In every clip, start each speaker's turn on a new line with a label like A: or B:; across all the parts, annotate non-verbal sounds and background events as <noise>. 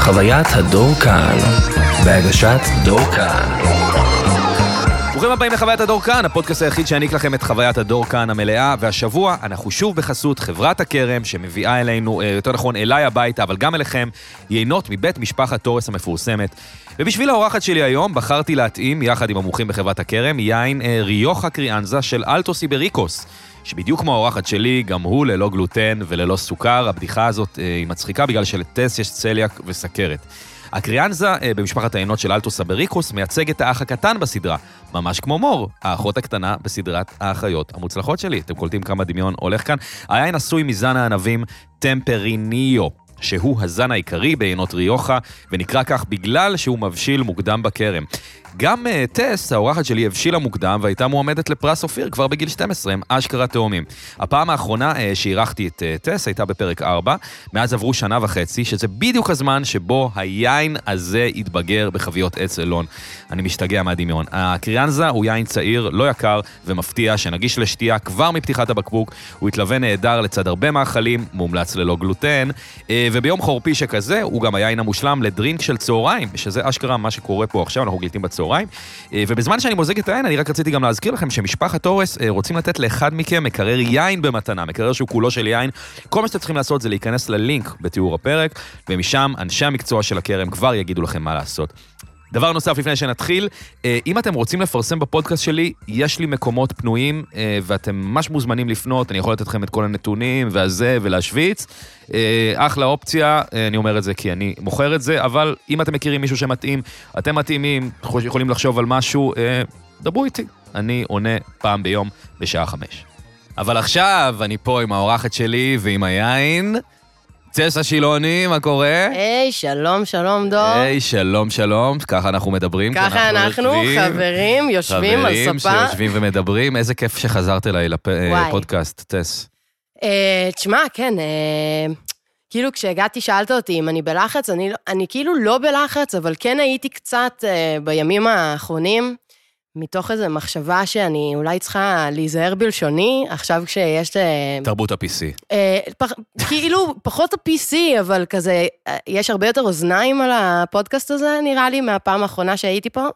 A: חוויית הדור כאן, בהגשת דור כאן.
B: ברוכים הבאים לחוויית הדור כאן, הפודקאסט היחיד שיעניק לכם את חוויית הדור כאן המלאה, והשבוע אנחנו שוב בחסות חברת הכרם, שמביאה אלינו, אה, יותר נכון אליי הביתה, אבל גם אליכם, יינות מבית משפחת תורס המפורסמת. ובשביל האורחת שלי היום, בחרתי להתאים, יחד עם המומחים בחברת הכרם, יין אה, ריוחה קריאנזה של אלטו סיבריקוס, שבדיוק כמו האורחת שלי, גם הוא ללא גלוטן וללא סוכר. הבדיחה הזאת אה, היא מצחיקה בגלל שלטס יש צליאק וסכרת. הקריאנזה אה, במשפחת העינות של אלטוס אבריקוס מייצג את האח הקטן בסדרה, ממש כמו מור, האחות הקטנה בסדרת האחיות המוצלחות שלי. אתם קולטים כמה דמיון הולך כאן? היין עשוי מזן הענבים טמפריניו. שהוא הזן העיקרי בעינות ריוחה, ונקרא כך בגלל שהוא מבשיל מוקדם בכרם. גם אה, טס, האורחת שלי, הבשילה מוקדם והייתה מועמדת לפרס אופיר כבר בגיל 12, הם אשכרה תאומים. הפעם האחרונה אה, שאירחתי את אה, טס הייתה בפרק 4, מאז עברו שנה וחצי, שזה בדיוק הזמן שבו היין הזה התבגר בחביות עץ אלון. אני משתגע מהדמיון. הקריאנזה הוא יין צעיר, לא יקר ומפתיע, שנגיש לשתייה כבר מפתיחת הבקבוק. הוא התלווה נהדר לצד הרבה מאכלים, מומלץ ללא גלוטן, אה, וביום חורפי שכזה הוא גם היין המושלם לדרינק של צהריים, שזה אשכרה מה שקורה פה עכשיו, אנחנו גילטים בצהריים. אה, ובזמן שאני מוזג את העין, אני רק רציתי גם להזכיר לכם שמשפחת אורס אה, רוצים לתת לאחד מכם מקרר יין במתנה, מקרר שהוא כולו של יין. כל מה שאתם צריכים לעשות זה להיכנס ללינק בתיאור הפרק, ומשם אנשי המקצוע של הכרם כבר יגידו לכם מה לעשות. דבר נוסף לפני שנתחיל, אה, אם אתם רוצים לפרסם בפודקאסט שלי, יש לי מקומות פנויים אה, ואתם ממש מוזמנים לפנות, אני יכול לתת לכם את כל הנתונים והזה ולהשוויץ. אה, אחלה אופציה, אה, אני אומר את זה כי אני מוכר את זה, אבל אם אתם מכירים מישהו שמתאים, אתם מתאימים, חוש- יכולים לחשוב על משהו, אה, דברו איתי, אני עונה פעם ביום בשעה חמש.
C: אבל עכשיו אני פה עם האורחת שלי ועם היין. צסה שילוני, מה קורה?
D: היי, שלום, שלום דור.
C: היי, שלום, שלום, ככה אנחנו מדברים. כי
D: ככה
C: לא
D: אנחנו,
C: יושבים.
D: חברים, יושבים על
C: חברים
D: ספה.
C: שיושבים ומדברים, איזה כיף שחזרת אליי לפ- אה,
D: וואי.
C: לפודקאסט, טס.
D: אה, תשמע, כן, אה, כאילו כשהגעתי שאלת אותי אם אני בלחץ, אני, לא- אני כאילו לא בלחץ, אבל כן הייתי קצת אה, בימים האחרונים, מתוך איזו מחשבה שאני אולי צריכה להיזהר בלשוני, עכשיו כשיש... אה,
C: תרבות ה-PC.
D: אה, פח, כאילו, פחות ה-PC, אבל כזה, אה, יש הרבה יותר אוזניים על הפודקאסט הזה, נראה לי, מהפעם האחרונה שהייתי פה.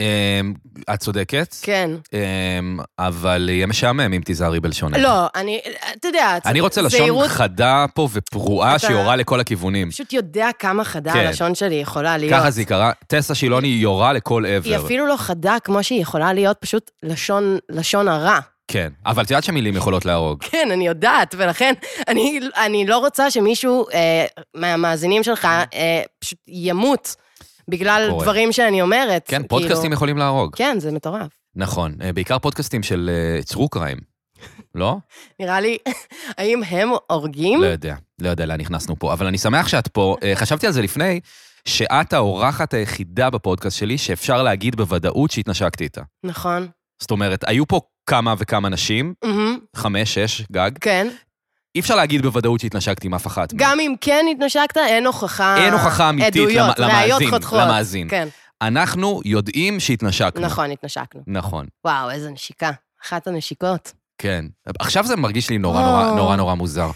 C: אמ, את צודקת,
D: כן.
C: אמ, אבל יהיה משעמם אם תיזהרי בלשונך.
D: לא, אני, אתה יודע,
C: נכון. אני רוצה לשון
D: זהירות-
C: חדה פה ופרועה
D: אתה-
C: שיורה לכל הכיוונים.
D: פשוט יודע כמה חדה
C: כן.
D: הלשון שלי יכולה להיות.
C: ככה זה יקרא, טסה שילוני יורה לכל
D: היא
C: עבר.
D: אפילו לא חדה כמו שהיא יכולה להיות, פשוט לשון, לשון הרע. <laughs>
C: כן, אבל את יודעת שמילים יכולות להרוג.
D: כן, אני יודעת, ולכן אני, אני לא רוצה שמישהו אה, מהמאזינים שלך אה, פשוט ימות בגלל
C: כן. קורה.
D: דברים שאני אומרת.
C: כן,
D: כאילו.
C: פודקאסטים יכולים להרוג.
D: כן, זה מטורף.
C: נכון, אה, בעיקר פודקאסטים של צרו קריים. לא?
D: נראה לי, <laughs> האם הם הורגים?
C: לא יודע, לא יודע לאן נכנסנו פה, אבל אני שמח שאת פה. אה, חשבתי על זה לפני, שאת האורחת היחידה בפודקאסט שלי שאפשר להגיד בוודאות שהתנשקתי איתה.
D: נכון.
C: זאת אומרת, היו פה כמה וכמה נשים,
D: מהמם,
C: חמש, שש, גג.
D: כן.
C: אי אפשר להגיד בוודאות שהתנשקתי עם אף אחת. מהן.
D: גם אם כן התנשקת, אין הוכחה...
C: אין הוכחה אמיתית
D: עדויות,
C: למ-
D: ראיות
C: למאזין,
D: חותכות.
C: למאזין.
D: כן,
C: אנחנו יודעים שהתנשקנו.
D: נכון, התנשקנו.
C: נכון,
D: וואו, איזה נשיקה. אחת הנשיקות.
C: כן. עכשיו זה מרגיש לי נורא
D: או.
C: נורא נורא נורא מוזר.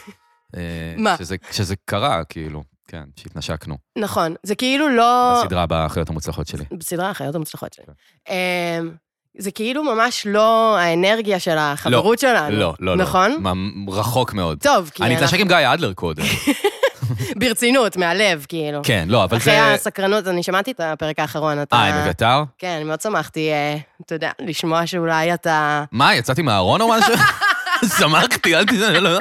C: אה,
D: מה?
C: שזה- שזה קרה, כאילו. כן, שהתנשקנו.
D: נכון, זה כאילו לא...
C: הסדרה באחיות המוצלחות שלי.
D: בסדרה החיות המוצלחות
C: כן.
D: שלי. אמ, זה כאילו ממש לא האנרגיה של החברות שלנו.
C: לא, לא, לא.
D: נכון?
C: ממ- רחוק מאוד.
D: טוב, כי
C: אני
D: אנחנו...
C: אתנשק עם גיא אדלר
D: <laughs>
C: קודם.
D: ברצינות, מהלב, כאילו.
C: כן, לא, אבל
D: אחרי
C: זה...
D: הסקרנות, אני שמעתי את הפרק האחרון, אתה...
C: אה, עם אביתר?
D: כן, אני מאוד שמחתי, אה, אתה יודע, לשמוע שאולי אתה...
C: מה, יצאתי מהארון או משהו? <laughs> שמחתי, אל תדאג,
D: <laughs>
C: לא.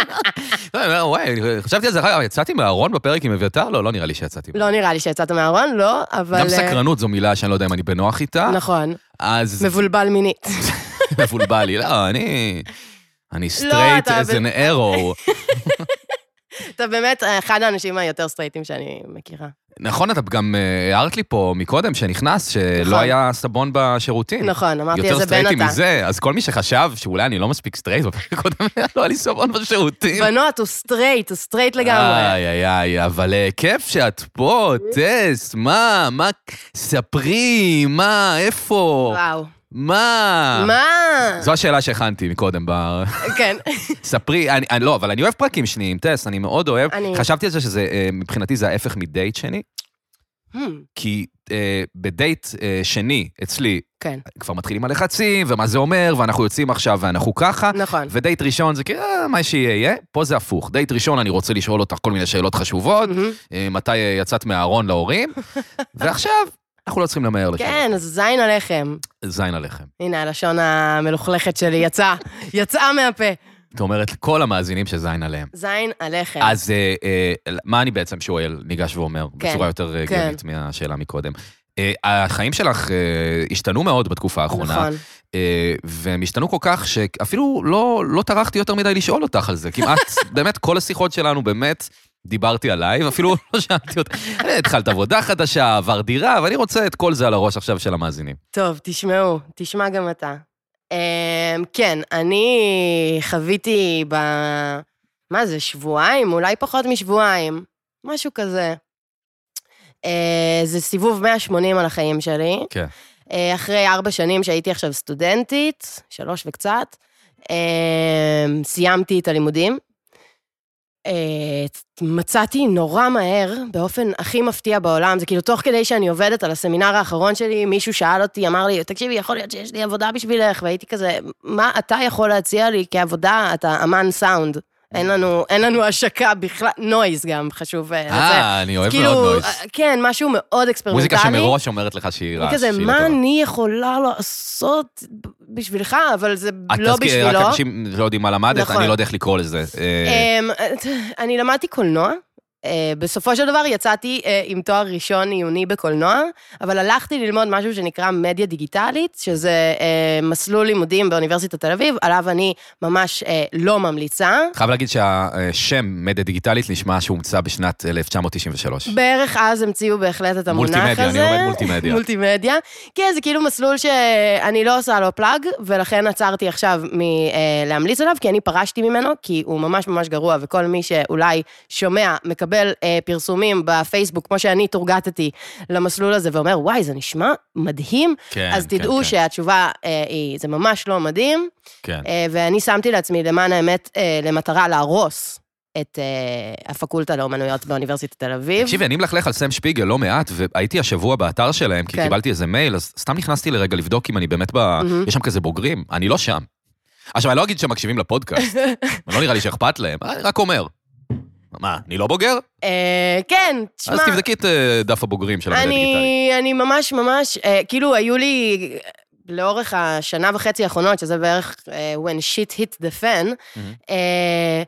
C: לא, וואי, חשבתי על זה אחר כך, יצאתי מהארון בפרק עם אביתר? לא, לא נראה לי שיצאתי.
D: לא נראה לי שיצאת מהארון, לא, אבל...
C: גם
D: אה,
C: סקרנות זו מילה שאני לא יודע אם אני בנוח איתה,
D: נכון,
C: אז
D: מבולבל מינית.
C: <laughs>
D: <laughs>
C: מבולבל לי. לא, אני... אני straight
D: לא, אתה
C: as
D: ב-
C: an
D: <laughs>
C: arrow.
D: אתה באמת אה, אחד האנשים היותר סטרייטים שאני מכירה.
C: נכון, אתה גם אה, הערת לי פה מקודם, שנכנס,
D: נכון.
C: שלא היה סבון בשירותים.
D: נכון, אמרתי
C: כן. יותר
D: איזה בן
C: סטרייטי
D: אתה.
C: מזה, אז כל מי שחשב שאולי אני לא מספיק סטרייט <laughs> בפרק הקודם, לא היה לי סבון בשירותים.
D: בנות, הוא סטרייט, הוא סטרייט לגמרי.
C: איי, איי, איי, אבל אה, כיף שאת פה, טס, מה, מה, ספרי, מה, איפה,
D: וואו.
C: מה?
D: מה?
C: אה. זו השאלה שהכנתי מקודם, ב-
D: כן.
C: ספרי, אני, אני- לא, אבל אני אוהב פרקים שניים, טס, אני מאוד אוהב.
D: אני-
C: חשבתי על זה שזה, אה, מבחינתי זה ההפך מדייט שני.
D: Hmm,
C: כי אה, בדייט אה, שני אצלי,
D: כן,
C: כבר מתחילים הלחצים, ומה זה אומר, ואנחנו יוצאים עכשיו, ואנחנו ככה.
D: נכון.
C: ודייט ראשון זה כאילו, אה, מה שיהיה יהיה, פה זה הפוך. דייט ראשון, אני רוצה לשאול אותך כל מיני שאלות חשובות,
D: מהמם.
C: אה, מתי אה, יצאת מהארון
D: <laughs>
C: להורים, ועכשיו, אנחנו לא צריכים למהר לשאול.
D: כן, אז זין עליכם.
C: זין עליכם.
D: הנה, הלשון המלוכלכת שלי יצאה, יצאה מהפה.
C: זאת אומרת, כל המאזינים שזין עליהם.
D: זין עליכם.
C: אז אה, אה, מה אני בעצם שואל, ניגש ואומר,
D: כן,
C: בצורה יותר אה,
D: כן.
C: גאונית מהשאלה מקודם. אה, החיים שלך אה, השתנו מאוד בתקופה האחרונה.
D: נכון.
C: אה, והם השתנו כל כך שאפילו לא, לא טרחתי יותר מדי לשאול אותך על זה.
D: <laughs>
C: כמעט, באמת, כל השיחות שלנו, באמת, דיברתי עליי, ואפילו <laughs> לא שאלתי אותך. אני התחלת עבודה חדשה, עבר דירה, ואני רוצה את כל זה על הראש עכשיו של המאזינים.
D: טוב, תשמעו, תשמע גם אתה. אמ, כן, אני חוויתי ב... מה זה, שבועיים? אולי פחות משבועיים. משהו כזה. אה, זה סיבוב 180 על החיים שלי.
C: כן.
D: אה, אחרי ארבע שנים שהייתי עכשיו סטודנטית, שלוש וקצת, אמ, סיימתי את הלימודים. אה, מצאתי נורא מהר, באופן הכי מפתיע בעולם, זה כאילו תוך כדי שאני עובדת על הסמינר האחרון שלי, מישהו שאל אותי, אמר לי, תקשיבי, יכול להיות שיש לי עבודה בשבילך, והייתי כזה, מה אתה יכול להציע לי כעבודה? אתה אמן סאונד. אין לנו, אין לנו השקה בכלל, נויז גם חשוב אה, לזה.
C: אה, אני אוהב מאוד נויס.
D: אה, כן, משהו מאוד אקספרימנטלי.
C: מוזיקה שמראש אומרת לך שהיא
D: אני
C: רעש,
D: כזה,
C: שהיא לא
D: מה
C: טובה.
D: אני יכולה לעשות ב- בשבילך, אבל זה
C: את
D: לא
C: תזכירי,
D: בשבילו.
C: רק אנשים לא יודעים מה למדת,
D: נכון.
C: אני לא יודע איך לקרוא לזה. אה,
D: אמ, אני למדתי קולנוע. אה, בסופו של דבר יצאתי אה, עם תואר ראשון עיוני בקולנוע, אבל הלכתי ללמוד משהו שנקרא מדיה דיגיטלית, שזה אה, מסלול לימודים באוניברסיטת תל אביב, עליו אני ממש אה, לא ממליצה.
C: חייב להגיד שהשם מדיה דיגיטלית נשמע שהומצא בשנת 1993.
D: בערך אז המציאו בהחלט את המונח הזה.
C: מולטימדיה, אני לומד מולטימדיה.
D: מולטימדיה. כן, זה כאילו מסלול שאני לא עושה לו פלאג, ולכן עצרתי עכשיו מלהמליץ עליו, כי אני פרשתי ממנו, כי הוא ממש ממש גרוע, וכל מי שאולי שומע, מקבל אה, פרסומים בפייסבוק, כמו שאני תורגטתי למסלול הזה, ואומר, וואי, זה נשמע מדהים,
C: כן,
D: אז תדעו
C: כן, כן,
D: שהתשובה אה, היא, זה ממש לא מדהים,
C: כן.
D: אה, ואני שמתי לעצמי, למען האמת, אה, למטרה להרוס. את אה, הפקולטה לאומנויות באוניברסיטת תל אביב.
C: תקשיבי, אני מלכלך על סם שפיגל לא מעט, והייתי השבוע באתר שלהם, כי
D: כן.
C: קיבלתי איזה מייל, אז סתם נכנסתי לרגע לבדוק אם אני באמת ב...
D: מהמם.
C: יש שם כזה בוגרים, אני לא שם. עכשיו, אני לא אגיד שהם מקשיבים
D: <laughs>
C: לפודקאסט, לא נראה לי שאכפת להם, אני רק אומר. מה, אני לא בוגר?
D: אה, כן, תשמע.
C: אז תבדקי את אה, דף הבוגרים של המדיה הדיגיטלית.
D: אני, אני ממש ממש, אה, כאילו היו לי לאורך השנה וחצי האחרונות, שזה בערך אה, when shit hit the fan, אה,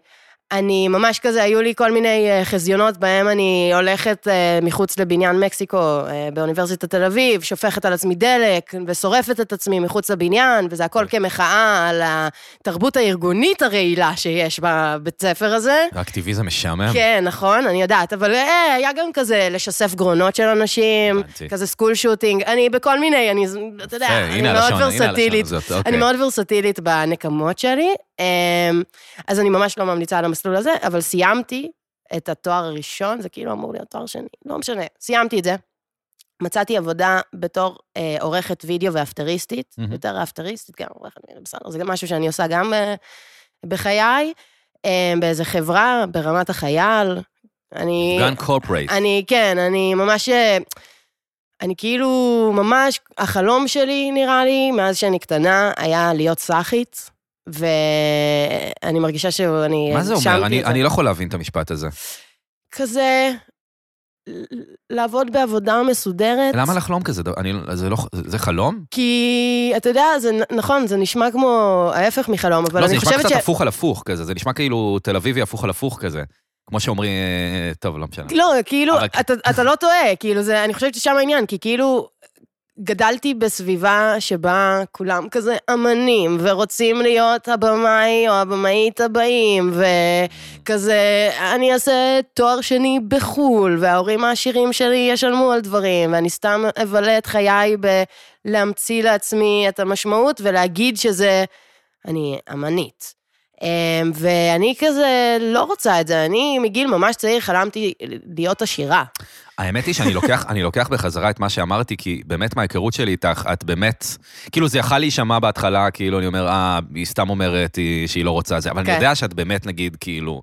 D: אני ממש כזה, היו לי כל מיני אה, חזיונות בהם אני הולכת אה, מחוץ לבניין מקסיקו אה, באוניברסיטת תל אביב, שופכת על עצמי דלק ושורפת את עצמי מחוץ לבניין, וזה הכל כמחאה על התרבות הארגונית הרעילה שיש בבית ספר הזה.
C: האקטיביזם משעמם.
D: כן, נכון, אני יודעת, אבל אה, היה גם כזה לשסף גרונות של אנשים,
C: הבנתי.
D: כזה סקול שוטינג, אני בכל מיני, אני, אתה יודע,
C: יפה,
D: אני
C: אוקיי. הנה
D: מאוד
C: הלשון, הנה הלשון
D: ורסטילית.
C: הזאת,
D: אני
C: אוקיי.
D: מאוד ורסטילית בנקמות שלי, אמ, אז אני ממש לא ממליצה על המסלול הזה, אבל סיימתי את התואר הראשון, זה כאילו אמור להיות תואר שני, לא משנה, סיימתי את זה. מצאתי עבודה בתור אה, עורכת וידאו ואפטריסטית,
C: מהמם.
D: יותר אפטריסטית, גם עורכת וידאו, בסדר, זה גם משהו שאני עושה גם אה, בחיי, אה, באיזה חברה, ברמת החייל. אני...
C: גן קורפרייט.
D: אני, כן, אני ממש... אה, אני כאילו, ממש, החלום שלי, נראה לי, מאז שאני קטנה, היה להיות סאחית, ואני מרגישה שאני...
C: מה זה אומר?
D: הגשמתי
C: אני-
D: את זה.
C: אני לא יכול להבין את המשפט הזה.
D: כזה, ל- לעבוד בעבודה מסודרת.
C: למה לחלום כזה? דבר? אני- זה לא- זה חלום?
D: כי, אתה יודע, זה נ- נכון, זה נשמע כמו ההפך מחלום, אבל
C: לא, זה
D: אני
C: נשמע
D: חושבת ש...
C: קצת הפוך על הפוך כזה, זה נשמע כאילו תל אביבי הפוך על הפוך כזה. כמו שאומרים, אה, טוב, לא משנה.
D: לא, כאילו,
C: אבל-
D: אתה, אתה לא טועה, כאילו, זה, אני חושבת ששם העניין, כי כאילו, גדלתי בסביבה שבה כולם כזה אמנים, ורוצים להיות הבמאי או הבמאית הבאים, וכזה, אני אעשה תואר שני בחו"ל, וההורים העשירים שלי ישלמו על דברים, ואני סתם אבלה את חיי בלהמציא לעצמי את המשמעות ולהגיד שזה, אני אמנית. אמ, ואני כזה לא רוצה את זה, אני מגיל ממש צעיר חלמתי להיות עשירה.
C: האמת היא שאני לוקח, אני לוקח בחזרה את מה שאמרתי, כי באמת מההיכרות שלי איתך, את באמת, כאילו זה יכל להישמע בהתחלה, כאילו אני אומר, אה, היא סתם אומרת היא- שהיא לא רוצה את זה, אבל אני
D: כן.
C: יודע שאת באמת, נגיד, כאילו,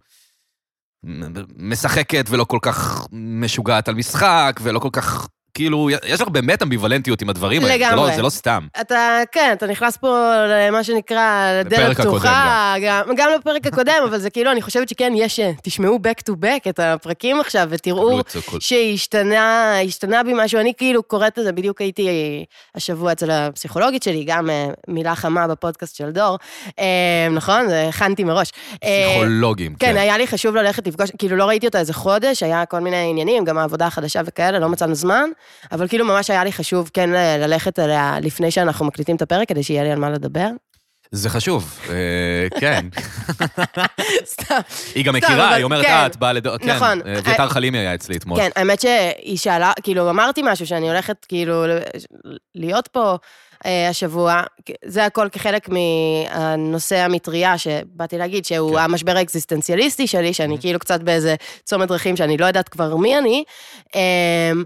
C: משחקת ולא כל כך משוגעת על משחק, ולא כל כך... כאילו, יש לך באמת אמביוולנטיות עם הדברים האלה.
D: לגמרי.
C: זה לא, זה לא סתם.
D: אתה, כן, אתה נכנס פה למה שנקרא, לדלת
C: לפרק הקודם
D: פתוחה, גם, גם לפרק הקודם, אבל זה כאילו, אני חושבת שכן, יש, אה, תשמעו back to back את הפרקים עכשיו, ותראו
C: קבלו את זה, כאילו, כל-
D: שהשתנה השתנה בי משהו. אני כאילו קוראת את זה, בדיוק הייתי השבוע אצל הפסיכולוגית שלי, גם אה, מילה חמה בפודקאסט של דור, אה, נכון? זה הכנתי מראש. אה,
C: פסיכולוגים,
D: כן, היה לי חשוב ללכת לפגוש, כאילו לא ראיתי אותה איזה חודש, היה כל מיני עניינים, גם העבודה החדשה וכאלה, לא מצאנו זמן, אבל כאילו ממש היה לי חשוב כן ל- ללכת אליה לפני שאנחנו מקליטים את הפרק, כדי שיהיה לי על מה לדבר. <laughs>
C: זה חשוב, אה, כן.
D: סתם.
C: היא גם
D: סתם,
C: מכירה,
D: אבל
C: היא אומרת,
D: כן.
C: אה, את באה לדור... כן,
D: נכון.
C: אה, אביתר חלימי היה אצלי אתמול.
D: כן, האמת שהיא שאלה, כאילו אמרתי משהו שאני הולכת כאילו ל- להיות פה אה, השבוע, זה הכל כחלק מהנושא המטריה שבאתי להגיד, שהוא
C: כן.
D: כן. המשבר האקזיסטנציאליסטי שלי, שאני כאילו קצת באיזה צומת דרכים שאני לא יודעת כבר מי אני. אמ,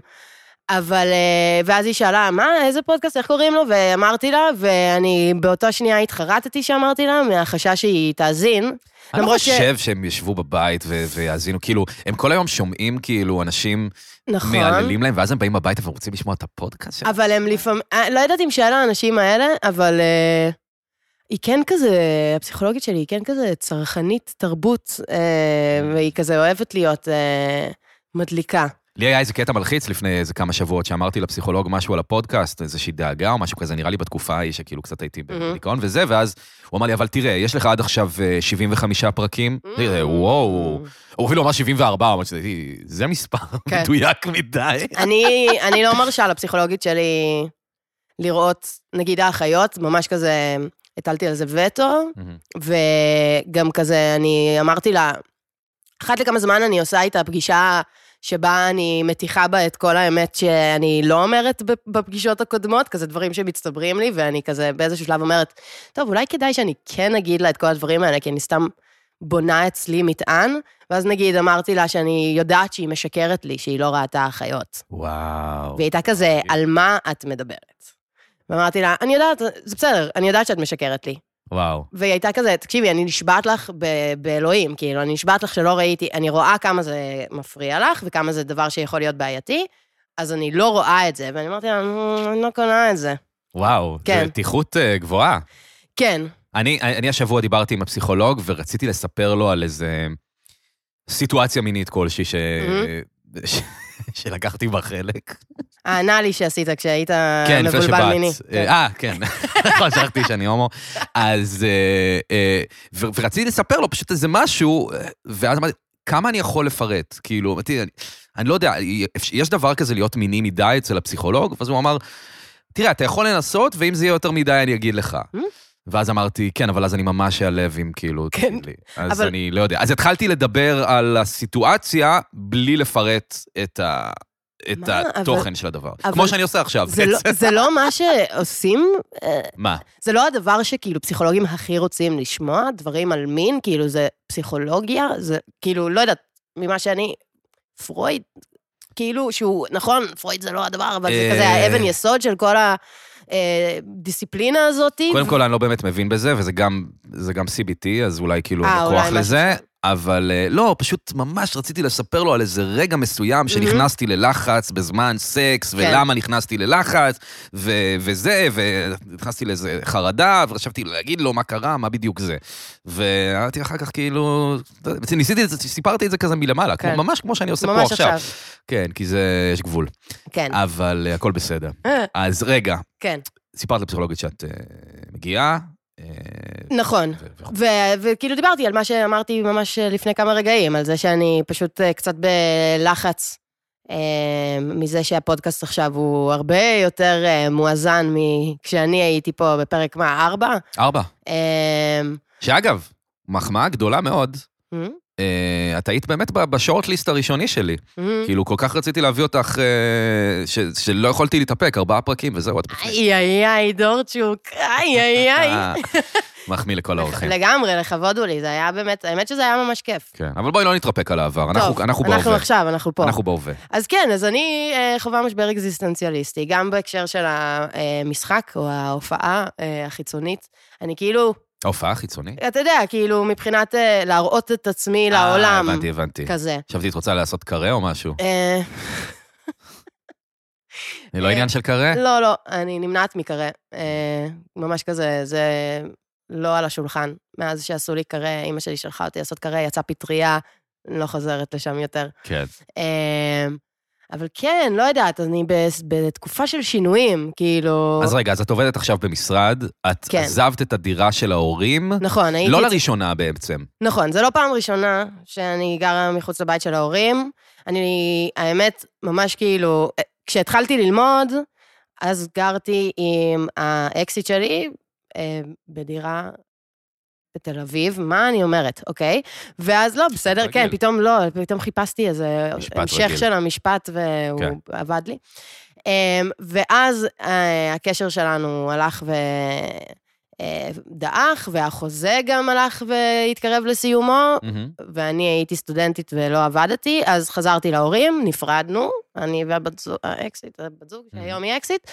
D: אבל, אה, ואז היא שאלה, מה, איזה פודקאסט, איך קוראים לו? ואמרתי לה, ואני באותה שנייה התחרטתי שאמרתי לה, מהחשש שהיא תאזין.
C: אני לא
D: למרות ש-
C: חושב שהם ישבו בבית ו- ויאזינו, כאילו, הם כל היום שומעים, כאילו, אנשים
D: נכון.
C: מייללים להם, ואז הם באים הביתה ורוצים לשמוע את הפודקאסט שלהם.
D: אבל הם לפעמים, אה, לא יודעת אם שאלה האנשים האלה, אבל אה, היא כן כזה, הפסיכולוגית שלי היא כן כזה צרכנית תרבות, אה,
C: כן.
D: והיא כזה אוהבת להיות אה, מדליקה.
C: לי היה איזה קטע מלחיץ לפני איזה כמה שבועות, שאמרתי לפסיכולוג משהו על הפודקאסט, איזושהי דאגה או משהו כזה, נראה לי בתקופה ההיא שכאילו קצת הייתי בדיכאון וזה, ואז הוא אמר לי, אבל תראה, יש לך עד עכשיו אה, 75 פרקים, תראה, וואו, הוא אפילו אמר 74, הוא אמר שזה, זה מספר
D: כן.
C: מדויק מדי.
D: אני, אני לא מרשה לפסיכולוגית שלי לראות, נגיד האחיות, ממש כזה, הטלתי על זה וטו, וגם כזה, אני אמרתי לה, אחת לכמה זמן אני עושה איתה פגישה שבה אני מתיחה בה את כל האמת שאני לא אומרת ב- בפגישות הקודמות, כזה דברים שמצטברים לי, ואני כזה באיזשהו שלב אומרת, טוב, אולי כדאי שאני כן אגיד לה את כל הדברים האלה, כי אני סתם בונה אצלי מטען, ואז נגיד אמרתי לה שאני יודעת שהיא משקרת לי, שהיא לא ראתה אחיות.
C: וואו.
D: והיא הייתה כזה, על מה את מדברת? ואמרתי לה, אני יודעת, זה בסדר, אני יודעת שאת משקרת לי.
C: וואו.
D: והיא הייתה כזה, תקשיבי, אני נשבעת לך ב- באלוהים, כאילו, אני נשבעת לך שלא ראיתי, אני רואה כמה זה מפריע לך וכמה זה דבר שיכול להיות בעייתי, אז אני לא רואה את זה, ואני אמרתי לה, "מ, אני לא קונה את זה.
C: וואו,
D: כן.
C: זו פתיחות אה, גבוהה.
D: כן,
C: אני, אני השבוע דיברתי עם הפסיכולוג ורציתי לספר לו על איזה סיטואציה מינית כלשהי ש... ש... שלקחתי בה חלק.
D: האנלי שעשית כשהיית
C: כן, לפני שבאת.
D: מבולבל מיני.
C: אה, אה, כן. <laughs> נכון, שכחתי שאני הומו. אז... אה, אה, ו- ורציתי לספר לו פשוט איזה משהו, אה, ואז אמרתי, כמה אני יכול לפרט? כאילו, אמרתי, אני, אני לא יודע, יש דבר כזה להיות מיני מדי אצל הפסיכולוג? ואז הוא אמר, תראה, אתה יכול לנסות, ואם זה יהיה יותר מדי, אני אגיד לך.
D: Mm-hmm.
C: ואז אמרתי, כן, אבל אז אני ממש אעלב אם כאילו,
D: כן,
C: תגיד לי. אז
D: אבל-
C: אני לא יודע. אז התחלתי לדבר על הסיטואציה בלי לפרט את ה... את
D: מה?
C: התוכן של הדבר.
D: אבל-
C: כמו שאני עושה עכשיו.
D: זה לא- זה לא מה שעושים, אה,
C: מה?
D: זה לא הדבר שכאילו פסיכולוגים הכי רוצים לשמוע, דברים על מין, כאילו זה פסיכולוגיה, זה כאילו, לא יודעת, ממה שאני, פרויד, כאילו שהוא, נכון, פרויד זה לא הדבר, אבל זה
C: אה.
D: כזה האבן יסוד של כל אה, הדיסציפלינה הזאת.
C: קודם כל, אני לא באמת מבין בזה, וזה גם, זה גם CBT, אז אולי כאילו
D: אה,
C: אין
D: אולי
C: כוח
D: משהו
C: לזה, אבל אה, לא, פשוט ממש רציתי לספר לו על איזה רגע מסוים שנכנסתי ללחץ בזמן
D: כן.
C: סקס, ולמה נכנסתי ללחץ, ו- וזה, ונכנסתי לאיזה חרדה, וחשבתי להגיד לו מה קרה, מה בדיוק זה. ואמרתי אחר כך כאילו, אתה יודע, ניסיתי את זה, סיפרתי את זה כזה מלמעלה,
D: כן.
C: כמו, ממש כמו שאני עושה פה
D: ממש
C: עכשיו.
D: עכשיו.
C: כן, כי זה, יש גבול,
D: כן,
C: אבל אה, הכל בסדר.
D: אה.
C: אז רגע,
D: כן,
C: סיפרת לפסיכולוגית שאת אה, מגיעה. אה,
D: נכון.
C: ו- וכו'.
D: ו- וכאילו דיברתי על מה שאמרתי ממש אה, לפני כמה רגעים, על זה שאני פשוט אה, קצת בלחץ אה, מזה שהפודקאסט עכשיו הוא הרבה יותר אה, מואזן מכשאני הייתי פה בפרק מה, ארבע?
C: ארבע.
D: אה,
C: שאגב, מחמאה גדולה מאוד.
D: אה,
C: אה, את היית באמת ב- בשורטליסט הראשוני שלי.
D: אה.
C: כאילו, כל כך רציתי להביא אותך, אה, ש- שלא יכולתי להתאפק, ארבעה פרקים וזהו, את בפנים.
D: איי איי איי, דורצ'וק, איי איי איי.
C: כאילו, אה, לא מחמיא לכל האורחים.
D: <laughs> לגמרי, לכבוד הוא לי, זה היה באמת, האמת שזה היה ממש כיף.
C: כן, אבל בואי לא נתרפק על העבר, אנחנו-
D: טוב,
C: אנחנו
D: אנחנו
C: בהווה.
D: עכשיו, אנחנו פה.
C: אנחנו בהווה.
D: אז כן, אז אני אה, חווה משבר אקזיסטנציאליסטי, גם בהקשר של המשחק או ההופעה אה, החיצונית. אני כאילו,
C: ההופעה החיצונית?
D: אתה יודע, כאילו, מבחינת אה, להראות את עצמי לעולם,
C: אה, הבנתי, הבנתי.
D: כזה.
C: חשבתי, את רוצה לעשות קרה או משהו?
D: אה,
C: זה לא עניין של קרה?
D: לא, לא, אני נמנעת מקרא. אה, ממש כזה, זה לא על השולחן. מאז שעשו לי קרא, אימא שלי שלחה אותי לעשות קרא, יצאה פטריה, אני לא חוזרת לשם יותר.
C: כן.
D: אה, אבל כן, לא יודעת, אני בס- בתקופה של שינויים, כאילו...
C: אז רגע, אז את עובדת עכשיו במשרד, את
D: כן.
C: עזבת את הדירה של ההורים,
D: נכון, הייתי...
C: לא לראשונה בעצם.
D: נכון, זו לא פעם ראשונה שאני גרה מחוץ לבית של ההורים. אני, האמת, ממש כאילו, אה, כשהתחלתי ללמוד, אז גרתי עם האקסיט שלי אה, בדירה בתל אביב, מה אני אומרת, אוקיי? ואז לא, בסדר,
C: רגיל.
D: כן, פתאום לא, פתאום חיפשתי איזה
C: משפט
D: המשך
C: רגיל.
D: של המשפט, והוא
C: כן.
D: עבד לי. אה, ואז אה, הקשר שלנו הלך ו... אה, דעך, והחוזה גם הלך והתקרב לסיומו,
C: מהמם.
D: ואני הייתי סטודנטית ולא עבדתי, אז חזרתי להורים, נפרדנו, אני והבת זוג, האקסיט, הבת זוג, שהיום היא אקסיט,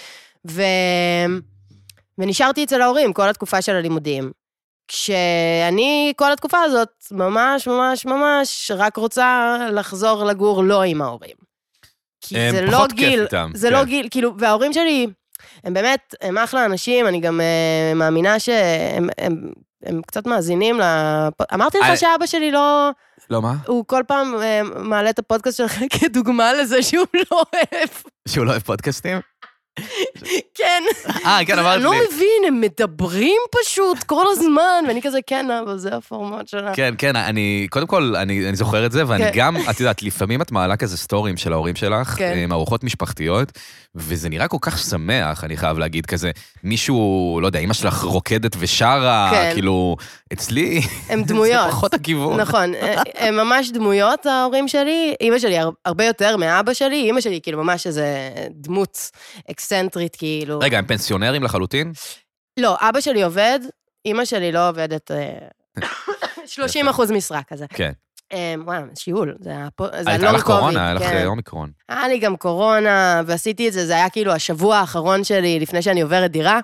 D: ו... ונשארתי אצל ההורים כל התקופה של הלימודים. כשאני כל התקופה הזאת ממש ממש ממש רק רוצה לחזור לגור לא עם ההורים. כי
C: הם
D: זה לא
C: פחות כיף
D: גיל,
C: איתם,
D: זה
C: כן.
D: לא גיל, כאילו, וההורים שלי, הם באמת, הם אחלה אנשים, אני גם אה, מאמינה שהם הם, הם קצת מאזינים ל... אמרתי
C: אה,
D: לך שאבא שלי לא...
C: לא, מה?
D: הוא כל פעם אה, מעלה את הפודקאסט שלך <laughs> כדוגמה לזה שהוא <laughs> לא אוהב.
C: שהוא לא אוהב פודקאסטים?
D: כן.
C: אה, כן, אמרת
D: אני לא
C: לי.
D: מבין, הם מדברים פשוט כל הזמן, ואני כזה, כן, אבל זה הפורמט שלה.
C: כן, כן, אני, קודם כל, אני, אני זוכר את זה, ואני
D: כן.
C: גם, את יודעת, לפעמים את מעלה כזה סטורים של ההורים שלך, אה,
D: כן.
C: עם ארוחות משפחתיות, וזה נראה כל כך שמח, אני חייב להגיד, כזה, מישהו, לא יודע, אמא שלך רוקדת ושרה,
D: כן.
C: כאילו, אצלי,
D: הם דמויות.
C: <laughs> זה פחות הכיוון.
D: נכון, אה, הם ממש דמויות, ההורים שלי. אימא שלי הר- הרבה יותר מאבא שלי, אימא שלי כאילו ממש איזה דמות אקסצנטרית, כאילו.
C: רגע, הם פנסיונרים לחלוטין?
D: לא, אבא שלי עובד, אימא שלי לא
C: <coughs>
D: עובדת... אה, 30 אחוז משרה כזה.
C: כן.
D: אה, וואי, שיעול, זה היה פה, זה
C: אה, הייתה
D: הלונג
C: לך
D: קוביד.
C: קורונה, היה לך
D: כן.
C: אה, אומיקרון.
D: היה לי גם קורונה, ועשיתי את זה, זה היה כאילו השבוע האחרון שלי לפני שאני עוברת דירה.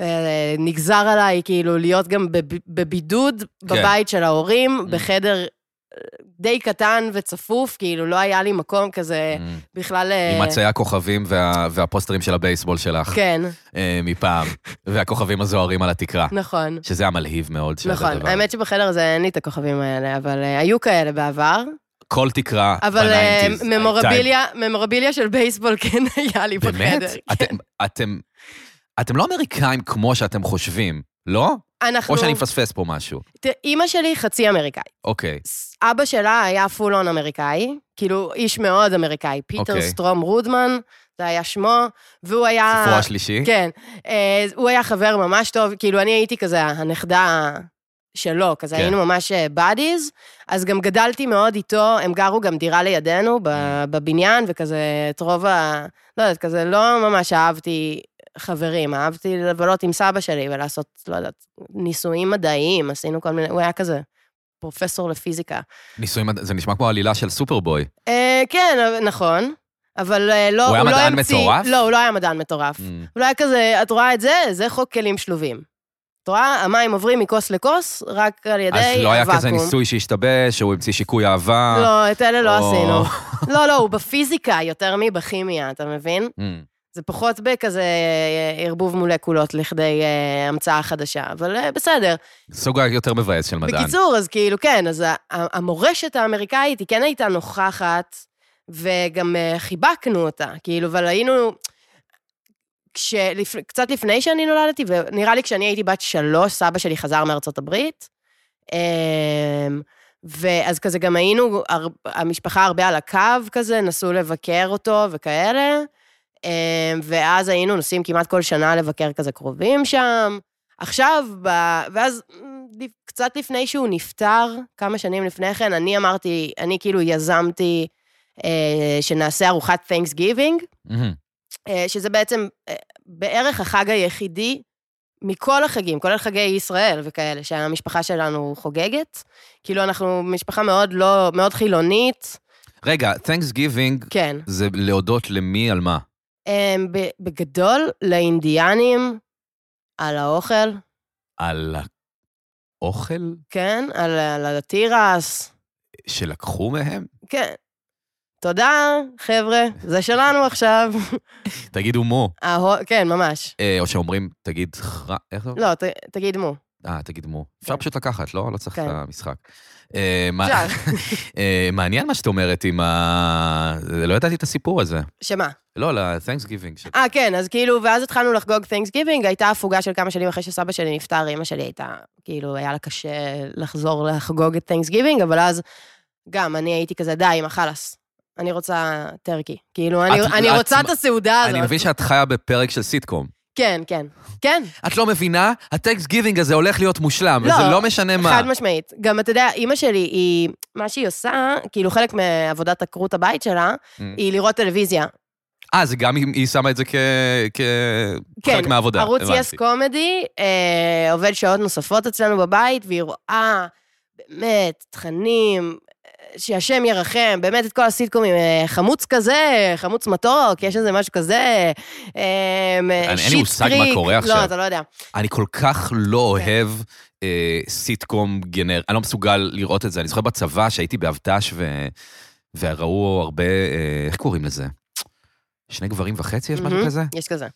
D: אה, נגזר עליי כאילו להיות גם בב- בבידוד
C: כן.
D: בבית של
C: Mm.
D: ההורים, בחדר אה, די קטן וצפוף, כאילו לא היה לי מקום כזה
C: Mm.
D: בכלל... אה,
C: עם מצעי הכוכבים וה- והפוסטרים של הבייסבול שלך,
D: כן,
C: אה, מפעם, והכוכבים הזוהרים על התקרה,
D: נכון.
C: שזה היה מלהיב מאוד של הדבר.
D: נכון, האמת שבחדר הזה אין לי את הכוכבים האלה, אבל אה, היו כאלה בעבר.
C: כל תקרה
D: אבל אה,
C: בניינטיז.
D: ממורביליה, ממורביליה של בייסבול כן <laughs> היה לי בחדר.
C: אה, באמת? אתם,
D: כן.
C: אתם, אתם לא אמריקאים כמו שאתם חושבים, לא?
D: אנחנו...
C: או שאני מפספס פה משהו.
D: תראה, אימא שלי חצי אמריקאית.
C: אוקיי.
D: ס- אבא שלה היה פול און אמריקאי, כאילו איש מאוד אמריקאי, פיטר
C: אוקיי.
D: סטרום רודמן, זה היה שמו, והוא היה...
C: ספרו השלישי?
D: כן. אה, הוא היה חבר ממש טוב, כאילו אני הייתי כזה הנכדה שלו, כזה
C: כן.
D: היינו ממש בדיז, אז גם גדלתי מאוד איתו, הם גרו גם דירה לידינו
C: אה.
D: ב- בבניין, וכזה את רוב ה... לא יודעת, כזה לא ממש אהבתי חברים, אהבתי לבלות עם סבא שלי ולעשות, לא יודעת, ניסויים מדעיים, עשינו כל מיני, הוא היה כזה פרופסור לפיזיקה.
C: ניסויים, זה נשמע כמו עלילה של סופרבוי.
D: אה, כן, אבל- נכון. אבל אה, לא,
C: הוא היה
D: לא
C: מדען
D: המציא-
C: מטורף?
D: לא, הוא לא היה מדען
C: Mm.
D: מטורף. הוא לא היה כזה, את רואה את זה? זה חוק כלים שלובים. את רואה? המים עוברים מכוס לכוס, רק על ידי
C: אז
D: הוואקום.
C: לא היה כזה ניסוי שהשתבש, שהוא המציא שיקוי אהבה.
D: לא, את אלה לא
C: או-
D: עשינו. לא, לא, הוא בפיזיקה יותר מבכימיה, אתה מבין?
C: Mm.
D: זה פחות בכזה אה, ערבוב מולקולות לכדי אה, המצאה חדשה, אבל אה, בסדר.
C: סוג יותר מבאס של מדען.
D: בקיצור, אז כאילו, כן, אז ה- ה- המורשת האמריקאית, היא כן הייתה נוכחת, וגם אה, חיבקנו אותה, כאילו, אבל היינו... כשלפ... קצת לפני שאני נולדתי, ונראה לי כשאני הייתי בת שלוש, סבא שלי חזר מארצות הברית. אמ, ואז כזה גם היינו, הר... המשפחה הרבה על הקו כזה, נסעו לבקר אותו וכאלה. אמ, ואז היינו נוסעים כמעט כל שנה לבקר כזה קרובים שם. עכשיו, ב... ואז אמ, לפ- קצת לפני שהוא נפטר, כמה שנים לפני כן, אני אמרתי, אני כאילו יזמתי אה, שנעשה ארוחת Thanksgiving,
C: מהמם.
D: אה, שזה בעצם אה, בערך החג היחידי מכל החגים, כולל חגי ישראל וכאלה, שהמשפחה שלנו חוגגת. כאילו, אנחנו משפחה מאוד לא, מאוד חילונית,
C: רגע, Thanksgiving
D: כן.
C: זה להודות למי על מה.
D: אה, ב- בגדול, לאינדיאנים, על האוכל,
C: על ה- אוכל
D: כן? על, על התירס.
C: שלקחו מהם?
D: כן. תודה, חבר'ה, זה
C: <laughs>
D: שלנו עכשיו.
C: תגידו מו.
D: ההוא- כן, ממש.
C: אה, או שאומרים, תגיד חרא, איך זה?
D: לא, ת, תגיד מו.
C: אה, תגיד מו. אפשר פשוט לקחת, לא? לא צריך את
D: לא. כן.
C: המשחק. אה, מה-
D: אפשר.
C: אה, מעניין מה שאת אומרת עם ה... לא ידעתי את הסיפור הזה. <laughs>
D: שמה?
C: לא, ל-thanks giving. ש-
D: אה, כן, אז כאילו, ואז התחלנו לחגוג Thanksgiving, הייתה הפוגה של כמה שנים אחרי שסבא שלי נפטר, אימא שלי הייתה, כאילו, היה לה קשה לחזור לחגוג את Thanksgiving, אבל אז גם אני הייתי כזה, די, אמא, חלאס. אני רוצה טרקי. כאילו, אני,
C: את-
D: אני
C: את-
D: רוצה את הסעודה הזאת.
C: אני מבין שאת חיה בפרק של סיטקום.
D: כן, כן. כן,
C: את לא מבינה? ה-thanks giving הזה הולך להיות מושלם,
D: לא,
C: וזה לא משנה מה.
D: חד משמעית. גם, אתה יודע, אימא שלי, היא, מה שהיא עושה, כאילו, חלק מעבודת עקרות הבית שלה,
C: Mm.
D: היא לראות טלוויזיה.
C: אה, זה גם אם היא שמה את זה כחלק
D: כן,
C: מהעבודה.
D: ערוץ
C: הבנתי.
D: יס קומדי אה, עובד שעות נוספות אצלנו בבית, והיא רואה באמת תכנים, אה, שהשם ירחם, באמת את כל הסיטקומים, אה, חמוץ כזה, חמוץ מתוק, יש איזה משהו כזה, אה, אה,
C: אין לי
D: שיט
C: מושג מה
D: טריק.
C: קורה עכשיו.
D: לא, אתה לא יודע.
C: אני כל כך לא
D: כן.
C: אוהב אה, סיטקום גנר, אני לא מסוגל לראות את זה. אני זוכר בצבא שהייתי באבט"ש ו... וראו הרבה, אה, איך קוראים לזה? שני גברים וחצי, יש משהו
D: מהמם,
C: כזה?
D: יש כזה.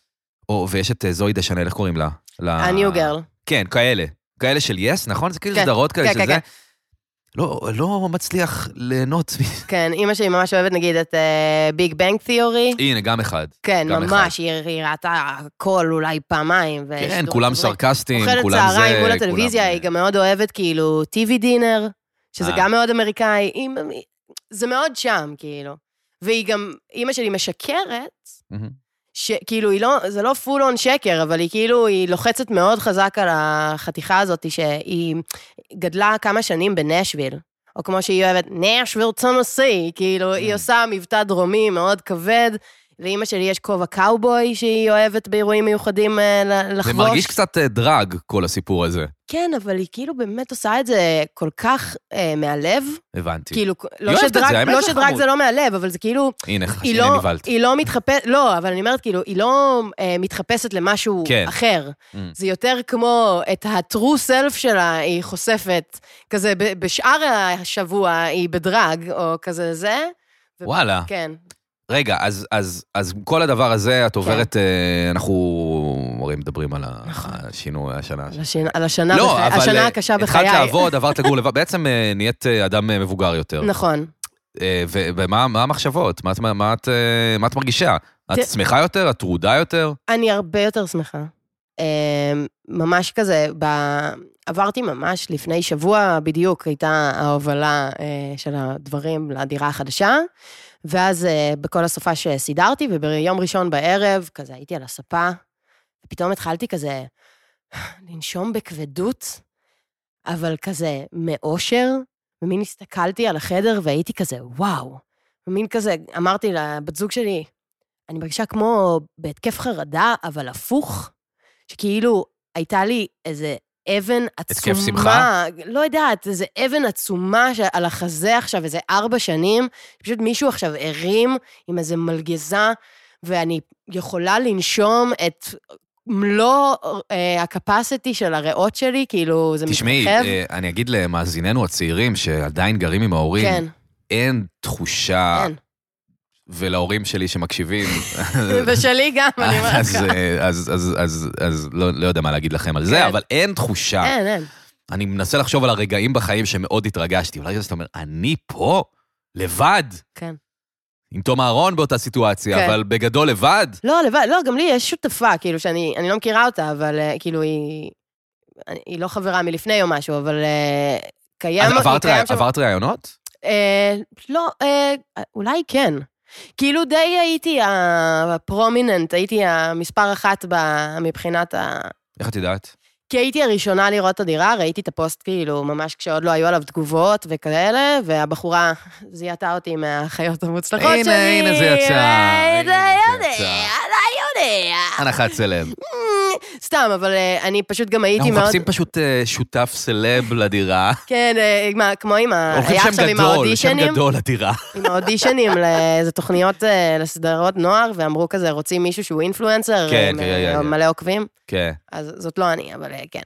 C: או, ויש את אה, זוהי דשנל, איך קוראים לה? ל-
D: ה-new girl.
C: כן, כאלה. כאלה של יס, נכון? זה כאילו
D: כן,
C: סדרות כאלה
D: כן,
C: של
D: כן,
C: זה.
D: כן.
C: לא, לא מצליח ליהנות.
D: <laughs>
C: מ-
D: כן, אימא שלי ממש אוהבת, נגיד, את אה, ביג בנג תיאורי.
C: הנה, גם אחד.
D: כן,
C: גם
D: ממש, היא היא ראתה הכל אולי פעמיים.
C: כן,
D: ושידורים
C: כולם
D: ציבוריים.
C: סרקסטים,
D: אה, אוכלת
C: כולם זה...
D: צהריים מול
C: כולם-
D: הטלוויזיה, היא גם מאוד אוהבת כאילו טיווי דינר, שזה
C: אה.
D: גם מאוד אמריקאי, היא- זה מאוד שם, כאילו. והיא גם, אימא שלי משקרת,
C: מהמם.
D: שכאילו היא לא, זה לא פול און שקר, אבל היא כאילו, היא לוחצת מאוד חזק על החתיכה הזאת, שהיא גדלה כמה שנים בנשוויל. או כמו שהיא אוהבת, נשוויל טונסי,
C: כן.
D: כאילו, היא עושה מבטא דרומי מאוד כבד, לאימא שלי יש כובע קאובוי שהיא אוהבת באירועים מיוחדים אה, ל-
C: זה
D: לחבוש.
C: מרגיש קצת אה, דרג, כל הסיפור הזה.
D: כן, אבל היא כאילו באמת עושה את זה כל כך אה, מהלב.
C: הבנתי.
D: כאילו, לא
C: אוהבת את זה,
D: שדרג,
C: האמת
D: לא
C: זה
D: שדרג
C: חמוד.
D: זה לא מהלב, אבל זה כאילו,
C: הנה,
D: היא
C: הנה
D: לא,
C: נבהלת.
D: היא לא מתחפשת, לא, אבל אני אומרת, כאילו, היא לא אה, מתחפשת למשהו
C: כן.
D: אחר.
C: Mm.
D: זה יותר כמו את ה-true self שלה, היא חושפת. כזה, ב- בשאר השבוע היא בדרג, או כזה זה. ו-
C: וואלה.
D: כן.
C: רגע, אז, אז, אז כל הדבר הזה, את עוברת, אה, אנחנו הרי מדברים על השינוי השנה.
D: על השנה- על נכון. השנה
C: לא,
D: בחיי-
C: אבל
D: השנה
C: אה,
D: הקשה בחיי.
C: התחלת
D: <laughs>
C: לעבוד, עברת לגור לבד, בעצם אה, נהיית אה, אדם אה, מבוגר יותר.
D: נכון.
C: אה, ו- ומה מה המחשבות? מה, את- מה, מה, את, אה, מה את מרגישה? את
D: ת-
C: שמחה יותר? את טרודה יותר?
D: אני הרבה יותר שמחה. אמ, ממש כזה, ב... עברתי ממש לפני שבוע בדיוק, הייתה ההובלה אה, של הדברים לדירה החדשה, ואז אה, בכל הסופה שסידרתי, וביום ראשון בערב, כזה הייתי על הספה, ופתאום התחלתי כזה לנשום בכבדות, אבל כזה מאושר, ומין הסתכלתי על החדר והייתי כזה, וואו. ומין כזה, אמרתי לבת זוג שלי, אני מרגישה כמו בהתקף חרדה, אבל הפוך, שכאילו הייתה לי איזה אבן עצומה.
C: שמחה?
D: לא יודעת, איזה אבן עצומה ש- על החזה עכשיו, איזה ארבע שנים, פשוט מישהו עכשיו הרים עם איזה מלגזה, ואני יכולה לנשום את מלוא אה, ה-capacity של הריאות שלי, כאילו, זה
C: תשמעי,
D: מתרחב.
C: אה, אני אגיד למאזיננו הצעירים שעדיין גרים עם ההורים,
D: כן,
C: אין תחושה, <laughs>
D: כן.
C: ולהורים שלי שמקשיבים,
D: <laughs> ושלי גם,
C: <laughs>
D: אני אומרת
C: אז,
D: לך.
C: אה, אז, אז, אז, אז לא, לא יודע מה להגיד לכם על זה,
D: כן.
C: אבל אין תחושה.
D: אין, כן, אין.
C: אני מנסה לחשוב על הרגעים בחיים שמאוד התרגשתי. אולי אתה אומר, אני פה, לבד,
D: כן.
C: עם תום אהרון באותה סיטואציה,
D: כן.
C: אבל בגדול לבד.
D: לא, לבד, לא, גם לי יש שותפה, כאילו, שאני אני לא מכירה אותה, אבל אה, כאילו, היא... אני- היא לא חברה מלפני או משהו, אבל אה, קיים...
C: אז
D: היא
C: עברת,
D: קיים
C: רעי-
D: שם-
C: עברת ראיונות?
D: אה, לא, אה, אולי כן. כאילו די הייתי הפרומיננט, הייתי המספר אחת ב- מבחינת ה...
C: איך את יודעת?
D: כי הייתי הראשונה לראות את הדירה, ראיתי את הפוסט כאילו ממש כשעוד לא היו עליו תגובות וכאלה, והבחורה זיהתה אותי מהחיות המוצלחות
C: הנה,
D: שלי.
C: הנה זה יצא,
D: ואתה
C: הנה זה
D: יודע,
C: יצא.
D: אתה יודע.
C: הנחת סלב.
D: סתם, אבל אה, אני פשוט גם הייתי
C: אנחנו
D: מאוד...
C: מחפשים פשוט אה, שותף סלב לדירה.
D: כן, אה, מה, כמו עם ה...
C: הולכים
D: היה
C: שם
D: עכשיו עם
C: גדול, שם
D: האודישנים,
C: גדול לדירה.
D: עם האודישנים לאיזה תוכניות, אה, לסדרות נוער, ואמרו כזה, רוצים מישהו שהוא אינפלואנסר,
C: כן,
D: עם,
C: כן,
D: אה,
C: כן, כן.
D: מלא עוקבים.
C: <laughs> כן,
D: אז זאת לא אני, אבל אה, כן.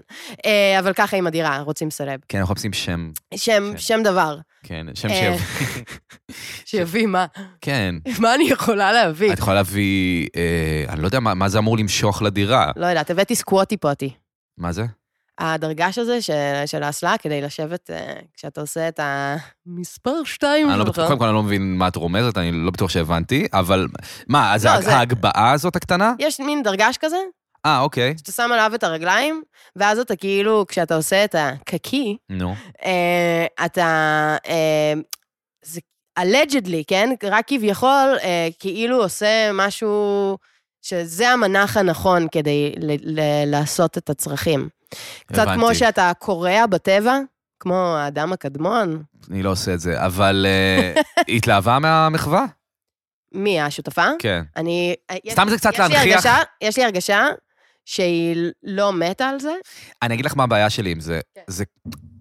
D: אה, אבל ככה עם הדירה, רוצים סלב.
C: כן, אנחנו מחפשים שם,
D: שם,
C: כן.
D: שם דבר,
C: כן, שם
D: אה,
C: שם.
D: שיביא מה.
C: כן.
D: מה אני יכולה להביא?
C: את יכולה להביא, אה, אני לא יודע מה מה זה אמור למשוך לדירה.
D: לא יודעת, הבאתי סקווטי פוטי.
C: מה זה?
D: הדרגש הזה ש- של האסלה, כדי לשבת, אה, כשאתה עושה את המספר שתיים <laughs>
C: אני לא
D: שלך.
C: בטוח, קודם כל אני לא מבין מה את רומזת, אני לא בטוח שהבנתי, אבל מה, אז
D: לא,
C: הה-
D: זה-
C: ההגבהה הזאת הקטנה?
D: יש מין דרגש כזה,
C: אה, אוקיי.
D: שאתה שם עליו את הרגליים, ואז אתה כאילו, כשאתה עושה את הקקי,
C: נו.
D: אה, אתה... אה, זה אלג'דלי, כן? רק כביכול, אה, כאילו עושה משהו שזה המנח הנכון כדי ל- ל- לעשות את הצרכים. קצת כמו
C: הבנתי.
D: שאתה קורע בטבע, כמו האדם הקדמון.
C: אני לא עושה את זה, אבל
D: <laughs>
C: אה, היא התלהבה מהמחווה?
D: מי, השותפה?
C: כן.
D: אני... אה, יש-
C: סתם זה קצת
D: יש לי
C: להנכיח.
D: הרגשה- יש לי הרגשה שהיא לא מתה על זה.
C: אני אגיד לך מה הבעיה שלי עם זה.
D: כן.
C: זה...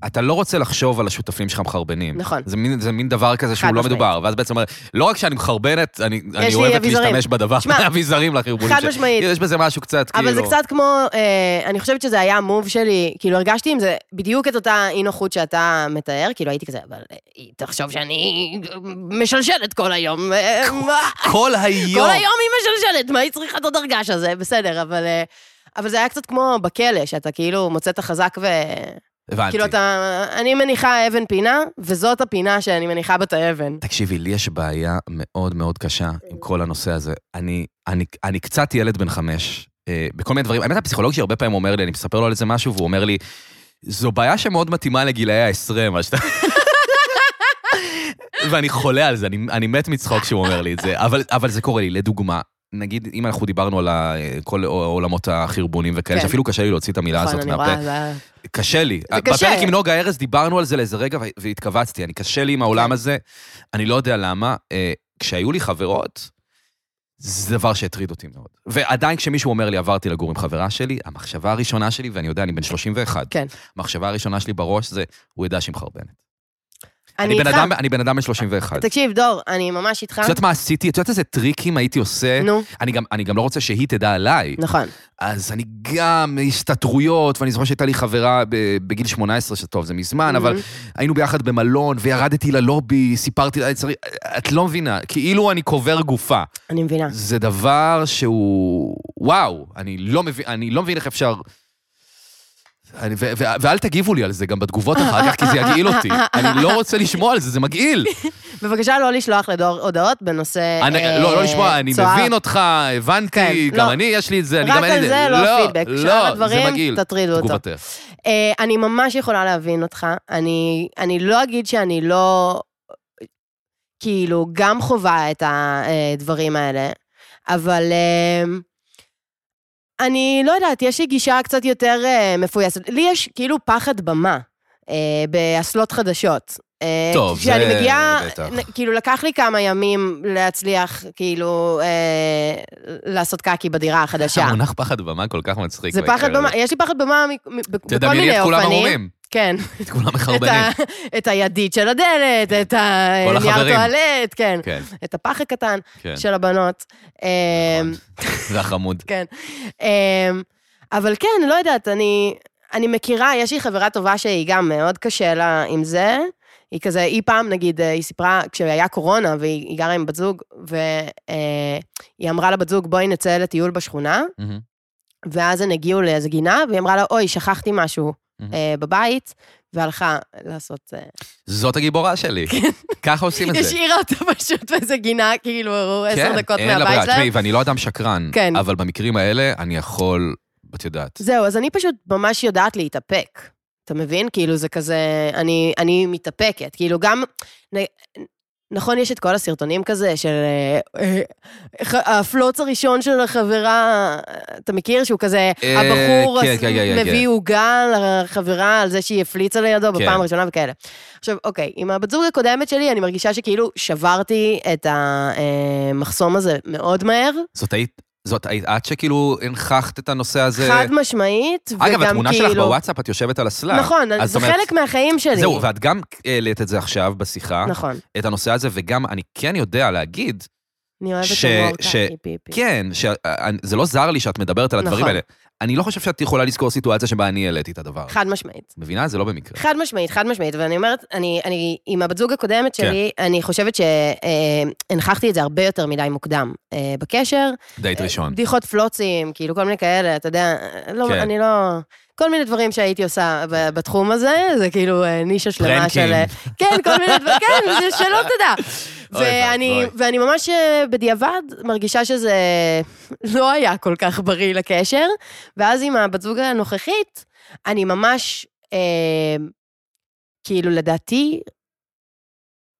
C: אתה לא רוצה לחשוב על השותפים שלך מחרבנים.
D: נכון.
C: כן. זה מין, זה מין דבר כזה
D: חד
C: שהוא לא
D: משמעית.
C: מדובר, ואז בעצם אומר, לא רק שאני מחרבנת, אני, אני
D: לי
C: אוהבת
D: אביזרים.
C: להשתמש בדבר, <laughs>
D: שמע,
C: אביזרים לחרבונים
D: חד
C: שלי.
D: משמעית.
C: יש בזה משהו קצת, כאילו...
D: אבל זה קצת כמו, אה, אני חושבת שזה היה המוב שלי, כאילו הרגשתי עם זה בדיוק את אותה אי נוחות שאתה מתאר, כאילו הייתי כזה, אבל אה, היא תחשוב שאני משלשלת כל
C: <laughs>
D: היום. אה, מה?
C: כל היום.
D: <laughs> כל היום היא משלשלת, מה היא צריכה את הדרגש הזה? בסדר, אבל... אה, אבל זה היה קצת כמו בכלא, שאתה כאילו מוצא את החזק ו...
C: הבנתי.
D: כאילו אתה... אני מניחה אבן פינה, וזאת הפינה שאני מניחה בת האבן.
C: תקשיבי, לי יש בעיה מאוד מאוד קשה עם כל הנושא הזה. אני, אני, אני קצת ילד בן חמש, אה, בכל מיני דברים. האמת, הפסיכולוג שלי הרבה פעמים אומר לי, אני מספר לו על איזה משהו, והוא אומר לי, זו בעיה שמאוד מתאימה לגילאי ה-20, מה
D: <laughs>
C: שאתה... ואני חולה על זה, אני, אני מת מצחוק שהוא אומר לי את זה, אבל, אבל זה קורה לי. לדוגמה, נגיד, אם אנחנו דיברנו על ה- כל עולמות החרבונים וכאלה,
D: כן.
C: שאפילו קשה לי להוציא את המילה
D: נכון,
C: הזאת
D: אני
C: מהפה.
D: רואה, זה היה-
C: קשה לי.
D: זה קשה. כן.
C: בפרק עם נוגה ארז דיברנו על זה לאיזה רגע וה- והתכווצתי, אני קשה לי עם העולם הזה, אני לא יודע למה. אה, כשהיו לי חברות, זה דבר שהטריד אותי מאוד. ועדיין כשמישהו אומר לי, עברתי לגור עם חברה שלי, המחשבה הראשונה שלי, ואני יודע, אני בן 31,
D: כן.
C: המחשבה הראשונה שלי בראש זה, הוא ידע שהיא מחרבנת.
D: אני
C: בן
D: איתך.
C: אדם- אני בן אדם בן 31. את
D: תקשיב, דור, אני ממש איתך.
C: יודעת מה עשיתי? את יודעת איזה טריקים הייתי עושה?
D: נו,
C: אני גם- אני גם לא רוצה שהיא תדע עליי.
D: נכון.
C: אז אני גם הסתתרויות, ואני זוכר שהייתה לי חברה ב- בגיל 18, שטוב, זה מזמן, כן, אבל
D: Mhm,
C: היינו ביחד במלון, וירדתי ללובי, סיפרתי לה, "צריך-" את לא מבינה, כאילו אני קובר גופה.
D: אני מבינה.
C: זה דבר שהוא... וואו, אני לא מבין, אני לא מבין איך אפשר... אני, ו, ו, ואל תגיבו לי על זה גם בתגובות אחר כך, כי זה יגעיל אותי. אני לא רוצה לשמוע על זה, זה מגעיל.
D: בבקשה לא לשלוח לדור הודעות בנושא
C: אני,
D: אה,
C: לא, לא לשמוע, אני
D: צוהר.
C: מבין אותך, הבנתי,
D: כן,
C: גם
D: לא.
C: אני, יש לי את זה, אני גם...
D: רק
C: אין לי
D: על
C: את
D: זה לא פידבק. שאר
C: לא, זה
D: הדברים,
C: מגעיל.
D: תטרידו אותו.
C: תגובתך.
D: אה, אני ממש יכולה להבין אותך. אני אני לא אגיד שאני לא, כאילו, גם חווה את הדברים האלה, אבל... אה, אני לא יודעת, יש לי גישה קצת יותר אה, מפויסת. לי יש כאילו פחד במה אה, באסלות חדשות. אה,
C: טוב, זה
D: כשאני מגיעה,
C: בטח.
D: נ- כאילו, לקח לי כמה ימים להצליח, כאילו, אה, לעשות קקי בדירה החדשה.
C: המונח פחד במה כל כך מצחיק.
D: זה
C: בהקשר
D: פחד
C: הזה.
D: במה, יש לי פחד במה מ- מ- ב- בכל מיני אופנים.
C: תדמייני את כולם המומים,
D: כן.
C: את כולם
D: את,
C: מחרבנים.
D: ה, את הידית של הדלת, את
C: כן. כל
D: הנייר
C: החברים.
D: טואלט, כן.
C: כן,
D: את הפח הקטן
C: כן.
D: של הבנות. אה,
C: נכון. <laughs> זה החמוד.
D: כן. אמ, אבל כן, לא יודעת, אני, אני מכירה, יש לי חברה טובה שהיא גם מאוד קשה לה עם זה. היא כזה, היא פעם, נגיד, אה, היא סיפרה, כשהיה קורונה, והיא היא גרה עם בת זוג, והיא אמרה לבת זוג, בואי נצא לטיול בשכונה,
C: מהמם.
D: ואז הן הגיעו לאיזה גינה, והיא אמרה לה, אוי, שכחתי משהו
C: Mhm.
D: אה, בבית, והלכה לעשות... אה,
C: זאת הגיבורה שלי.
D: כן.
C: ככה עושים את
D: היא
C: זה.
D: השאירה אותה פשוט באיזה גינה, כאילו, עשר
C: כן,
D: דקות
C: אין לה ברירה.
D: מהבית שלהם.
C: תשמעי, ואני לא אדם שקרן,
D: כן.
C: אבל במקרים האלה אני יכול, את יודעת.
D: זהו, אז אני פשוט ממש יודעת להתאפק. אתה מבין? כאילו, זה כזה... אני, אני מתאפקת. כאילו, גם... נ- נכון, יש את כל הסרטונים כזה של... אה, אה, ח- הפלוץ הראשון של החברה, אה, אתה מכיר? שהוא כזה,
C: אה,
D: הבחור
C: כן,
D: הס-
C: כן, כן, כן.
D: מביא עוגה לחברה על זה שהיא הפליצה לידו
C: כן.
D: בפעם הראשונה וכאלה. עכשיו, אוקיי, עם הבת זוג הקודמת שלי, אני מרגישה שכאילו שברתי את המחסום אה, הזה מאוד מהר.
C: זאת היית זאת, את שכאילו הנחכת את הנושא הזה.
D: חד משמעית, וגם כאילו...
C: אגב, התמונה שלך בוואטסאפ, את יושבת על הסלאק.
D: נכון,
C: לא. אז
D: זה
C: זאת אומרת-
D: חלק מהחיים שלי.
C: זהו, ואת גם העלית את זה עכשיו בשיחה,
D: נכון,
C: את הנושא הזה, וגם אני כן יודע להגיד,
D: אני אוהבת
C: ש-
D: הומור
C: ש-
D: טאקי פיפי.
C: כן, שזה לא זר לי שאת מדברת על הדברים
D: נכון.
C: האלה. אני לא חושב שאת יכולה לזכור סיטואציה שבה אני העליתי את הדבר.
D: חד משמעית.
C: מבינה? זה לא במקרה.
D: חד משמעית, חד משמעית, ואני אומרת, אני, אני עם הבת זוג הקודמת שלי,
C: כן.
D: אני חושבת שהנכחתי את זה הרבה יותר מדי מוקדם אה, בקשר.
C: דייט
D: אה,
C: ראשון.
D: בדיחות פלוצים, כאילו כל מיני כאלה, אתה יודע, לא,
C: כן.
D: אני לא... כל מיני דברים שהייתי עושה ב- בתחום הזה, זה כאילו אה, נישה שלמה
C: פרנקים.
D: של... אה, כן, כל מיני דברים, כן, זה שלא תדע.
C: אוי
D: ואני,
C: ואבוי.
D: ואני ממש אה, בדיעבד מרגישה שזה <laughs> לא היה כל כך בריא לקשר, ואז עם הבת זוג הנוכחית, אני ממש, אה, כאילו, לדעתי,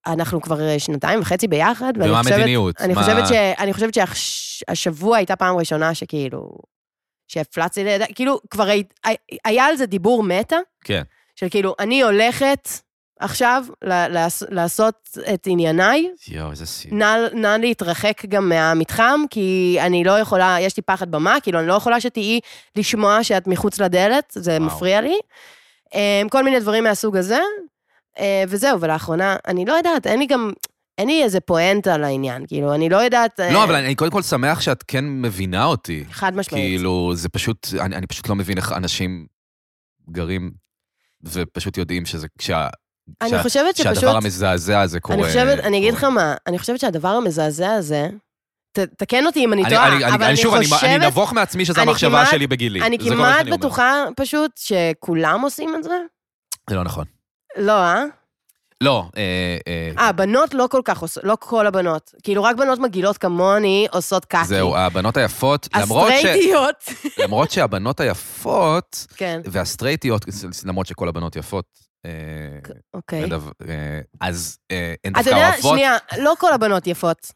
D: אנחנו כבר אה, שנתיים וחצי ביחד, ואני
C: ומה
D: חושבת...
C: המדיניות?
D: אני
C: מה-
D: חושבת, ש... אני חושבת שהשבוע הייתה פעם ראשונה שכאילו, שהפלצתי לידה, כאילו, כבר הי... היה על זה דיבור מטה.
C: כן.
D: של כאילו, אני הולכת עכשיו ל- לעש- לעשות את ענייניי,
C: יואו, איזה סיוט.
D: נא, נא להתרחק גם מהמתחם, כי אני לא יכולה, יש לי פחד במה, כאילו, אני לא יכולה שתהיי לשמוע שאת מחוץ לדלת, זה
C: וואו.
D: וואו. מפריע לי. אמ, כל מיני דברים מהסוג הזה, אה, וזהו, ולאחרונה, אני לא יודעת, אין לי גם, אין לי איזה פואנטה לעניין, כאילו, אני לא יודעת... אה,
C: לא, אבל אני קודם כל שמח שאת כן מבינה אותי.
D: חד משמעית.
C: כאילו, זה פשוט, אני, אני פשוט לא מבין איך אנשים גרים ופשוט יודעים שזה, כשה,
D: אני
C: שה-
D: חושבת
C: שהדבר
D: שפשוט...
C: המזעזע הזה קורה.
D: אני חושבת, אני אגיד לך
C: קורה.
D: מה, אני חושבת שהדבר המזעזע הזה, ת, תקן אותי אם אני
C: אני-
D: טועה,
C: אני- אני-
D: אבל
C: אני
D: אני
C: שוב, אני-
D: חושבת...
C: אני נבוך מעצמי שזו
D: אני
C: המחשבה
D: כמעט-
C: שלי בגילי.
D: אני
C: זה כל מה
D: כמעט
C: שאני אומר.
D: בטוחה פשוט שכולם עושים את זה.
C: זה לא נכון.
D: לא, אה?
C: לא, אה, אה,
D: אה, בנות לא כל כך עושות, לא כל הבנות. כאילו, רק בנות מגעילות כמוני עושות קקי.
C: זהו, הבנות היפות, למרות ש-
D: הסטרייטיות.
C: למרות שהבנות היפות
D: <laughs> כן,
C: והסטרייטיות, למרות שכל הבנות יפות, אה,
D: אוקיי.
C: מדו- אה, אז אה, הן
D: אתה
C: דווקא
D: יודע,
C: אוהבות.
D: שנייה, לא כל הבנות יפות.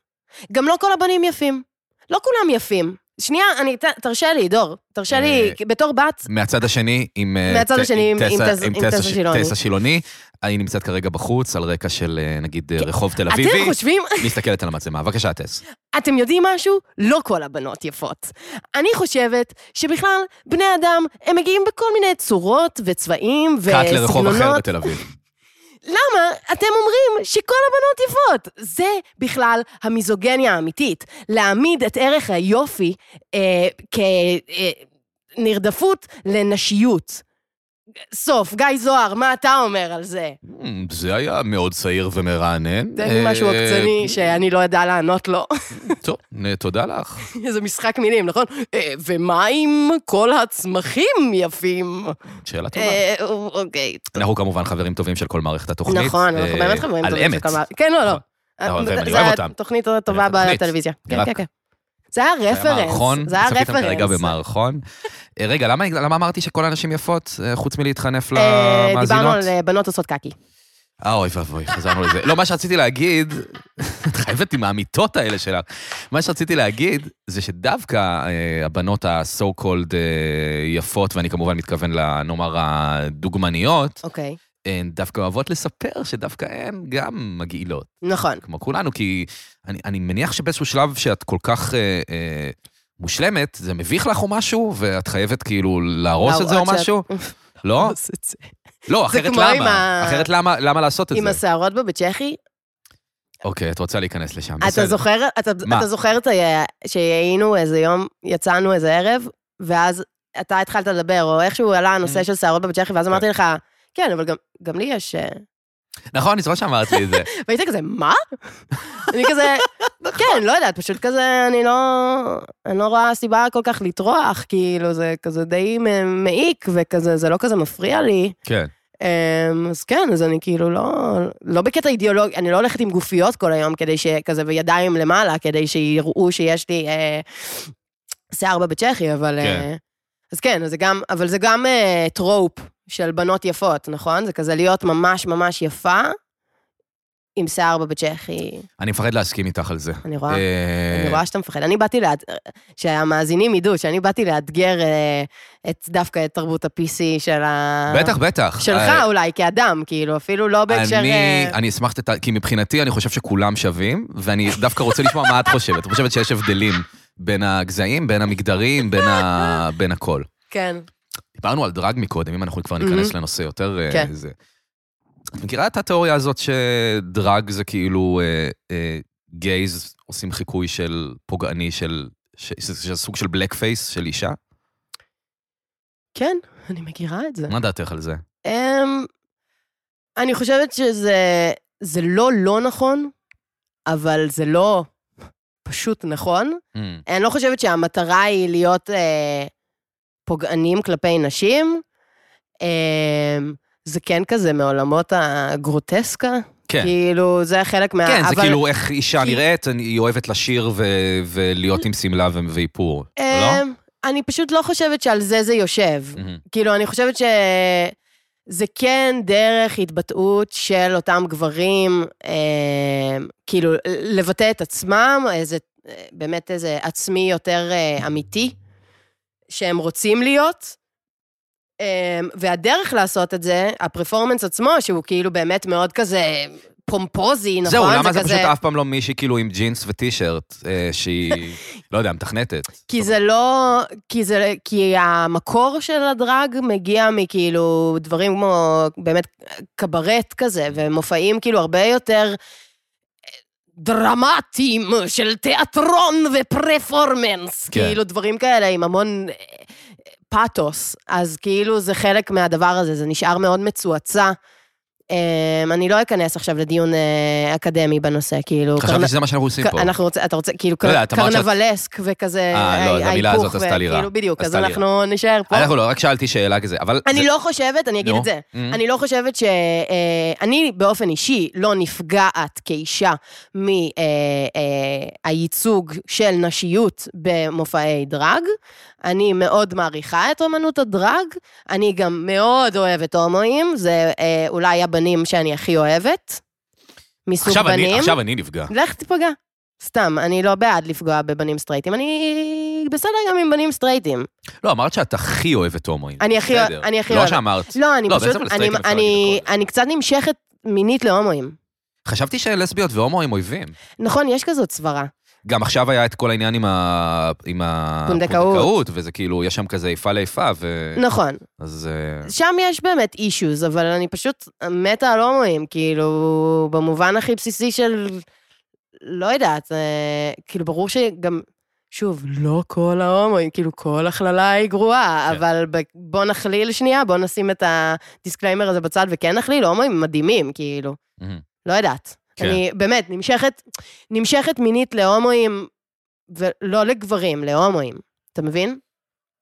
D: גם לא כל הבנים יפים. לא כולם יפים. שנייה, אני, ת- תרשה לי, דור. תרשה לי,
C: אה,
D: בתור בת,
C: מהצד השני, עם... אה,
D: מהצד
C: ת-
D: השני, עם- עם
C: טסה-
D: טס- עם טסה
C: ש-
D: שילוני.
C: טסה שילוני. היא נמצאת כרגע בחוץ, על רקע של, אה, נגיד, אה, רחוב תל אביבי.
D: כן. אתם חושבים,
C: <laughs> מסתכלת על המצלמה. בבקשה,
D: <laughs>
C: טס.
D: אתם יודעים משהו? לא כל הבנות יפות. אני חושבת שבכלל, בני אדם, הם מגיעים בכל מיני צורות וצבעים וסגנונות.
C: קאט לרחוב אחר בתל אביב.
D: למה אתם אומרים שכל הבנות יפות? זה בכלל המיזוגניה האמיתית. להעמיד את ערך היופי אה, כנרדפות לנשיות. סוף, גיא זוהר, מה אתה אומר על זה?
C: Hmm, זה היה מאוד צעיר ומרענן.
D: זה משהו
C: אה,
D: עוקצני שאני לא יודע לענות לו. <laughs>
C: טוב, אה, תודה לך.
D: איזה משחק מילים, נכון? אה, ומה אם כל הצמחים יפים?
C: שאלה טובה.
D: אה, אוקיי.
C: אנחנו כמובן חברים טובים של כל מערכת התוכנית.
D: נכון, אנחנו
C: אה,
D: באמת חברים
C: על
D: טובים
C: אמת.
D: של כמה- כן, לא, לא.
C: אבל
D: זה-
C: אני
D: זה
C: אוהב
D: היה
C: אותם.
D: תוכנית טובה
C: אני אוהב את
D: בטלוויזיה. כן,
C: רק-
D: כן, כן. זה היה
C: זה היה מערכון,
D: רפרנס. זה היה
C: צפיתם כרגע
D: רפרנס.
C: במערכון. אה, רגע, למה למה אמרתי שכל הנשים יפות, אה, חוץ מלהתחנף
D: אה,
C: למאזינות?
D: דיברנו על אה, בנות עושות קקי.
C: אה, אוי ואבוי, חזרנו לזה. לא, מה שרציתי להגיד, <laughs> את חייבת עם האמיתות האלה שלך. מה שרציתי להגיד, זה שדווקא אה, הבנות ה-so called אה, יפות, ואני כמובן מתכוון לנאמר הדוגמניות,
D: אוקיי.
C: הן דווקא אוהבות לספר שדווקא הן גם מגעילות,
D: נכון.
C: כמו כולנו, כי אני, אני מניח שבאיזשהו שלב שאת כל כך אה, אה, מושלמת, זה מביך לך או משהו, ואת חייבת כאילו להרוס את זה או
D: להראות שאת- <laughs>
C: משהו? לא?
D: עושה את זה.
C: לא, אחרת
D: כמו עם
C: למה?
D: ה-
C: אחרת למה למה לעשות את
D: עם
C: זה?
D: השערות בבצ'כי,
C: אוקיי, את רוצה להיכנס לשם,
D: אתה
C: בסדר.
D: זוכר, אתה,
C: מה?
D: אתה זוכר את ה- שהיינו איזה יום, יצאנו איזה ערב, ואז אתה התחלת לדבר, או איכשהו עלה
C: Mm-hmm.
D: הנושא של שערות בבצ'כי, ואז אמרתי לך, כן, אבל גם, גם לי יש... אה."
C: נכון, אני זוכר שאמרת לי את
D: <laughs>
C: זה.
D: והיית כזה, מה? אני כזה, כן, לא יודעת, פשוט כזה, אני לא... אני לא רואה סיבה כל כך לטרוח, כאילו, זה כזה די מ- מעיק, וכזה, זה לא כזה מפריע לי.
C: כן.
D: אמ, אז כן, אז אני כאילו לא, לא בקטע אידיאולוגי, אני לא הולכת עם גופיות כל היום כדי שכזה, וידיים למעלה, כדי שיראו שיש לי אה, שיער בבצ'כי, אבל...
C: כן.
D: אה, אז כן, אז זה גם, אבל זה גם אה, טרופ של בנות יפות, נכון? זה כזה להיות ממש ממש יפה עם שיער בבצ'כי,
C: אני מפחד להסכים איתך על זה.
D: אני רואה.
C: אה,
D: אני רואה שאתה מפחד. אני באתי, לאד... שהמאזינים ידעו, שאני באתי לאתגר אה, את, דווקא את תרבות ה-PC של ה...
C: בטח, בטח.
D: שלך
C: אה,
D: אולי, כאדם, כאילו, אפילו לא בהקשר...
C: אני-
D: אה,
C: אני אשמח שת... כי מבחינתי אני חושב שכולם שווים, ואני דווקא רוצה לשמוע מה את חושבת. את חושבת שיש הבדלים בין הגזעים, בין המגדרים, בין, ה... בין הכל.
D: כן.
C: דיברנו על דרג מקודם, אם אנחנו כבר ניכנס
D: Mhm.
C: לנושא יותר... אה,
D: כן.
C: זה. את מכירה את התיאוריה הזאת שדרג זה כאילו אה, אה, גייז עושים חיקוי של פוגעני, של, ש, ש, של סוג של בלק פייס של אישה?
D: כן, אני מכירה את זה.
C: מה דעתך על זה?
D: אמ, אני חושבת שזה זה לא לא נכון, אבל זה לא פשוט נכון. אני לא חושבת שהמטרה היא להיות אה, פוגענים כלפי נשים. אמ, זה כן כזה מעולמות הגרוטסקה.
C: כן.
D: כאילו, זה חלק מה...
C: כן, זה
D: אבל-
C: כאילו איך אישה
D: כי- Mm.
C: נראית, אני- היא אוהבת לשיר ו- ולהיות עם שמלה ו- ואיפור, לא? Mm-hmm.
D: אמ, אני פשוט לא חושבת שעל זה זה יושב.
C: מהמם.
D: כאילו, אני חושבת שזה כן דרך התבטאות של אותם גברים, אה, כאילו, לבטא את עצמם, איזה, אה, באמת איזה עצמי יותר אה, אמיתי, שהם רוצים להיות. אה, והדרך לעשות את זה, הפרפורמנס עצמו, שהוא כאילו באמת מאוד כזה פומפוזי, נכון?
C: זהו, למה זה
D: כזה-
C: פשוט אף פעם לא מישהי כאילו עם ג'ינס וטישרט, אה,
D: <laughs>
C: שהיא, לא יודע, מתכנתת.
D: כי זה לא... כי זה... כי המקור של הדרג מגיע מכאילו דברים כמו באמת קברט כזה, ומופעים כאילו הרבה יותר דרמטיים של תיאטרון ופרפורמנס.
C: כן.
D: כן. כאילו דברים כאלה עם המון אה, פאתוס. אז כאילו זה חלק מהדבר הזה, זה נשאר מאוד מצועצע. אמ, אני לא אכנס עכשיו לדיון אה, אקדמי בנושא, כאילו...
C: חשבתי שזה מה שאנחנו עושים
D: כ-
C: פה.
D: אנחנו רוצים, אתה רוצה, כאילו,
C: לא יודע, את אמרת שאת-
D: קרנבלסק וכזה,
C: אה, לא,
D: הי-
C: את המילה הזאת
D: ההיפוך,
C: עשתה לי רע.
D: וכאילו, בדיוק, אז
C: עשתה לי רע.
D: אנחנו נישאר פה.
C: אנחנו לא, רק שאלתי שאלה כזה, אבל...
D: אני
C: זה-
D: לא חושבת, אני אגיד
C: נו.
D: את זה,
C: Mm.
D: אני לא חושבת ש... אה, אני באופן אישי לא נפגעת כאישה מהייצוג של נשיות במופעי דרג. אני מאוד מעריכה את אומנות הדרג, אני גם מאוד אוהבת הומואים, זה אה, אולי הבנים שאני הכי אוהבת, מסוג
C: עכשיו אני-
D: בנים.
C: עכשיו אני נפגע.
D: לך תיפגע. סתם, אני לא בעד לפגוע בבנים סטרייטים, אני בסדר גם עם בנים סטרייטים.
C: לא, אמרת שאת הכי אוהבת הומואים.
D: אני הכי
C: בסדר.
D: אוה- אני הכי
C: לא
D: אוהבת.
C: שאמרת.
D: לא, אני
C: לא,
D: פשוט,
C: בעצם על
D: אני,
C: סטרייטים אפשר
D: אני,
C: להגיד הכל.
D: אני קצת נמשכת מינית להומואים.
C: חשבתי שלסביות והומואים אויבים.
D: נכון, יש כזאת סברה.
C: גם עכשיו היה את כל העניין עם ה- עם
D: פונדקאות.
C: הפונדקאות, וזה כאילו, יש שם כזה איפה לאיפה, ו...
D: נכון.
C: אז... אה,
D: שם יש באמת אישוז, אבל אני פשוט מתה על הומואים, כאילו, במובן הכי בסיסי של... לא יודעת, אה, כאילו, ברור שגם... שוב, לא כל ההומואים, כאילו, כל הכללה היא גרועה,
C: כן.
D: כן. אבל ב... בוא נכליל שנייה, בוא נשים את הדיסקליימר הזה בצד, וכן נכליל, הומואים מדהימים, כאילו.
C: מהמם.
D: לא יודעת.
C: כן.
D: כן. אני באמת נמשכת, נמשכת מינית להומואים, ולא לגברים, להומואים. אתה מבין?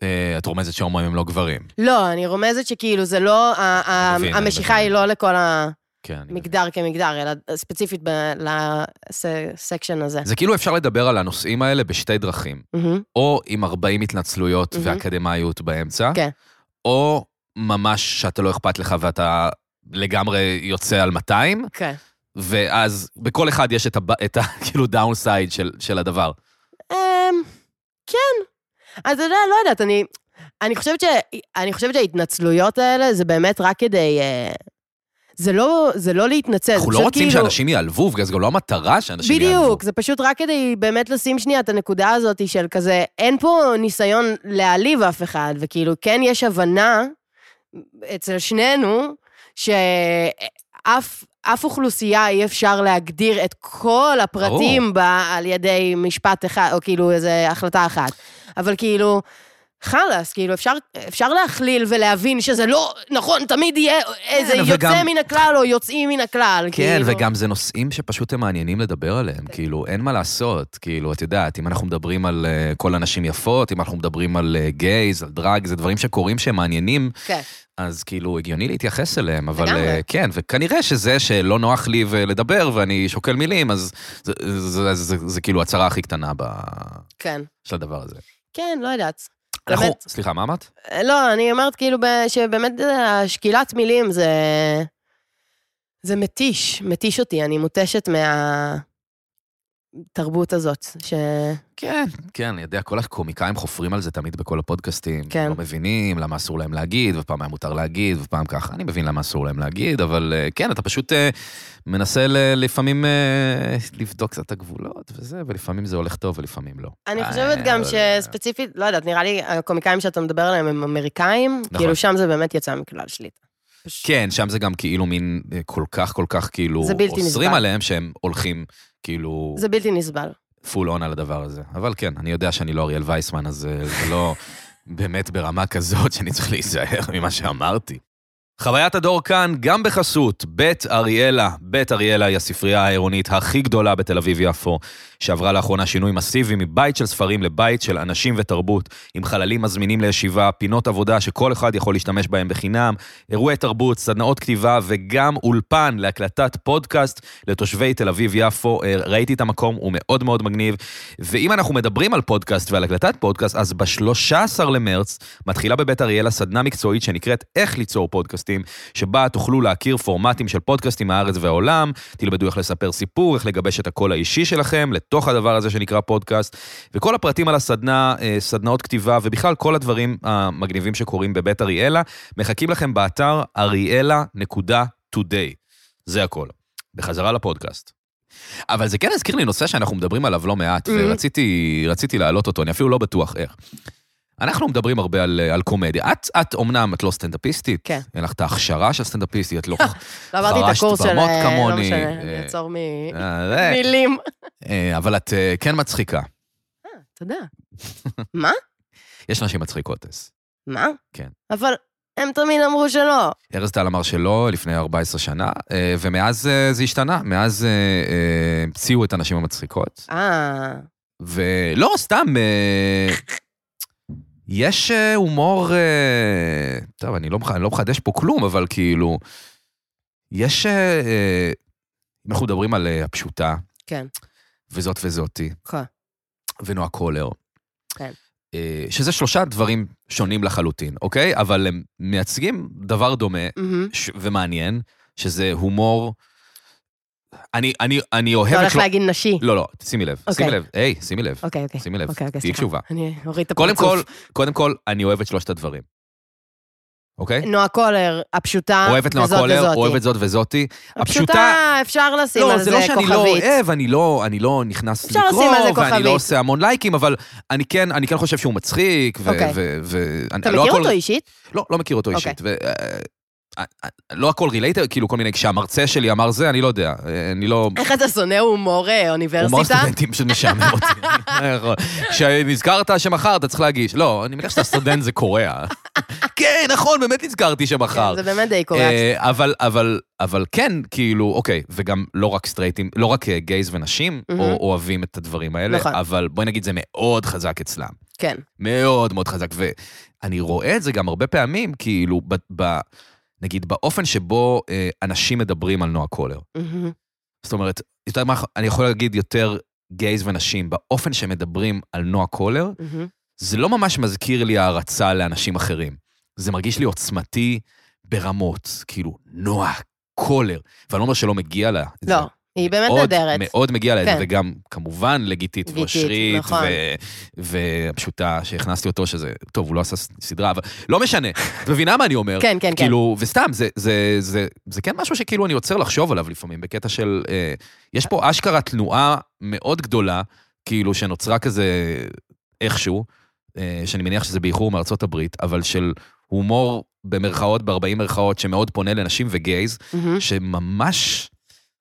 C: אה, את רומזת שהומואים הם לא גברים.
D: לא, אני רומזת שכאילו זה לא, ה- ה-
C: מבין, אני
D: המשיכה
C: מבין.
D: היא לא לכל
C: כן. אני מבין.
D: המגדר כמגדר, אלא ספציפית ב- לסקשן הזה.
C: זה כאילו אפשר לדבר על הנושאים האלה בשתי דרכים.
D: מהמם.
C: או עם 40 התנצלויות
D: מהמם.
C: ואקדמאיות באמצע,
D: כן.
C: או ממש שאתה לא אכפת לך ואתה לגמרי יוצא על 200,
D: כן.
C: ואז בכל אחד יש את, הב... את ה... <laughs> כאילו דאונסייד של, של הדבר.
D: אמ, כן. אז אתה יודע, לא יודעת, אני... אני חושבת, ש... אני חושבת שההתנצלויות האלה זה באמת רק כדי... אה, זה לא, זה לא להתנצל. זה
C: אנחנו לא
D: פשוט
C: רוצים
D: כאילו-
C: שאנשים ייעלבו, וזה גם לא המטרה שאנשים ייעלבו.
D: בדיוק, זה פשוט רק כדי באמת לשים שנייה את הנקודה הזאת של כזה, אין פה ניסיון להעליב אף אחד, וכאילו כן יש הבנה אצל שנינו, שאף אף אוכלוסייה אי אפשר להגדיר את כל הפרטים
C: ברור.
D: בה על ידי משפט אחד, או כאילו איזו החלטה אחת. אבל כאילו... חלאס, כאילו, אפשר, אפשר להכליל ולהבין שזה לא, נכון, תמיד יהיה איזה יוצא
C: וגם-
D: מן הכלל או יוצאים מן הכלל.
C: כן,
D: כאילו. כן.
C: וגם זה נושאים שפשוט הם מעניינים לדבר עליהם, כאילו, אין מה לעשות. כאילו, את יודעת, אם אנחנו מדברים על אה, כל הנשים יפות, אם אנחנו מדברים על אה, גייז, על דרג, זה דברים שקורים שהם מעניינים,
D: כן.
C: אז כאילו, הגיוני להתייחס אליהם, אבל
D: לגמרי.
C: אה, כן, וכנראה שזה שלא נוח לי ו- לדבר ואני שוקל מילים, אז זה- זה- זה זה- זה כאילו הצרה הכי קטנה ב-
D: כן.
C: של הדבר הזה.
D: כן, לא יודעת.
C: אנחנו,
D: באמת.
C: סליחה, מה אמרת?
D: לא, אני אומרת כאילו ב- שבאמת אה, השקילת מילים זה... זה מתיש, מתיש אותי, אני מותשת מה... התרבות הזאת, ש...
C: כן, כן, אני יודע, כל הקומיקאים חופרים על זה תמיד בכל הפודקאסטים.
D: כן.
C: לא מבינים למה אסור להם להגיד, ופעם היה מותר להגיד, ופעם ככה. אני מבין למה אסור להם להגיד, אבל אה, כן, אתה פשוט אה, מנסה ל- לפעמים אה, לבדוק קצת את הגבולות וזה, ולפעמים זה הולך טוב ולפעמים לא.
D: אני
C: אה,
D: חושבת גם
C: אבל-
D: שספציפית, לא יודעת, נראה לי הקומיקאים שאתה מדבר עליהם הם אמריקאים,
C: נכון.
D: כאילו שם זה באמת יצא מכלל שליטה.
C: כן, שם זה גם כאילו מין אה, כל כך, כל כך כאילו...
D: זה בלתי
C: אוסרים
D: נסבל.
C: עליהם שהם הולכים כאילו
D: זה בלתי נסבל.
C: פול און על הדבר הזה. אבל כן, אני יודע שאני לא אריאל וייסמן, אז אה, זה לא באמת ברמה כזאת שאני צריך להיזהר ממה שאמרתי.
B: חוויית הדור כאן גם בחסות בית אריאלה. בית אריאלה היא הספרייה העירונית הכי גדולה בתל אביב-יפו, שעברה לאחרונה שינוי מסיבי מבית של ספרים לבית של אנשים ותרבות, עם חללים מזמינים לישיבה, פינות עבודה שכל אחד יכול להשתמש בהם בחינם, אירועי תרבות, סדנאות כתיבה וגם אולפן להקלטת פודקאסט לתושבי תל אביב-יפו. אה, ראיתי את המקום, הוא מאוד מאוד מגניב. ואם אנחנו מדברים על פודקאסט ועל הקלטת פודקאסט, אז ב-13 למרץ מתחילה בבית אריאלה סדנה מקצועית שנקראת איך ליצור פודקאסטים, שבה תוכלו להכיר פורמטים של פודקאסטים מהארץ והעולם, תלמדו איך לספר סיפור, איך לגבש את הקול האישי שלכם לתוך הדבר הזה שנקרא פודקאסט, וכל הפרטים על הסדנה, אה, סדנאות כתיבה ובכלל כל הדברים המגניבים שקורים בבית אריאלה, מחכים לכם באתר ariela.today. זה הכל. בחזרה לפודקאסט.
C: אבל זה כן הזכיר לי נושא שאנחנו מדברים עליו לא מעט,
D: Mhm.
C: ורציתי רציתי להעלות אותו, אני אפילו לא בטוח איך. אנחנו מדברים הרבה על, על קומדיה. את, את אמנם, את לא סטנדאפיסטית.
D: כן.
C: אין לך את ההכשרה של סטנדאפיסטית, את לא...
D: לא עברתי את
C: חרשת
D: הקורס של...
C: במות
D: אה, לא
C: כמוני,
D: משנה,
C: אה,
D: נעצור
C: אה, זה-
D: ממילים.
C: אה, אבל את אה, כן מצחיקה.
D: אה, תודה. מה?
C: יש נשים מצחיקות, אז.
D: מה?
C: כן.
D: אבל הם תמיד אמרו שלא.
C: ארז טל אמר שלא לפני 14 שנה, אה, ומאז אה, זה השתנה. מאז אה, אה, המציאו את הנשים המצחיקות.
D: אה,
C: ולא, סתם, אה, יש אה, הומור... אה, טוב, אני לא, מח- אני לא מחדש פה כלום, אבל כאילו, יש... אה, אה, אם אנחנו מדברים על אה, הפשוטה,
D: כן.
C: וזאת וזאתי,
D: כן.
C: ונועה קולר.
D: כן.
C: אה, שזה שלושה דברים שונים לחלוטין, אוקיי? אבל הם מייצגים דבר דומה
D: מהמם.
C: ש... ומעניין, שזה הומור... אני, אני, אני אוהב...
D: אתה
C: את
D: הולך
C: לא-
D: להגיד נשי.
C: לא, לא, שימי לב,
D: אוקיי.
C: שימי לב. היי, שימי לב.
D: אוקיי, אוקיי.
C: שימי לב,
D: אוקיי, אוקיי,
C: תהיי
D: סליחה.
C: קשובה.
D: אני אוריד את
C: קודם
D: הפרצוף.
C: כל, קודם כל, אני אוהב את שלושת הדברים. אוקיי?
D: נועה קולר, הפשוטה,
C: אוהב את נועה
D: וזאת
C: קולר,
D: וזאתי.
C: אוהב את זאת וזאתי.
D: הפשוטה, אפשר לשים
C: לא,
D: על זה
C: זה לא שאני לא
D: כוכבית.
C: אוהב, אני לא, אני לא נכנס
D: אפשר
C: לקרוא,
D: לשים על זה
C: ואני
D: כוכבית.
C: לא עושה המון לייקים, אבל אני כן, אני כן חושב שהוא מצחיק, ו...
D: אוקיי.
C: ו, ו
D: אתה
C: לא
D: מכיר
C: הכל-
D: אותו
C: <laughs>
D: אישית?
C: לא, לא מכיר אותו
D: אוקיי.
C: אישית. ו, אה, אה, אה, לא הכל רילייטר, כאילו כל מיני, כשהמרצה שלי אמר זה, אני לא יודע, אה, אני לא...
D: איך אתה שונא הומור אה,
C: הומור
D: אוניברסיטה?
C: סטודנטים פשוט משעמם אותי. לא יכול. כשנזכרת שמחר אתה צריך להגיש. לא, אני מניח שאתה סטודנט זה קורע.
D: <laughs>
C: כן, נכון, באמת נזכרתי שמחר.
D: כן, זה באמת די קורה.
C: אה, אבל, אבל, אבל כן, כאילו, אוקיי, וגם לא רק סטרייטים, לא רק אה, גייז ונשים
D: מהמם.
C: או- אוהבים את הדברים האלה,
D: נכון.
C: אבל בואי נגיד, זה מאוד חזק אצלם.
D: כן.
C: מאוד מאוד חזק. ואני רואה את זה גם הרבה פעמים, כאילו, ב, ב, נגיד, באופן שבו אה, אנשים מדברים על נועה קולר.
D: מהמם.
C: זאת אומרת, יותר מה, אני יכול להגיד יותר גייז ונשים, באופן שמדברים על נועה קולר,
D: מהמם.
C: זה לא ממש מזכיר לי הערצה לאנשים אחרים. זה מרגיש לי עוצמתי ברמות, כאילו, נועה קולר. ואני לא אומר שלא מגיע לה. את
D: לא,
C: זה.
D: היא באמת
C: מאוד,
D: נהדרת.
C: מאוד מגיע לה את זה,
D: כן.
C: וגם כמובן לגיטית
D: גיטית,
C: ואושרית,
D: נכון.
C: ו- והפשוטה שהכנסתי אותו, שזה, טוב, הוא לא עשה ס- סדרה, אבל לא משנה, את מבינה מה אני אומר?
D: כן, כן, כן.
C: כאילו, וסתם, זה, זה, זה, זה כן משהו שכאילו אני עוצר לחשוב עליו לפעמים, בקטע של... אה, יש פה אשכרה תנועה מאוד גדולה, כאילו, שנוצרה כזה איכשהו, אה, שאני מניח שזה באיחור מארצות הברית, אבל של הומור במרכאות, ב-40 מרכאות, שמאוד פונה לנשים וגייז,
D: מהמם.
C: שממש,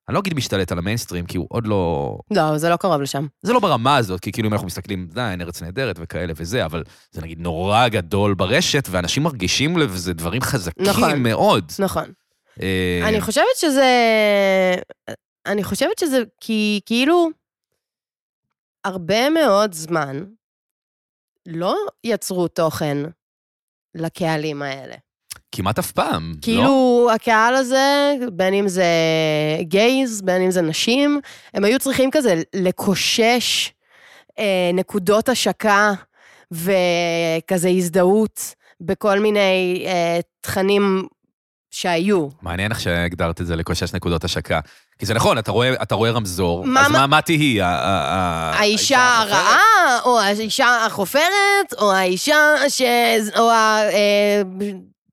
C: אני לא אגיד משתלט על המיינסטרים, כי הוא עוד לא...
D: לא, זה לא קרוב לשם.
C: זה לא ברמה הזאת, כי כאילו אם אנחנו מסתכלים, עדיין ארץ נהדרת וכאלה וזה, אבל זה נגיד נורא גדול ברשת, ואנשים מרגישים לזה דברים חזקים
D: נכון.
C: מאוד.
D: נכון.
C: אה,
D: אני חושבת שזה... אני חושבת שזה כי כאילו הרבה מאוד זמן לא יצרו תוכן לקהלים האלה.
C: כמעט אף פעם. לא?
D: כאילו, הקהל הזה, בין אם זה גייז, בין אם זה נשים, הם היו צריכים כזה לקושש אה, נקודות השקה וכזה הזדהות בכל מיני אה, תכנים שהיו.
C: מעניין איך שהגדרת את זה לקושש נקודות השקה. כי זה נכון, אתה רואה, אתה רואה רמזור,
D: מה-
C: אז
D: מה-
C: מה, מה תהי? ה- ה- ה-
D: האישה הרעה, או האישה החופרת, או האישה ש... או ה... אה,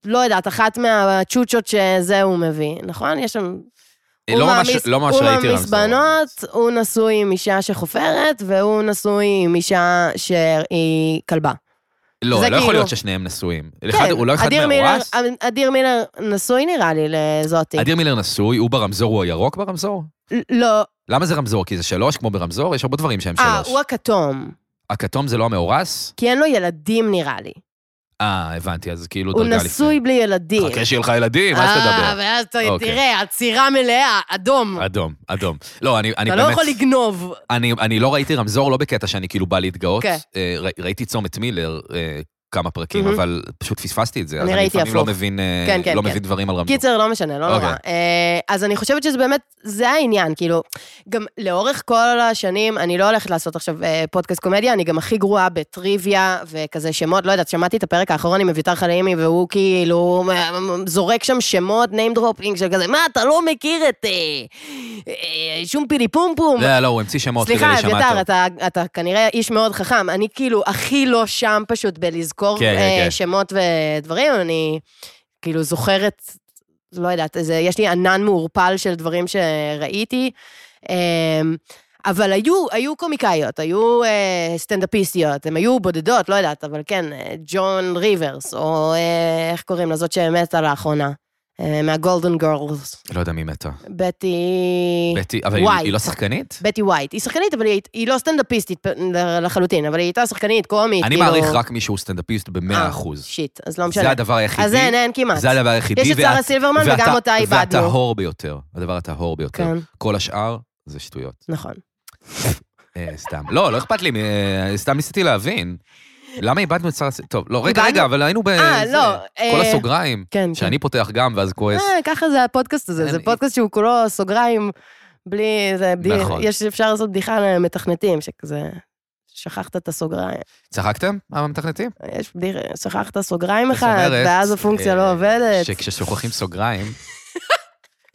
D: לא יודעת, אחת מהצ'וצ'ות שזה הוא מביא, נכון? יש שם...
C: אה, לא
D: הוא
C: ממש-
D: מעמיס-
C: לא ממש
D: הוא
C: ראיתי
D: מעמיס
C: רמזור.
D: בנות, הוא נשוי עם אישה שחופרת, והוא נשוי עם אישה שהיא כלבה.
C: לא,
D: זה
C: לא יכול
D: כאילו- כן,
C: להיות ששניהם נשואים. אחד- הוא לא אחד
D: אדיר מילר- אמ- אה,
C: מרועש?
D: אדיר מילר נשוי נראה לי לזאתי.
C: אדיר מילר נשוי, הוא ברמזור, הוא הירוק ברמזור?
D: לא,
C: למה זה רמזור? כי זה שלוש, כמו ברמזור? יש הרבה דברים שהם
D: אה,
C: שלוש.
D: הוא הכתום.
C: הכתום זה לא המאורס?
D: כי אין לו ילדים נראה לי.
C: אה, הבנתי, אז כאילו
D: הוא
C: דרגה לפני.
D: נשוי בלי ילדים.
C: חכה שיהיה לך ילדים, אז
D: אה,
C: תדבר.
D: ואז אתה-
C: אוקיי.
D: תראה, עצירה מלאה, אדום.
C: אדום, אדום. לא, אני, אני
D: אתה
C: באמת...
D: לא יכול לגנוב.
C: אני, אני לא ראיתי רמזור, לא בקטע שאני כאילו בא להתגאות.
D: כן.
C: אה, ר, ראיתי צומת מילר אה, כמה פרקים,
D: מהמם.
C: אבל פשוט פספסתי את זה. אז
D: אני ראיתי
C: לפעמים לא
D: הפוך.
C: מבין, אה,
D: כן, כן,
C: לא
D: כן.
C: מבין דברים על רמזור.
D: קיצר, לא משנה, לא נורא.
C: אוקיי.
D: אה, אז אני חושבת שזה באמת, זה העניין, כאילו, גם לאורך כל השנים, אני לא הולכת לעשות עכשיו אה, פודקאסט קומדיה, אני גם הכי גרועה בטריוויה וכזה שמות, לא יודעת, שמעתי את הפרק האחרון עם אביתר חלימי, והוא כאילו אה, זורק שם שמות, name dropping של כזה, מה, אתה לא מכיר את אה, אה, שום פילי פום פום?
C: לא, לא, הוא המציא שמות כדי
D: סליחה,
C: להישמע טוב.
D: אביתר, אתה, אתה כנראה איש מאוד חכם. אני כאילו הכי לא שם פשוט בלזכור
C: כן,
D: כן,
C: כן,
D: אה,
C: כן.
D: שמות ודברים, אני כאילו זוכרת, לא יודעת, איזה, יש לי ענן מעורפל של דברים שראיתי. אה, אבל היו, היו קומיקאיות, היו אה, סטנדאפיסטיות, הן היו בודדות, לא יודעת, אבל כן, אה, ג'ון ריברס, או אה, איך קוראים לה, זאת שמתה לאחרונה, אה, מהגולדן גורלס,
C: לא יודע מי מתה.
D: בטי...
C: בטי, אבל היא,
D: וואי.
C: היא לא שחקנית?
D: בטי ווייט. היא שחקנית, אבל היא, היית- היא לא סטנדאפיסטית פ- לחלוטין, אבל היא הייתה שחקנית, קומית,
C: אני
D: כאילו...
C: מעריך רק מישהו סטנדאפיסט
D: אה,
C: ב-100%.
D: שיט, אז לא משנה.
C: זה הדבר היחידי.
D: אז אין, אין כמעט.
C: זה הדבר היחידי.
D: יש את שרה
C: ואת-
D: סילברמן,
C: ואתה-
D: וגם אותה איבדנו.
C: והטהור ביותר. הדבר הטהור ביותר.
D: כן,
C: כל השאר זה שטויות.
D: נכון.
C: אה, סתם. לא, לא אכפת לי, אה, סתם ניסיתי להבין. למה איבדנו את שרה סילברמן? טוב, לא, רגע,
D: איבדנו-
C: רגע, אבל היינו ב...
D: אה,
C: זה.
D: לא.
C: כל
D: אה,
C: הסוגריים,
D: כן, כן.
C: שאני פותח גם ואז כועס.
D: אה, ככה זה הפודקאסט הזה,
C: אין,
D: זה
C: אי-
D: פודקאסט שהוא כולו סוגריים, בלי... זה בלי...
C: נכון.
D: יש, אפשר לעשות בדיחה למתכנתים, שכזה... שכחת את הסוגריים.
C: צחקתם, המתכנתים?
D: יש בדיחה, שכחת סוגריים
C: זאת
D: אחד,
C: אומרת,
D: נכון, ואז הפונקציה
C: אה,
D: לא עובדת.
C: שכששוכחים
D: <laughs>
C: סוגריים,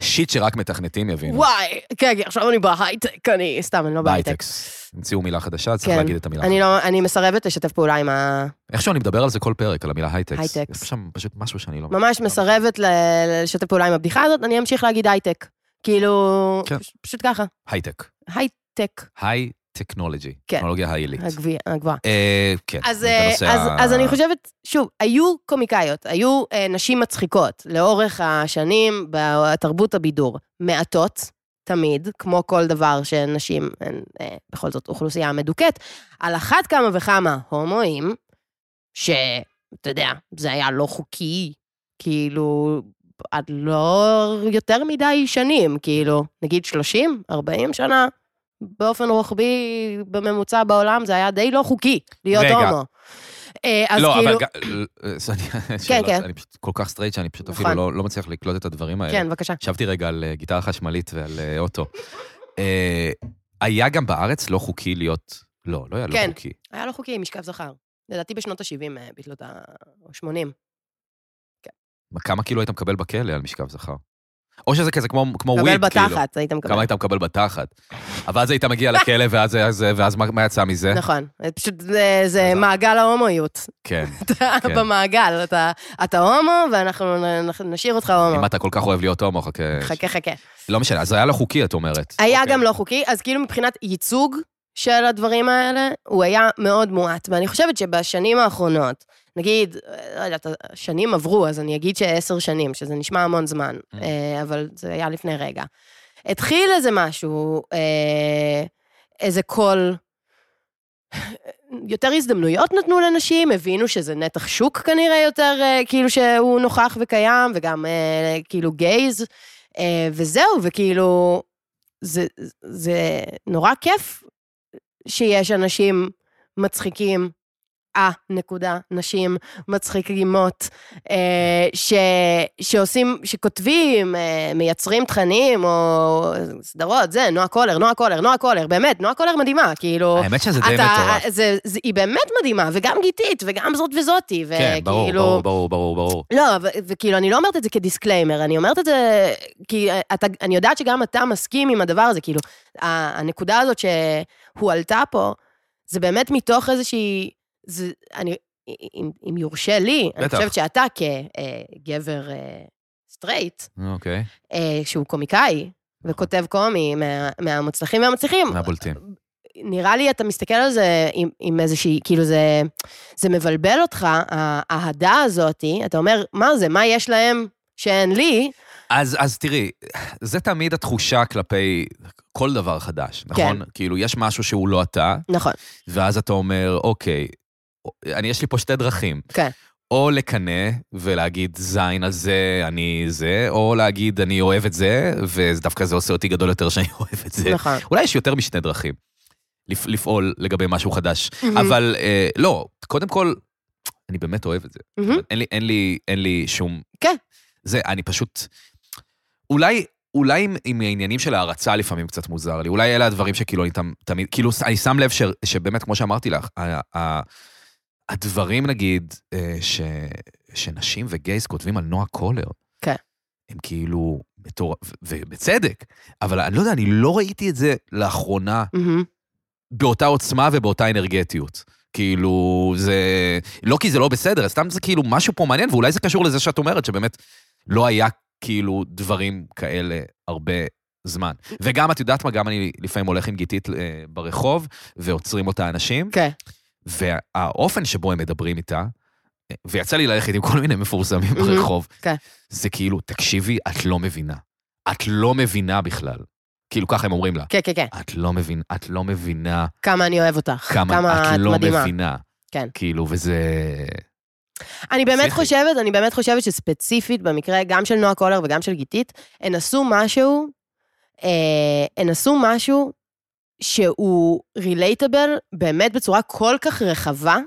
C: שיט שרק מתכנתים יבינו.
D: וואי, כן, כן, עכשיו אני בהייטק, אני... סתם, אני לא בהייטק.
C: בהייטקס. המציאו מילה חדשה, צריך
D: כן.
C: להגיד את המילה.
D: אני לא, אני מסרבת לשתף פעולה עם ה...
C: איכשהו אני מדבר על זה כל פרק, על המילה הייטקס.
D: הייטקס.
C: יש שם פשוט משהו שאני לא...
D: ממש מסרבת ל- לשתף פעולה עם הבדיחה הזאת, אני אמשיך להגיד הייטק. כאילו,
C: כן.
D: פש- פשוט ככה,
C: הייטק.
D: הייטק,
C: היי טכנולוגי.
D: כן.
C: טכנולוגיה העילית.
D: הגביע- הגבוהה.
C: אה, כן.
D: אז,
C: זה
D: אה,
C: נושא
D: אז,
C: ה-
D: אז אני חושבת, שוב, היו קומיקאיות, היו אה, נשים מצחיקות לאורך השנים בתרבות הבידור. מעטות, תמיד, כמו כל דבר שנשים הן אה, בכל זאת אוכלוסייה מדוכאת. על אחת כמה וכמה הומואים, שאתה יודע, זה היה לא חוקי, כאילו, עד לא יותר מדי שנים, כאילו, נגיד 30, 40 שנה. באופן רוחבי, בממוצע בעולם, זה היה די לא חוקי להיות
C: רגע.
D: הומו. אה, אז
C: לא,
D: כאילו...
C: אבל... ג- אה, <laughs> סליחה, שאלות,
D: כן.
C: אני פשוט כל כך סטרייט שאני פשוט אפילו
D: נכון.
C: לא לא מצליח לקלוט את הדברים האלה.
D: כן, בבקשה.
C: ישבתי רגע על אה, גיטרה חשמלית ועל אה, אוטו. אה, היה גם בארץ לא חוקי להיות... לא, לא היה לא
D: כן.
C: חוקי.
D: היה לא חוקי, משכב זכר. לדעתי בשנות ה-70 ביטלו את ה... או 80.
C: מה, כמה כאילו היית מקבל בכלא על משכב זכר? או שזה כזה כמו כמו וויד,
D: קבל
C: כאילו.
D: בתחת, היית
C: כמה
D: מקבל.
C: היית מקבל בתחת. אבל אז היית מגיע
D: <laughs>
C: לכלא, ואז היה זה, ואז מה מה יצא מזה?
D: נכון. פשוט זה- זה
C: אז-
D: מעגל ההומואיות. <laughs>
C: כן.
D: אתה
C: כן.
D: במעגל, אתה- אתה הומו, ואנחנו נ- נ- נשאיר אותך
C: אם
D: הומו.
C: אתה כל כך אוהב להיות הומו, חכה.
D: חכה, חכה.
C: לא משנה, אז היה לא חוקי, את אומרת.
D: היה
C: אוקיי.
D: גם לא חוקי, אז כאילו מבחינת ייצוג של הדברים האלה, הוא היה מאוד מועט. ואני חושבת שבשנים האחרונות, נגיד, אה, לא יודעת, השנים עברו, אז אני אגיד שעשר שנים, שזה נשמע המון זמן,
C: Mm.
D: אה, אבל זה היה לפני רגע. התחיל איזה משהו, אה, איזה קול... יותר הזדמנויות נתנו לנשים, הבינו שזה נתח שוק כנראה יותר, אה, כאילו שהוא נוכח וקיים, וגם אה, כאילו גייז, אה, וזהו, וכאילו, זה, זה נורא כיף שיש אנשים מצחיקים שבעה נקודה נשים מצחיקות, אה, ש, שעושים, שכותבים, אה, מייצרים תכנים או סדרות, זה, נועה קולר, נועה קולר, נועה קולר, באמת, נועה קולר מדהימה, כאילו...
C: האמת שזה די מטורף.
D: זה, זה, היא באמת מדהימה, וגם גיתית, וגם זאת וזאתי, וכאילו...
C: כן, ברור,
D: כאילו-
C: ברור, ברור, ברור, ברור.
D: לא, ו- וכאילו, אני לא אומרת את זה כדיסקליימר, אני אומרת את זה כי אה, אתה, אני יודעת שגם אתה מסכים עם הדבר הזה, כאילו, ה- הנקודה הזאת שהועלתה פה, זה באמת מתוך איזושהי... זה, אני, אם, אם יורשה לי, אני
C: בטח.
D: חושבת שאתה אה, כגבר סטרייט,
C: אוקיי,
D: אה, שהוא קומיקאי, וכותב קומי מה, מהמוצלחים והמצליחים,
C: מהבולטים.
D: נראה לי אתה מסתכל על זה עם, עם איזושהי, כאילו זה, זה מבלבל אותך, האהדה הזאתי, אתה אומר, מה זה, מה יש להם שאין לי?
C: אז, אז תראי, זה תמיד התחושה כלפי כל דבר חדש, נכון? כן. כאילו, יש משהו שהוא לא אתה,
D: נכון,
C: ואז אתה אומר, אוקיי, אני, יש לי פה שתי דרכים.
D: כן.
C: או לקנא ולהגיד זין על זה, אני זה, או להגיד אני אוהב את זה, ודווקא זה עושה אותי גדול יותר שאני <laughs> אוהב את זה.
D: נכון.
C: אולי יש יותר משני דרכים לפ, לפעול לגבי משהו חדש.
D: מהמם.
C: אבל אה, לא, קודם כל, אני באמת אוהב את זה.
D: מהמם.
C: אבל אין לי, אין לי, אין לי שום...
D: כן.
C: זה, אני פשוט... אולי, אולי עם, עם העניינים של הערצה לפעמים קצת מוזר לי. אולי אלה הדברים שכאילו אני תמ- תמיד... כאילו, אני שם לב ש, שבאמת, כמו שאמרתי לך, ה, ה, הדברים, נגיד, אה, ש, שנשים וגייז כותבים על נועה קולר,
D: כן.
C: הם כאילו מטורף, ו- ובצדק, אבל אני לא יודע, אני לא ראיתי את זה לאחרונה
D: מהמם.
C: באותה עוצמה ובאותה אנרגטיות. כאילו, זה... לא כי זה לא בסדר, אז סתם זה כאילו משהו פה מעניין, ואולי זה קשור לזה שאת אומרת, שבאמת לא היה כאילו דברים כאלה הרבה זמן. וגם, את יודעת מה, גם אני לפעמים הולך עם גיתית אה, ברחוב, ועוצרים אותה אנשים,
D: כן.
C: והאופן שבו הם מדברים איתה, אה, ויצא לי ללכת עם כל מיני מפורסמים
D: מהמם,
C: ברחוב,
D: כן.
C: זה כאילו, תקשיבי, את לא מבינה. את לא מבינה בכלל. כאילו, ככה הם אומרים לה.
D: כן, כן, כן.
C: את לא מבינה, את לא מבינה
D: כמה אני אוהב אותך.
C: כמה, כמה את לא
D: מדהימה.
C: מבינה.
D: כן.
C: כאילו, וזה...
D: אני באמת
C: פסיכי.
D: חושבת, אני באמת חושבת שספציפית במקרה גם של נועה קולר וגם של גיתית, הן עשו משהו, אה, הן עשו משהו שהוא רילייטבל באמת בצורה כל כך רחבה,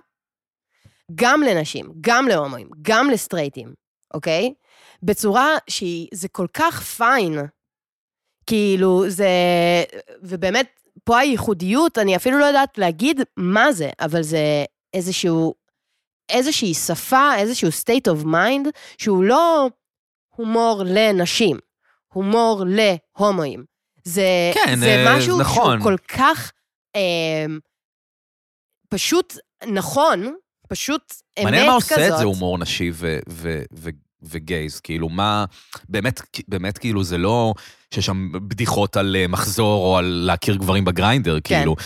D: גם לנשים, גם להומואים, גם לסטרייטים, אוקיי? בצורה שהיא, זה כל כך פיין. כאילו, זה... ובאמת, פה הייחודיות, אני אפילו לא יודעת להגיד מה זה, אבל זה איזשהו... איזושהי שפה, איזשהו state of mind, שהוא לא הומור לנשים, הומור להומואים. זה,
C: כן,
D: זה
C: אה,
D: משהו
C: נכון.
D: שהוא כל כך אה, פשוט נכון, פשוט אמת כזאת.
C: מעניין מה עושה את זה הומור נשי ו- ו- ו- וגייז. כאילו, מה... באמת, באמת, כאילו, זה לא שיש שם בדיחות על אה, מחזור או על להכיר גברים בגריינדר,
D: כן.
C: כאילו.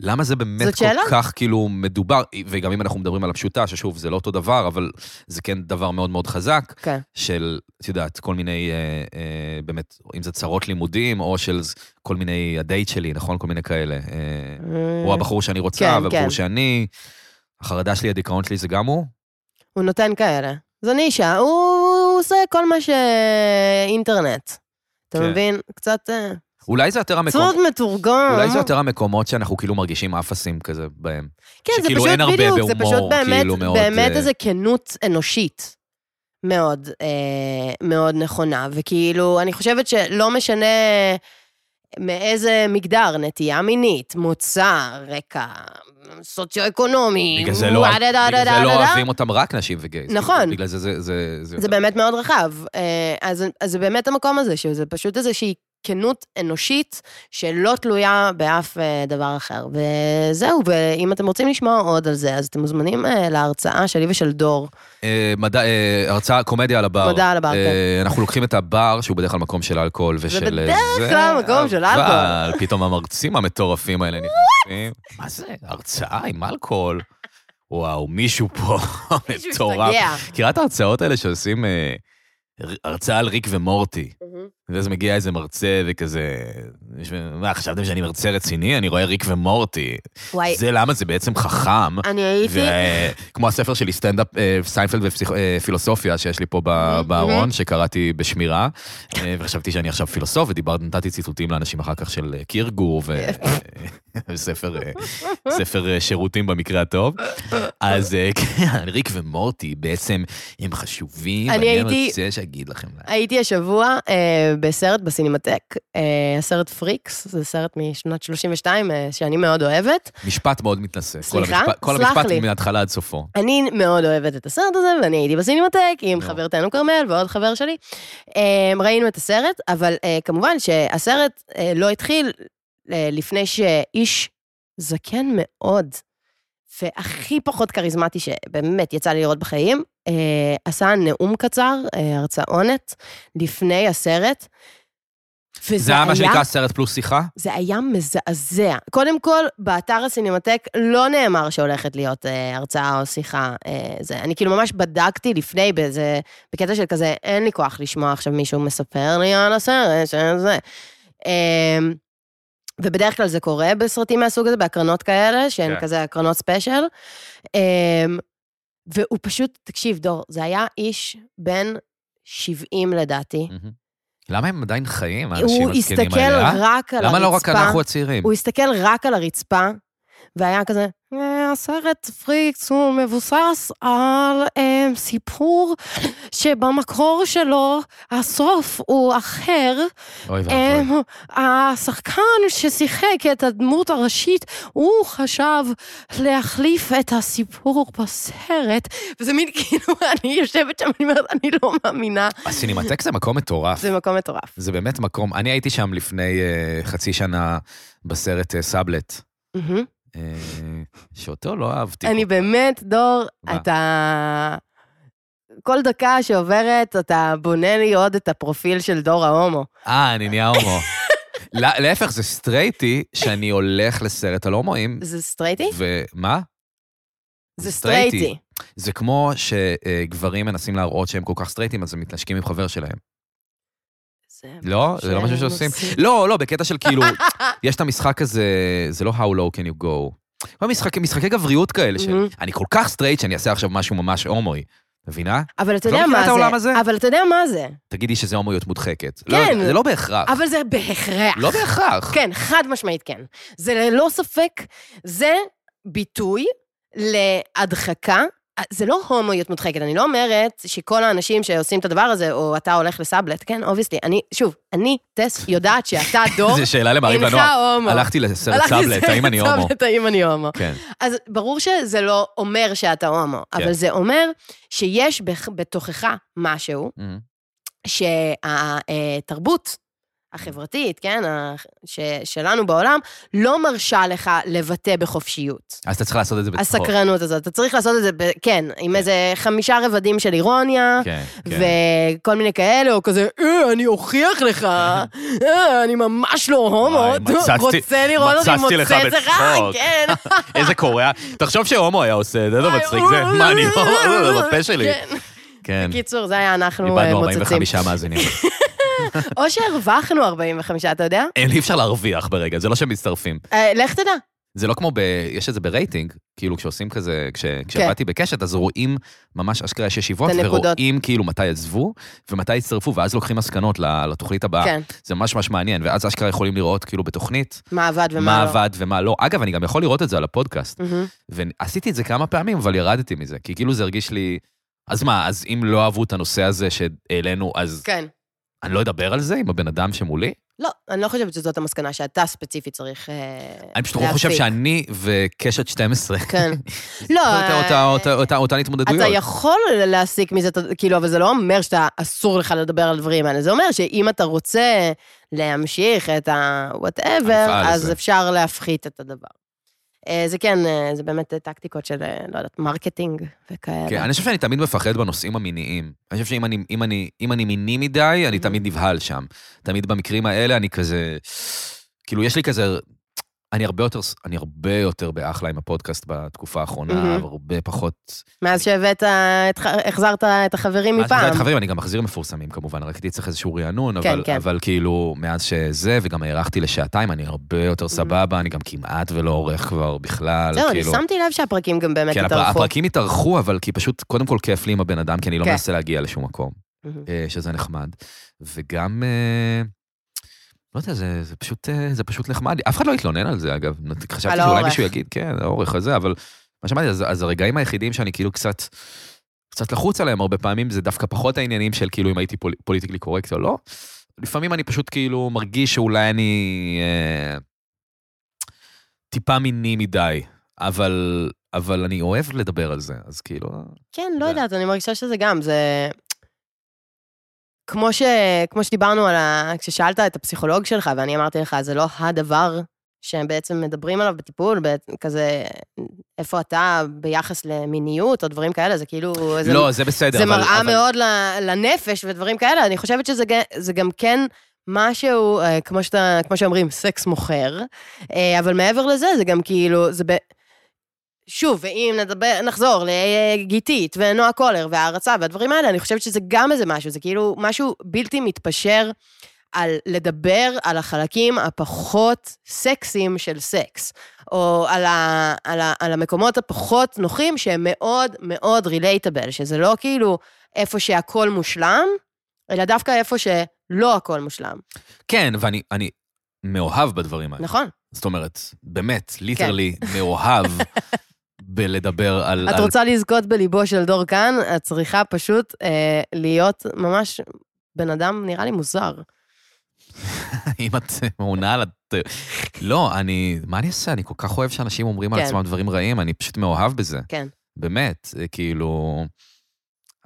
C: למה זה באמת כל
D: זאת שאלה.
C: כך כאילו מדובר, וגם אם אנחנו מדברים על הפשוטה, ששוב, זה לא אותו דבר, אבל זה כן דבר מאוד מאוד חזק,
D: כן.
C: של, את יודעת, כל מיני, אה, אה, באמת, אם זה צרות לימודים, או של ז- כל מיני, הדייט שלי, נכון? כל מיני כאלה. אה, הוא הבחור שאני רוצה,
D: כן,
C: והבחור
D: כן.
C: שאני... החרדה שלי, הדיכאון שלי, זה גם הוא?
D: הוא נותן כאלה. זו נישה, הוא הוא עושה כל מה שאינטרנט. אתה
C: כן.
D: מבין? קצת... אה,
C: אולי זה יותר המקומות...
D: צוד מתורגם.
C: אולי זה יותר המקומות שאנחנו כאילו מרגישים אפסים כזה בהם.
D: כן, זה
C: שכאילו
D: פשוט,
C: אין הרבה
D: בדיוק, זה
C: בהומור,
D: פשוט באמת,
C: כאילו, מאוד,
D: באמת
C: אה,
D: איזה כנות אנושית מאוד, אה, מאוד נכונה. וכאילו, אני חושבת שלא משנה מאיזה מגדר, נטייה מינית, מוצא, רקע, סוציו-אקונומי,
C: בגלל זה לא-
D: וואדה, דה, דה,
C: בגלל זה
D: דה,
C: לא
D: דה, דה.
C: אוהבים אותם רק נשים וגייז.
D: נכון.
C: כאילו, בגלל זה זה... זה- זה-
D: זה באמת מאוד רחב. אה, אז, אז זה באמת המקום הזה, שזה פשוט איזושהי כנות אנושית שלא תלויה באף אה, דבר אחר. וזהו, ואם אתם רוצים לשמוע עוד על זה, אז אתם מוזמנים אה, להרצאה שלי ושל דור.
C: אה, מדע- אה, הרצאה, קומדיה על הבר.
D: מדע על הבר, כן.
C: אה, אנחנו לוקחים את הבר, שהוא בדרך כלל מקום של אלכוהול ושל... אה,
D: בדרך
C: זה,
D: כלל מקום של
C: אבל
D: אלכוהול.
C: פתאום המרצים המטורפים האלה נכנסים. מה זה? הרצאה עם אלכוהול? וואו, מישהו פה
D: מישהו
C: מטורף.
D: השתגע.
C: מכירה את ההרצאות האלה שעושים אה, הרצאה על ריק ומורטי. ואז מגיע איזה מרצה וכזה... יש- מה, חשבתם שאני מרצה רציני? אני רואה ריק ומורטי.
D: וואי,
C: זה למה זה בעצם חכם.
D: אני הייתי...
C: וכמו הספר שלי, סטנדאפ, אה, סיינפלד ופילוסופיה, שיש לי פה ב- בארון, שקראתי בשמירה, אה, וחשבתי שאני עכשיו פילוסוף, ונתתי ציטוטים לאנשים אחר כך של אה, קירגור, ו- <laughs> וספר אה, ספר, אה, שירותים במקרה הטוב. אז אה, <laughs> כן, ריק ומורטי בעצם הם חשובים,
D: אני
C: אני
D: הייתי-
C: רוצה שאגיד לכם.
D: הייתי השבוע אה, בסרט בסינמטק, אה, הסרט פריקס, זה סרט משנת 32 אה, שאני מאוד אוהבת.
C: משפט מאוד מתנשא. כל
D: סליחה?
C: המשפט- כל
D: סלח
C: המשפט
D: לי.
C: מההתחלה עד סופו.
D: אני מאוד אוהבת את הסרט הזה, ואני הייתי בסינמטק עם
C: נו.
D: חברתנו כרמל ועוד חבר שלי. אה, ראינו את הסרט, אבל אה, כמובן שהסרט אה, לא התחיל אה, לפני שאיש זקן מאוד, והכי פחות כריזמטי שבאמת יצא לי לראות בחיים, אה, עשה נאום קצר, אה, הרצאונת, לפני הסרט. וזה
C: זה היה מה שנקרא סרט פלוס שיחה?
D: זה היה מזעזע. קודם כל, באתר הסינמטק לא נאמר שהולכת להיות אה, הרצאה או שיחה. אה, זה. אני כאילו ממש בדקתי לפני באיזה, בקטע של כזה, אין לי כוח לשמוע עכשיו מישהו מספר לי על הסרט, שזה. אה, ובדרך כלל זה קורה בסרטים מהסוג הזה, בהקרנות כאלה, שהן
B: כן.
D: כזה הקרנות ספיישל. אה, והוא פשוט, תקשיב, דור, זה היה איש בן 70 לדעתי.
C: למה הם עדיין חיים, האנשים
D: אוקיי. הוא
C: הזקנים
D: הסתכל
C: האלה? אה?
D: רק על הרצפה.
C: למה לא רק אנחנו הצעירים?
D: הוא הסתכל רק על הרצפה, והיה כזה, "אה, הסרט פריקס הוא מבוסס על אה, סיפור שבמקור שלו הסוף הוא אחר.
C: אוי
D: אה,
C: ואבוי.
D: השחקן ששיחק את הדמות הראשית, הוא חשב להחליף את הסיפור בסרט, וזה מין כאילו, <laughs> אני יושבת שם, אני אומרת, אני לא מאמינה.
C: הסינמטק זה מקום מטורף.
D: זה מקום מטורף.
C: זה באמת מקום. אני הייתי שם לפני אה, חצי שנה בסרט אה, סאבלט,
D: מהמם.
C: אה, שאותו לא אהבתי.
D: אני באמת, דור,
C: מה?
D: אתה... כל דקה שעוברת, אתה בונה לי עוד את הפרופיל של דור ההומו.
C: אה, אני נהיה הומו. לה- להפך, זה סטרייטי שאני הולך לסרט על הומואים,
D: זה סטרייטי?
C: ומה?
D: זה
C: סטרייטי.
D: סטרייטי.
C: זה כמו שגברים מנסים להראות שהם כל כך סטרייטים, אז הם מתנשקים עם חבר שלהם.
D: זה-
C: לא? זה לא משהו
D: שהם
C: שעושים?
D: עושים.
C: לא, לא, בקטע של
D: <laughs>
C: כאילו, יש את המשחק הזה, זה לא How low can you go. כל משחקי, משחקי גבריות כאלה, של
D: מהמם.
C: אני כל כך סטרייט שאני אעשה עכשיו משהו ממש הומואי. מבינה?
D: אבל אתה
C: את לא
D: יודע
C: מכירה את העולם
D: מה
C: הזה?
D: זה. אבל אתה יודע מה זה.
C: תגידי שזה הומואיות מודחקת. כן.
D: כן.
C: לא, זה לא בהכרח.
D: אבל זה בהכרח.
C: לא בהכרח.
D: כן, חד משמעית כן. זה ללא ספק, זה ביטוי להדחקה. זה לא הומואיות מודחקת, אני לא אומרת שכל האנשים שעושים את הדבר הזה, או אתה הולך לסאבלט, כן, אובייסטי. אני, שוב, אני, טס, יודעת שאתה דור,
C: זו שאלה למעריב
D: אינך
C: הנוער.
D: הומו.
C: הלכתי לסרט
D: הלכתי
C: סאבלט, האם אני הומו?
D: סאבלט, האם אני הומו.
C: כן.
D: אז ברור שזה לא אומר שאתה הומו, אבל זה אומר שיש בך- בתוכך משהו
C: Mhm.
D: שהתרבות החברתית, כן, ה- ש- שלנו בעולם, לא מרשה לך לבטא בחופשיות.
C: אז אתה צריך לעשות את זה בצחוק.
D: הסקרנות הזאת. אתה צריך לעשות את זה, ב- כן, עם איזה חמישה רבדים של אירוניה.
C: כן, כן.
D: וכל מיני כאלה, או כזה, אה, אני אוכיח
C: <laughs>
D: לך, אה, אני ממש לא הומו,
C: וואי, מצצתי-
D: <laughs> רוצה לראות אותי
C: מצצתי לך
D: מוצץ לך,
C: בצחוק. <laughs>
D: כן.
C: איזה קורע. תחשוב שהומו היה עושה את זה, זה
D: וואי,
C: מצחיק זה. מה, אני
D: <laughs>
C: הומו? אה, זה בפה שלי.
D: כן.
C: כן.
D: קיצור, זה היה אנחנו אה,
C: איבדנו
D: מוצצים.
C: 45 מאזינים.
D: או שהרווחנו 45, אתה יודע?
C: אין, אי אפשר להרוויח ברגע, זה לא שהם מצטרפים.
D: אה, לך תדע.
C: זה לא כמו ב... יש את זה ברייטינג, כאילו כשעושים כזה, כש... כשעבדתי בקשת, אז רואים ממש אשכרה יש ישיבות,
D: כן. את הנקודות.
C: ורואים כאילו מתי עזבו ומתי הצטרפו, ואז לוקחים מסקנות ל- לתוכנית הבאה.
D: כן,
C: זה ממש ממש מעניין, ואז אשכרה יכולים לראות כאילו בתוכנית,
D: מה עבד
C: מה
D: ומה לא.
C: עבד ומה לא. אגב, אני גם יכול לראות את זה על הפודקאסט,
D: מהמם.
C: ועשיתי את זה כמה פעמים, אבל ירדתי מזה, כי כאילו זה הרגיש לי... אז מה, אז אם לא אהבו את הנושא הזה שהעלינו, אז
D: כן.
C: אני לא אדבר על זה עם הבן אדם שמולי?
D: לא, אני לא חושבת שזאת המסקנה שאתה ספציפית צריך אה, להפיק.
C: אני פשוט לא חושב שאני וקשת 12, <laughs>
D: כן. לא,
C: אותה- אותה-
D: אה,
C: אותה- אותה- אותן התמודדויות.
D: אתה יכול להסיק מזה, אתה- כאילו, אבל זה לא אומר שאתה, אסור לך לדבר על הדברים האלה. זה אומר שאם אתה רוצה להמשיך את ה-whatever,
C: המפעל
D: אז
C: הזה.
D: אפשר להפחית את הדבר. אה, זה כן, אה, זה באמת אה, טקטיקות של, אה, לא יודעת, מרקטינג וכאלה.
C: כן, אני חושב שאני תמיד מפחד בנושאים המיניים. אני חושב שאם אני, אם אני, אם אני מיני מדי, אני תמיד נבהל שם. תמיד במקרים האלה אני כזה... כאילו, יש לי כזה... אני הרבה יותר, אני הרבה יותר באחלה עם הפודקאסט בתקופה האחרונה,
D: מהמם.
C: הרבה פחות...
D: מאז שהבאת, את ח- החזרת את החברים
C: מאז שזה
D: מפעם.
C: היה חברים, אני גם מחזיר מפורסמים כמובן, רק הייתי צריך איזשהו רענון,
D: כן,
C: אבל,
D: כן.
C: אבל כאילו, מאז שזה, וגם הארכתי לשעתיים, אני הרבה יותר סבבה, אני גם כמעט ולא עורך כבר בכלל,
D: זהו, אני
C: כאילו...
D: שמתי לב שהפרקים גם באמת
C: כן, הפר-
D: התארחו.
C: הפרקים התארכו, אבל כי פשוט, קודם כל כיף לי עם הבן אדם, כי אני לא
D: כן.
C: מנסה להגיע לשום מקום,
D: מהמם.
C: אה, שזה נחמד. וגם, אה, לא יודע, זה, זה, פשוט, אה, זה פשוט נחמד. לי. אף אחד לא התלונן על זה, אגב. נת- חשבתי
D: על
C: שאולי
D: האורך.
C: מישהו יגיד, כן, האורך הזה, אבל מה שאמרתי, אז, אז הרגעים היחידים שאני כאילו קצת, קצת לחוץ עליהם הרבה פעמים, זה דווקא פחות העניינים של כאילו אם הייתי פול, פוליטיקלי קורקט או לא. לפעמים אני פשוט כאילו מרגיש שאולי אני אה, טיפה מיני מדי, אבל, אבל אני אוהב לדבר על זה, אז כאילו...
D: כן, לא
C: זה-
D: יודעת, אני מרגישה שזה גם, זה... כמו, ש... כמו שדיברנו על ה... כששאלת את הפסיכולוג שלך, ואני אמרתי לך, זה לא הדבר שהם בעצם מדברים עליו בטיפול, בעצם כזה, איפה אתה ביחס למיניות או דברים כאלה, זה כאילו... איזה-
C: לא, זה בסדר.
D: זה
C: אבל-
D: מראה
C: אבל-
D: מאוד ל- לנפש ודברים כאלה. אני חושבת שזה ג- זה גם כן משהו, אה, כמו, שאתה, כמו שאומרים, סקס מוכר, אה, אבל מעבר לזה, זה גם כאילו, זה ב... שוב, ואם נדבר, נחזור לגיתית ונועה קולר וההערצה והדברים האלה, אני חושבת שזה גם איזה משהו, זה כאילו משהו בלתי מתפשר על לדבר על החלקים הפחות סקסיים של סקס, או על, ה, על, ה, על המקומות הפחות נוחים שהם מאוד מאוד רילייטבל, שזה לא כאילו איפה שהכל מושלם, אלא דווקא איפה שלא הכל מושלם,
C: כן, ואני אני מאוהב בדברים האלה.
D: נכון? כן.
C: זאת אומרת, באמת, ליטרלי,
D: <laughs>
C: מאוהב בלדבר על...
D: את
C: על-
D: רוצה לזכות בליבו של דור כאן, את צריכה פשוט אה, להיות ממש בן אדם, נראה לי, מוזר.
C: אם את מעונה על... הת- לא, אני... מה אני אעשה? אני כל כך אוהב שאנשים אומרים על
D: כן.
C: עצמם דברים רעים, אני פשוט מאוהב בזה.
D: כן.
C: באמת, זה כאילו...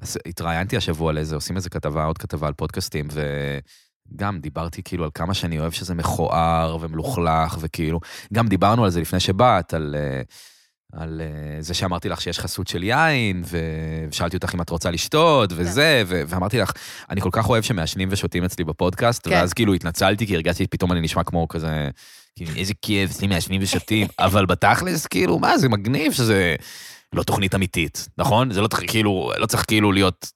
C: אז התראיינתי השבוע לאיזה, עושים איזה כתבה, עוד כתבה על פודקאסטים, וגם דיברתי כאילו על כמה שאני אוהב שזה מכוער ומלוכלך, וכאילו, גם דיברנו על זה לפני שבאת, על, אה, על אה, זה שאמרתי לך שיש חסות של יין, ו- ושאלתי אותך אם את רוצה לשתות,
D: כן.
C: וזה, ו- ואמרתי לך, אני כל כך אוהב שמעשנים ושותים אצלי בפודקאסט,
D: כן.
C: ואז כאילו התנצלתי, כי הרגשתי שפתאום אני נשמע כמו כזה... כאילו, איזה כיף, אצלי מעשנים
D: <laughs>
C: ושותים, אבל בתכלס, כאילו, מה, זה מגניב שזה לא תוכנית אמיתית, נכון? זה לא צריך, כאילו, לא צריך כאילו להיות...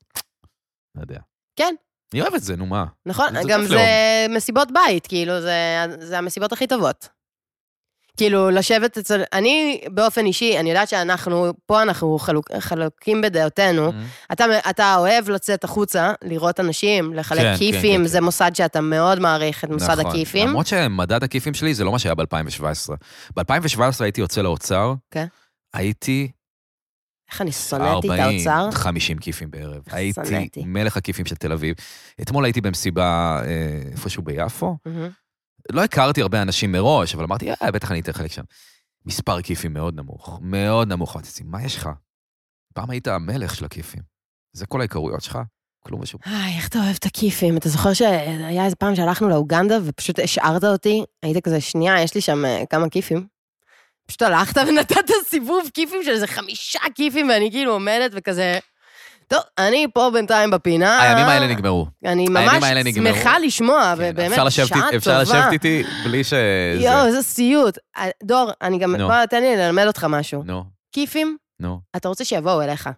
C: לא יודע.
D: כן.
C: אני אוהב את זה, נו מה.
D: נכון,
C: זה
D: גם
C: כיף
D: זה מסיבות בית, כאילו, זה, זה המסיבות הכי טובות. כאילו, לשבת אצל... אני, באופן אישי, אני יודעת שאנחנו, פה אנחנו חלוק, חלוקים בדעותינו.
C: Mm.
D: אתה, אתה אוהב לצאת החוצה, לראות אנשים, לחלק
C: כן,
D: כן,
C: כן,
D: כיפים,
C: כן,
D: זה
C: כן.
D: מוסד שאתה מאוד מעריך, את מוסד
C: נכון.
D: הכיפים.
C: למרות שמדד הכיפים שלי זה לא מה שהיה ב-2017. ב-2017 הייתי יוצא לאוצר,
D: כן.
C: הייתי
D: איך אני שונאתי את
C: 40,
D: האוצר.
C: 50 כיפים בערב. הייתי
D: שנאתי.
C: מלך הכיפים של תל אביב. אתמול הייתי במסיבה אה, איפשהו ביפו,
D: מהמם.
C: לא הכרתי הרבה אנשים מראש, אבל אמרתי, אה, בטח אני אתן חלק שם. מספר כיפים מאוד נמוך, מאוד נמוך. אמרתי, "צי, מה יש לך? פעם היית המלך של הכיפים. זה כל ההיכרויות שלך? כלום ושום.
D: איי, איך אתה אוהב את הכיפים. אתה זוכר שהיה איזה פעם שהלכנו לאוגנדה ופשוט השארת אותי? היית כזה, שנייה, יש לי שם אה, כמה כיפים. פשוט הלכת ונתת סיבוב כיפים של איזה חמישה כיפים, ואני כאילו עומדת וכזה... טוב, אני פה בינתיים בפינה.
C: הימים האלה נגמרו.
D: אני
C: הימים
D: ממש
C: האלה נגמרו.
D: שמחה לשמוע,
C: כן,
D: ובאמת,
C: אפשר לשבת-
D: שעה טובה.
C: אפשר לשבת איתי בלי ש... זה-
D: יואו, איזה סיוט. אה, דור, אני גם...
C: נו.
D: בוא, תן לי ללמד אותך משהו.
C: נו,
D: כיפים,
C: נו.
D: אתה רוצה שיבואו אליך.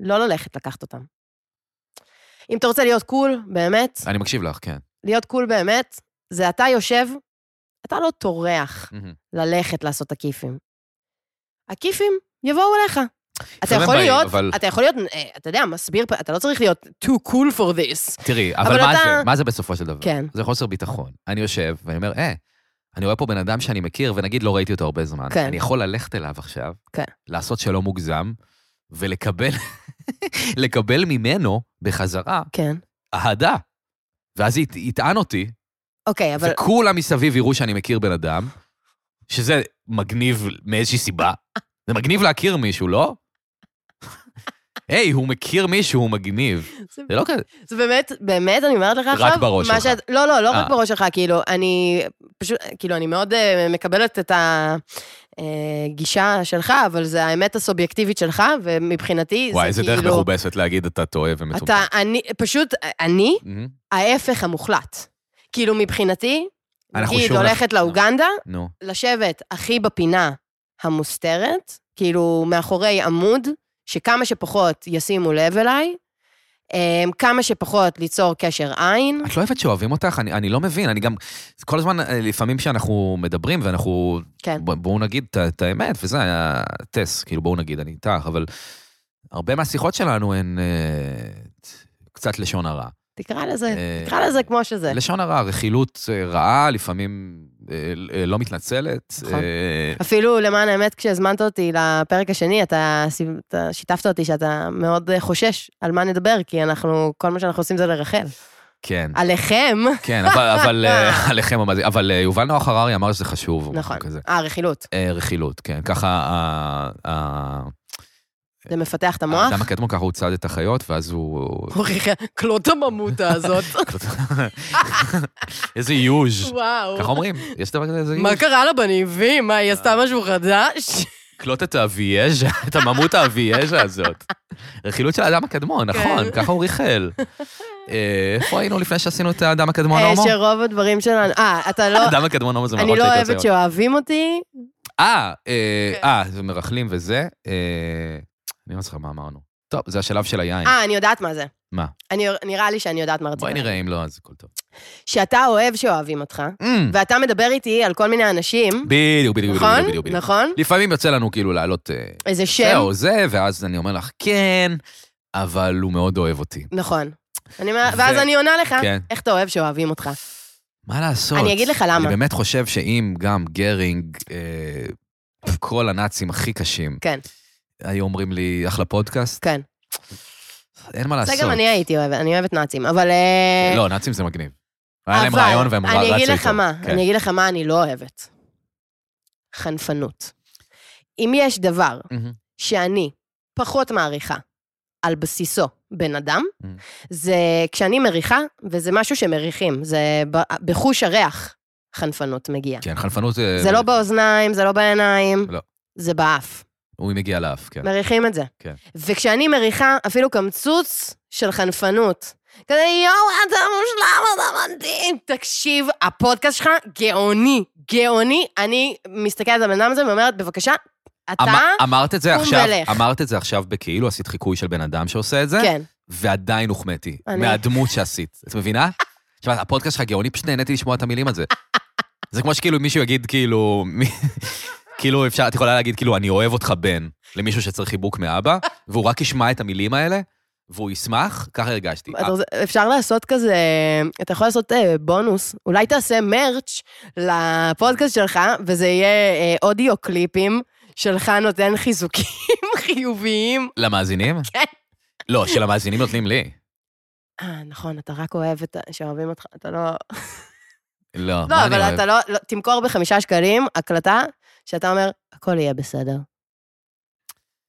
D: לא ללכת לקחת אותם. אם אתה רוצה להיות קול, באמת,
C: אני מקשיב לך, כן.
D: להיות קול באמת, זה אתה יושב, אתה לא טורח
C: מהמם.
D: ללכת לעשות את הכיפים. הכיפים יבואו אליך. אתה
C: לפעמים
D: יכול
C: באים,
D: להיות,
C: לא אבל-
D: אתה יכול להיות, אה, אתה יודע, מסביר, פ- אתה לא צריך להיות too cool for this.
C: תראי, אבל
D: אבל
C: מה
D: אתה-
C: זה? מה זה בסופו של דבר?
D: כן.
C: זה חוסר ביטחון. אני יושב ואני אומר, אה, אני רואה פה בן אדם שאני מכיר, ונגיד לא ראיתי אותו הרבה זמן.
D: כן.
C: אני יכול ללכת אליו עכשיו,
D: כן.
C: לעשות שלא מוגזם, ולקבל <laughs> לקבל ממנו בחזרה
D: כן.
C: אהדה. ואז ית- יטען אותי,
D: אוקיי, אבל...
C: וכולם מסביב יראו שאני מכיר בן אדם, שזה מגניב מאיזושהי סיבה. זה מגניב להכיר מישהו, לא? היי, הוא מכיר מישהו, הוא מגניב. זה לא כזה...
D: זה באמת, באמת, אני אומרת לך
C: רק
D: עכשיו...
C: בראש
D: מה
C: שלך.
D: שאת- לא, לא, לא רק
C: אה.
D: בראש שלך, כאילו, אני פשוט, כאילו, אני מאוד אה, מקבלת את הגישה שלך, אבל זה האמת הסובייקטיבית שלך, ומבחינתי
C: וואי,
D: זה
C: איזה
D: כאילו...
C: דרך מכובסת להגיד אתה טועה ומטומטם.
D: אתה, אני, פשוט, אני,
C: מהמם.
D: ההפך המוחלט. כאילו, מבחינתי,
B: אנחנו
D: נגיד,
B: שוב נח-
D: הולכת לאוגנדה,
C: נו.
D: לשבת הכי בפינה המוסתרת, כאילו מאחורי עמוד, שכמה שפחות ישימו לב אליי, אמ, כמה שפחות ליצור קשר עין.
C: את לא אוהבת שאוהבים אותך? אני, אני לא מבין, אני גם... כל הזמן, אה, לפעמים כשאנחנו מדברים ואנחנו...
D: כן.
C: ב- בואו נגיד את ה- את האמת, וזה היה טס, כאילו בואו נגיד, אני איתך, אבל הרבה מהשיחות שלנו הן אה, קצת לשון הרע.
D: תקרא לזה,
C: אה,
D: כן, תקרא לזה כמו שזה.
C: לשון הרע, רכילות אה, רעה, לפעמים אה, אה, לא מתנצלת.
D: נכון.
C: אה,
D: אפילו למען האמת, כשהזמנת אותי לפרק השני, אתה, סיב- אתה שיתפת אותי שאתה מאוד אה, חושש על מה נדבר, כי אנחנו, כל מה שאנחנו עושים זה לרחל.
C: כן.
D: עליכם.
C: כן, אבל, אבל
D: <laughs>
C: אה, עליכם המאזינים. אבל אה, יובל נוח הררי אמר שזה חשוב. או משהו
D: נכון.
C: אוקיי, כזה.
D: אה, רכילות.
C: אה, רכילות, כן. ככה ה- ה-
D: זה מפתח את המוח.
C: האדם הקדמון ככה הוא צעד את החיות, ואז הוא... <laughs>
D: הוא רכיל- קלוט הממותה הזאת.
C: איזה יוז'.
D: וואו.
C: ככה אומרים, יש דבר כזה, איזה
D: מה
C: יוז'.
D: קרה לה בניבים? מה, היא עשתה
C: אה.
D: משהו חדש?
C: קלוט את האבייז'ה, <laughs> את הממות האבייז'ה הזאת. רכילות של האדם הקדמון,
D: כן.
C: נכון, ככה הוא ריחל. אה, איפה היינו לפני שעשינו את האדם הקדמון
D: אה,
C: הומו?
D: שרוב הדברים שלנו... אה, אתה
C: <laughs>
D: לא...
C: האדם הקדמון הומו זה מראות
D: אני לא
C: שהייתי רוצה
D: אוהבת
C: לראות.
D: שאוהבים אותי.
C: אה, אה,
D: כן.
C: אה, זה מרכלים וזה. אה, אני לא זוכר מה אמרנו. טוב, זה השלב של היין.
D: אה, אני יודעת מה זה.
C: מה?
D: אני, נראה לי שאני יודעת מה רצית.
C: בואי נראה אם לא, אז הכל טוב.
D: שאתה אוהב שאוהבים אותך,
C: אמ,
D: ואתה מדבר איתי על כל מיני אנשים,
C: בדיוק, בדיוק, בדיוק,
D: נכון?
C: בדיוק, בדיוק.
D: נכון? כן.
C: לפעמים יוצא לנו כאילו לעלות אה,
D: איזה
C: זה
D: שם.
C: או זה, ואז אני אומר לך, כן, אבל הוא מאוד אוהב אותי.
D: נכון. אני אומר- ואז
C: זה-
D: אני עונה לך,
C: כן.
D: איך אתה אוהב שאוהבים אותך.
C: מה לעשות?
D: אני אגיד לך למה.
C: אני באמת חושב שאם גם גרינג, אה, כל הנאצים הכי קשים,
D: כן.
C: היו אומרים לי, אחלה פודקאסט,
D: כן.
C: אין מה
D: זה
C: לעשות.
D: גם אני הייתי אוהבת, אני אוהבת נאצים, אבל... אה,
C: לא, נאצים זה מגניב. היה להם
D: אבל
C: רעיון והם רצו איתו.
D: אני אגיד לך מה,
C: כן.
D: אני אגיד לך מה אני לא אוהבת. חנפנות. אם יש דבר
C: מהמם.
D: שאני פחות מעריכה על בסיסו בן אדם,
C: Mm.
D: זה כשאני מריחה, וזה משהו שמריחים, זה ב- בחוש הריח חנפנות מגיעה.
C: כן, חנפנות זה...
D: זה לא באוזניים, זה לא בעיניים,
C: לא.
D: זה באף.
C: הוא מגיע לאף, כן.
D: מריחים את זה.
C: כן.
D: וכשאני מריחה אפילו קמצוץ של חנפנות, כזה יואו, אתה מושלם, אתה מדהים. תקשיב, הפודקאסט שלך גאוני, גאוני. אני מסתכלת על הבן אדם הזה ואומרת, בבקשה, אתה...
C: אמ- אמרת את זה
D: קום
C: עכשיו,
D: ולך.
C: אמרת את זה עכשיו בכאילו עשית חיקוי של בן אדם שעושה את זה,
D: כן,
C: ועדיין הוחמאתי
D: אני-
C: מהדמות שעשית. את
D: <laughs>
C: מבינה? עכשיו, הפודקאסט שלך גאוני, פשוט נהניתי לשמוע את המילים על זה. זה כמו שכאילו מישהו יגיד כאילו, מי- כאילו אפשר, את יכולה להגיד כאילו, אני אוהב אותך בן, למישהו שצריך חיבוק מאבא, והוא רק ישמע את המילים האלה, והוא ישמח, ככה הרגשתי.
D: אתה רוצה- אפשר לעשות כזה, אתה יכול לעשות אה, בונוס, אולי תעשה מרץ' לפודקאסט שלך, וזה יהיה אה, אודיו קליפים שלך נותן חיזוקים <laughs> חיוביים.
C: למאזינים?
D: <laughs> כן.
C: לא, שלמאזינים נותנים לי.
D: אה, נכון, אתה רק אוהב את ה- שאוהבים אותך, אתה לא...
C: לא,
D: לא,
C: מה אני
D: אבל
C: אוהב?
D: אתה לא, לא, תמכור בחמישה שקלים הקלטה שאתה אומר, הכל יהיה בסדר.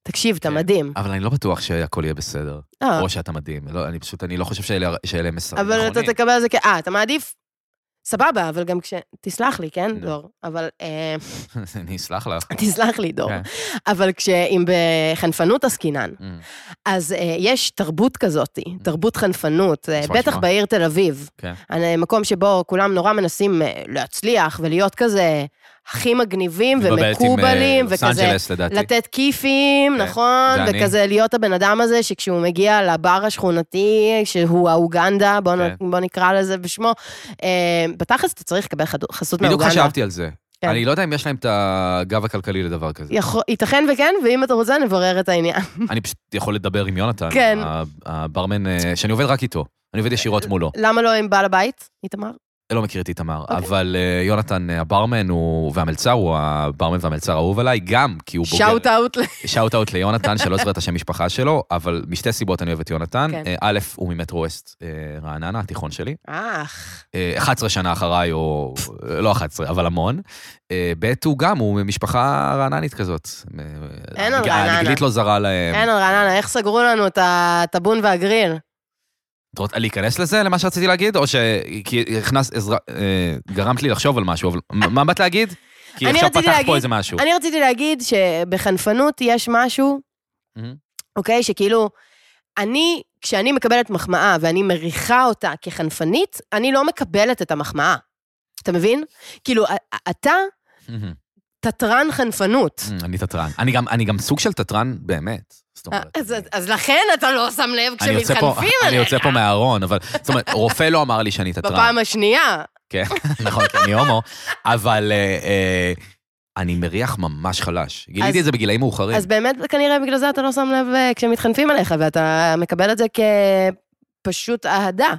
D: תקשיב, אתה
C: כן.
D: מדהים.
C: אבל אני לא בטוח שהכל יהיה בסדר.
D: לא,
C: או שאתה מדהים. לא, אני פשוט, אני לא חושב שאלה שאלה מסרים
D: אבל אתה
C: נכונים.
D: תקבל את זה כ... אה, אתה מעדיף? סבבה, אבל גם כש... תסלח לי, כן,
C: נו.
D: דור? אבל... אה, <laughs>
C: <laughs> אני אסלח לך.
D: תסלח לי, דור.
C: כן.
D: אבל כשאם בחנפנות עסקינן,
C: אמ,
D: אז אה, יש תרבות כזאת, תרבות חנפנות, אה,
C: Mm. נשמע,
D: בטח
C: נשמע.
D: בעיר תל אביב.
C: כן.
D: אה, מקום שבו כולם נורא מנסים אה, להצליח ולהיות כזה הכי מגניבים
C: התבלבלתי עם, אה,
D: ומקובלים,
C: לוס
D: וכזה
C: אנג'לס, לדעתי.
D: לתת כיפים,
C: כן,
D: נכון?
C: זה אני.
D: וכזה להיות הבן אדם הזה שכשהוא מגיע לבר השכונתי, שהוא האוגנדה, בוא נ-
C: כן.
D: בוא נקרא לזה בשמו, אה, בתכלס אתה צריך לקבל חד- חסות
C: בדיוק
D: מאוגנדה.
C: חשבתי על זה.
D: כן.
C: אני לא יודע אם יש להם את הגב הכלכלי לדבר
D: <laughs>
C: כזה.
D: יכול- ייתכן וכן, ואם אתה רוצה, נברר את העניין.
C: אני פשוט יכול לדבר עם יונתן,
D: כן.
C: ה- הברמן, אה, שאני עובד רק איתו. אני עובד ישירות מולו.
D: למה לא עם בעל הבית, איתמר?
C: לא מכיר את איתמר,
D: אוקיי.
C: אבל אה, יונתן אה, הברמן הוא- והמלצר, הוא הברמן והמלצר האהוב עליי, גם כי הוא בוגר...
D: שאוט אאוט ל...
C: שאוט אאוט ליונתן, שלא זוכר את השם משפחה שלו, אבל משתי סיבות אני אוהב את יונתן.
D: כן.
C: אה, א', הוא ממטרו ווסט אה, רעננה, התיכון שלי.
D: אך.
C: אה, 11 שנה אחריי, או אה, לא 11, אבל המון. אה, ב', הוא גם, הוא ממשפחה רעננית כזאת. אה,
D: אין על
C: הנג-
D: רעננה.
C: הנגלית לא זרה להם.
D: אין על רעננה, איך סגרו לנו את הטאבון והגריל?
C: את רוצה להיכנס לזה, למה שרציתי להגיד? או שהכנס, אה, גרמת לי לחשוב על משהו, אבל מה מה באת להגיד? כי
D: אני
C: עכשיו
D: רציתי
C: פתחת
D: להגיד-
C: פה איזה משהו.
D: אני רציתי להגיד שבחנפנות יש משהו,
C: מהמם.
D: אוקיי? שכאילו, אני, כשאני מקבלת מחמאה ואני מריחה אותה כחנפנית, אני לא מקבלת את המחמאה. אתה מבין? כאילו, א- אתה
C: מהמם.
D: תתרן חנפנות.
C: מהמם, אני תתרן. אני גם- אני גם סוג של תתרן באמת. זאת אומרת.
D: אה, אז- אז- אז לכן אתה לא שם לב
C: אני יוצא פה-
D: כשמתחנפים
C: אני
D: עליך.
C: יוצא פה מהארון, אבל... זאת אומרת, רופא לא אמר לי שאני תתרן.
D: בפעם השנייה.
C: כן, <laughs> נכון, כי אני הומו, אבל אה, אה, אני מריח ממש חלש. גיליתי את זה בגילאים מאוחרים.
D: אז באמת, כנראה בגלל זה אתה לא שם לב אה, כשמתחנפים עליך, ואתה מקבל את זה כפשוט אהדה.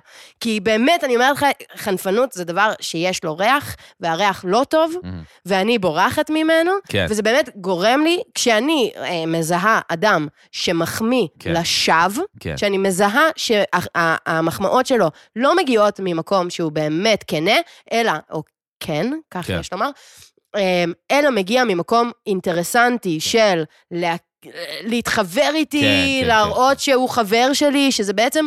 D: כי באמת, אני אומרת לך, חנפנות זה דבר שיש לו ריח, והריח לא טוב,
C: מהמם.
D: ואני בורחת ממנו,
C: Mm-hmm. כן.
D: וזה באמת גורם לי, כשאני אה, מזהה אדם שמחמיא
C: כן.
D: לשווא,
C: כן.
D: שאני מזהה שהמחמאות שלו לא מגיעות ממקום שהוא באמת כנה, אלא, או כן, כך
C: כן.
D: יש לומר, אמ, אלא מגיע ממקום אינטרסנטי של לה, להתחבר איתי,
C: כן, כן,
D: להראות שהוא חבר שלי, שזה בעצם...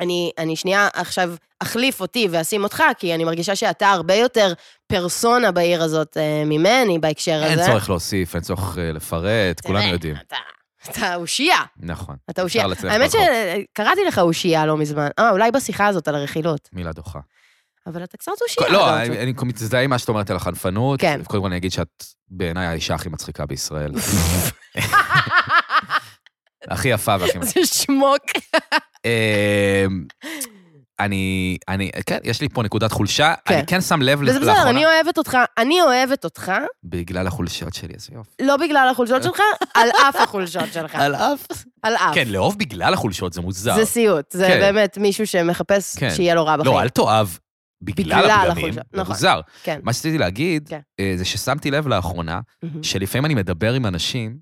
D: אני, אני שנייה עכשיו אחליף אותי ואשים אותך, כי אני מרגישה שאתה הרבה יותר פרסונה בעיר הזאת אה, ממני בהקשר הזה.
C: אין צורך להוסיף, אין צורך אה, לפרט,
D: תראה,
C: כולנו יודעים.
D: אתה- אתה אושייה.
C: נכון.
D: אתה
C: אפשר
D: אושייה.
C: להצליח
D: האמת
C: ברחוב.
D: שקראתי לך אושייה לא מזמן. אה, אולי בשיחה הזאת על הרכילות.
C: מילה דוחה.
D: אבל אתה קצת אושייה.
C: לא,
D: אתה-
C: אני אני מזדהה עם מה שאת אומרת על החנפנות.
D: כן.
C: קודם כל אני אגיד שאת בעיניי האישה הכי מצחיקה
D: <laughs>
C: בישראל. <laughs> הכי יפה והכי מצחיקה.
D: זה שמוק.
C: <laughs> אמ, אני, אני, כן, יש לי פה נקודת חולשה.
D: כן.
C: אני כן שם לב
D: וזה בסדר, אני אוהבת אותך. אני אוהבת אותך,
C: בגלל החולשות שלי, איזה יופי.
D: לא בגלל
C: <laughs>
D: החולשות שלך, על אף החולשות שלך.
C: אף?
D: על אף.
C: כן, לאהוב בגלל החולשות זה מוזר.
D: זה סיוט. זה
C: כן.
D: באמת מישהו שמחפש
C: כן.
D: שיהיה לו רע בחיים.
C: לא, אל תאהב
D: בגלל
C: בגלל הפגמים,
D: החולשות,
C: זה
D: נכון.
C: מוזר.
D: כן.
C: מה שרציתי להגיד,
D: כן. Mm-hmm.
C: אה, זה ששמתי לב לאחרונה,
D: מהמם.
C: שלפעמים אני מדבר עם אנשים,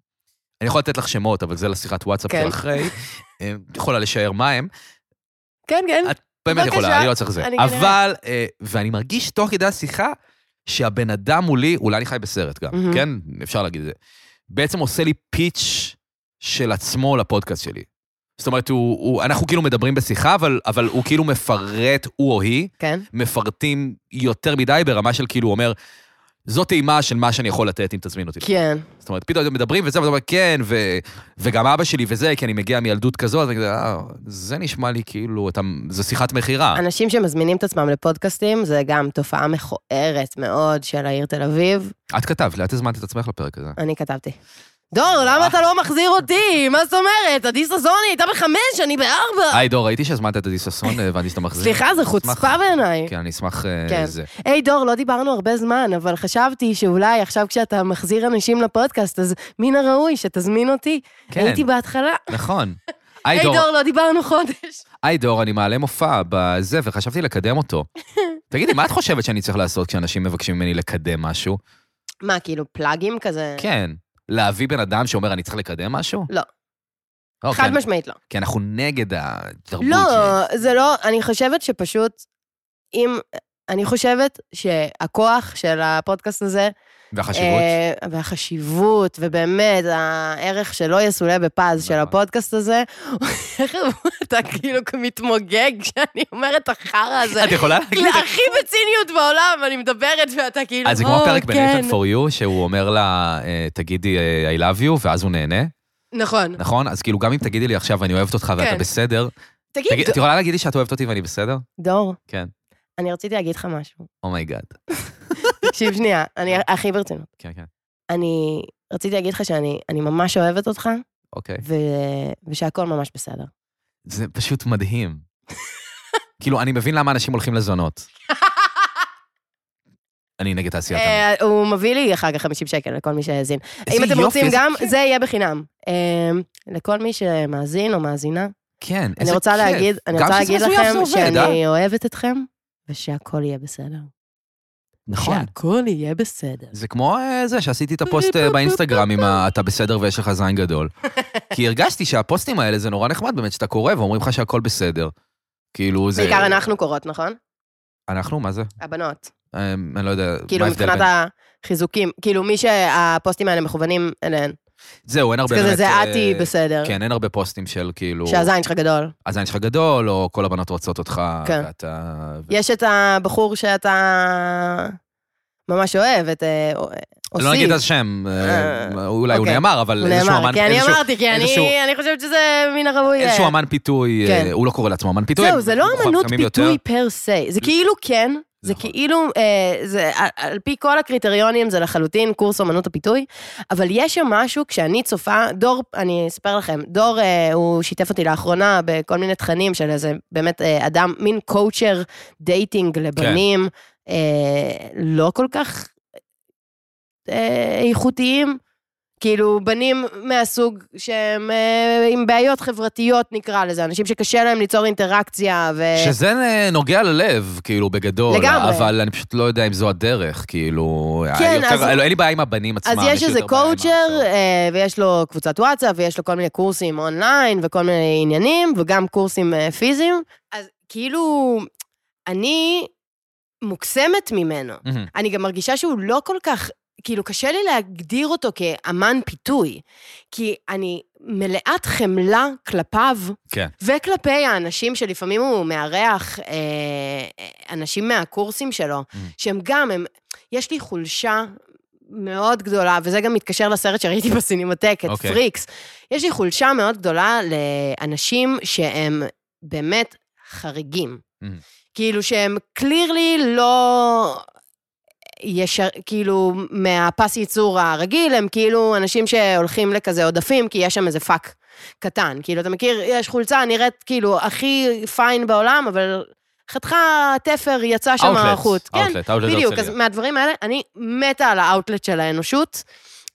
C: אני יכול לתת לך שמות, אבל זה לשיחת וואטסאפ
D: כן.
C: של
D: <laughs>
C: אחרי, אה, את יכולה לשער מה הם,
D: כן, כן.
C: את באמת
D: בבקשה.
C: יכולה, אני לא צריך זה.
D: אני כנראה-
C: אבל, אה, ואני מרגיש תוך כדי השיחה, שהבן אדם מולי, אולי אני חי בסרט גם,
D: מהמם.
C: כן? אפשר להגיד את זה. בעצם עושה לי פיץ' של עצמו לפודקאסט שלי. זאת אומרת, הוא, הוא, אנחנו כאילו מדברים בשיחה, אבל, אבל הוא כאילו מפרט, הוא או היא,
D: כן.
C: מפרטים יותר מדי ברמה של כאילו, הוא אומר, זו טעימה של מה שאני יכול לתת אם תזמין אותי.
D: כן.
C: זאת אומרת, פתאום אתם מדברים וזה, ואתה אומר, כן, ו... וגם אבא שלי וזה, כי אני מגיע מילדות כזו, אז אני כזה, אה, זה נשמע לי כאילו, אתה... זה שיחת מכירה.
D: אנשים שמזמינים את עצמם לפודקאסטים, זה גם תופעה מכוערת מאוד של העיר תל אביב.
C: את כתבת לי, את הזמנת את עצמך לפרק הזה.
D: אני כתבתי. דור, למה אתה לא מחזיר אותי? מה זאת אומרת? עדי סזוני הייתה בחמש, אני בארבע.
C: היי, דור, ראיתי שהזמנת את עדי ששון, אה, ואני שאתה מחזיר.
D: סליחה, זו חוצפה
C: אשמח-
D: בעיניי.
C: כן, אני אשמח אה,
D: כן.
C: זה.
D: היי, דור, לא דיברנו הרבה זמן, אבל חשבתי שאולי עכשיו כשאתה מחזיר אנשים לפודקאסט, אז מן הראוי שתזמין אותי.
C: כן.
D: הייתי בהתחלה. <laughs>
C: נכון.
D: היי,
C: היי, דור,
D: דור, לא דיברנו חודש.
C: היי, דור, אני מעלה מופע בזה, וחשבתי לקדם
D: <laughs>
C: אותו. תגידי, מה את חושבת שאני צריך לעשות כשאנשים מבקשים ממני לקדם משהו?
D: מה, כאילו פלאגים כזה?
C: כן. להביא בן אדם שאומר, אני צריך לקדם משהו?
D: לא.
C: לא,
D: חד
C: כן,
D: משמעית לא.
C: כי אנחנו נגד התרבות.
D: לא,
C: ש-
D: זה לא, אני חושבת שפשוט, אם... אני חושבת שהכוח של הפודקאסט הזה
C: והחשיבות.
D: אה, והחשיבות, ובאמת, הערך שלא יסולא בפז של
C: נכון.
D: הפודקאסט הזה, איך אתה כאילו מתמוגג כשאני אומרת את החרא הזה.
C: את יכולה להגיד?
D: הכי בציניות בעולם, אני מדברת ואתה כאילו,
C: אז זה כמו
D: "או,
C: הפרק
D: כן."
C: ב-Nathan for you, שהוא אומר לה, אה, תגידי אה, I love you, ואז הוא נהנה,
D: נכון.
C: נכון? אז כאילו, גם אם תגידי לי עכשיו, אני אוהבת אותך ואתה
D: כן.
C: בסדר,
D: תגיד,
C: תגיד- את יכולה להגיד לי שאת אוהבת אותי ואני בסדר? Oh
D: דור,
C: כן.
D: אני רציתי להגיד לך משהו.
C: אומייגאד.
D: תקשיב שנייה, אני הכי ברצינות.
C: כן, כן.
D: אני רציתי להגיד לך שאני אני ממש אוהבת אותך,
C: אוקיי.
D: ו- ושהכול ממש בסדר.
C: זה פשוט מדהים. <laughs> כאילו, אני מבין למה אנשים הולכים
D: <laughs>
C: לזונות. אני נגד תעשיית המין.
D: אה, הוא מביא לי אחר כך 50 שקל לכל מי שהאזין.
C: איזה
D: אם אתם
C: יופי,
D: רוצים
C: איזה
D: גם,
C: כיף.
D: זה יהיה בחינם. אה, לכל מי שמאזין או מאזינה,
C: כן, איזה
D: אני רוצה
C: כיף.
D: להגיד, אני
C: גם
D: רוצה
C: כשזה
D: להגיד
C: מזויף
D: לכם
C: זה עובד, אה?
D: שאני אוהבת אתכם, ושהכול יהיה בסדר. כן.
C: נכון.
D: שהכול יהיה בסדר.
C: זה כמו אה, זה שעשיתי את הפוסט אה, באינסטגרם עם ה- אתה בסדר ויש לך זין
D: <laughs>
C: גדול. כי הרגשתי שהפוסטים האלה זה נורא נחמד באמת שאתה קורא ואומרים לך שהכל בסדר. כאילו זה...
D: בעיקר אנחנו קוראות, נכון?
C: אנחנו? מה זה?
D: הבנות.
C: אה, אני לא יודע מה
D: כאילו,
C: ההבדל
D: מבחינת
C: בין...
D: החיזוקים, כאילו, מי שהפוסטים האלה מכוונים אליהן.
C: זהו, אין
D: זה
C: הרבה
D: כזה,
C: באמת...
D: זה
C: אה,
D: את תהיי בסדר.
C: כן, אין הרבה פוסטים של כאילו...
D: שהזין שלך גדול.
C: הזין שלך גדול, או כל הבנות רוצות אותך,
D: כן.
C: ואתה... ו-
D: יש את הבחור שאתה ממש אוהב, את אה, א- אוסי.
C: לא נגיד אז שם, אה,
D: אה,
C: אולי הוא
D: אוקיי.
C: נאמר, אבל
D: הוא
C: איזשהו
D: נאמר,
C: אמן...
D: כי אני
C: איזשהו-
D: אמרתי, כי
C: איזשהו-
D: אני- אני חושבת שזה מן הראוי. אה,
C: איזשהו אמן פיתוי, אה,
D: כן.
C: הוא לא קורא לעצמו אמן פיתוי.
D: זהו,
C: הם
D: זה לא
C: חכמים
D: אמנות
C: יותר. נכון.
D: ביטוי פר סי, זה כאילו כן, זה כאילו, אה, זה, על, על פי כל הקריטריונים זה לחלוטין קורס אמנות הפיתוי, אבל יש שם משהו, כשאני צופה, דור, אני אספר לכם, דור, אה, הוא שיתף אותי לאחרונה בכל מיני תכנים של איזה באמת אה, אדם, מין קואוצ'ר דייטינג לבנים, כן. אה, לא כל כך אה, איכותיים. כאילו, בנים מהסוג שהם אה, עם בעיות חברתיות, נקרא לזה, אנשים שקשה להם ליצור אינטראקציה, ו...
C: שזה אה, נוגע ללב, כאילו, בגדול.
D: לגמרי.
C: אבל אני פשוט לא יודע אם זו הדרך, כאילו...
D: כן,
C: יותר,
D: אז-
C: לא, אין לי בעיה עם הבנים עצמם.
D: אז יש
C: לי
D: איזה
C: יותר בעיה עם
D: קואוצ'ר,
C: ההכשרות.
D: אה, ויש לו קבוצת וואטסאפ, ויש לו כל מיני קורסים אונליין, וכל מיני עניינים, וגם קורסים אה, פיזיים. אז כאילו, אני מוקסמת ממנו.
C: מהמם.
D: אני גם מרגישה שהוא לא כל כך, כאילו, קשה לי להגדיר אותו כאמן פיתוי, כי אני מלאת חמלה כלפיו,
C: כן.
D: וכלפי האנשים שלפעמים הוא מארח, אה, אה, אנשים מהקורסים שלו, שהם גם, הם, יש לי חולשה. מאוד גדולה, וזה גם מתקשר לסרט שראיתי בסינמטק, את
C: אוקיי.
D: פריקס. יש לי חולשה מאוד גדולה לאנשים שהם באמת חריגים.
C: Mhm.
D: כאילו שהם קלירלי לא ישר, כאילו, מהפס ייצור הרגיל, הם כאילו אנשים שהולכים לכזה עודפים, כי יש שם איזה פאק קטן. כאילו, אתה מכיר, יש חולצה נראית כאילו הכי פיין בעולם, אבל חתיכה תפר יצא שם
C: Outlets,
D: החוט.
C: Outlet, לא Outlet
D: כן. בדיוק, אז
C: הרצליה.
D: מהדברים האלה, אני מתה על האאוטלט של האנושות.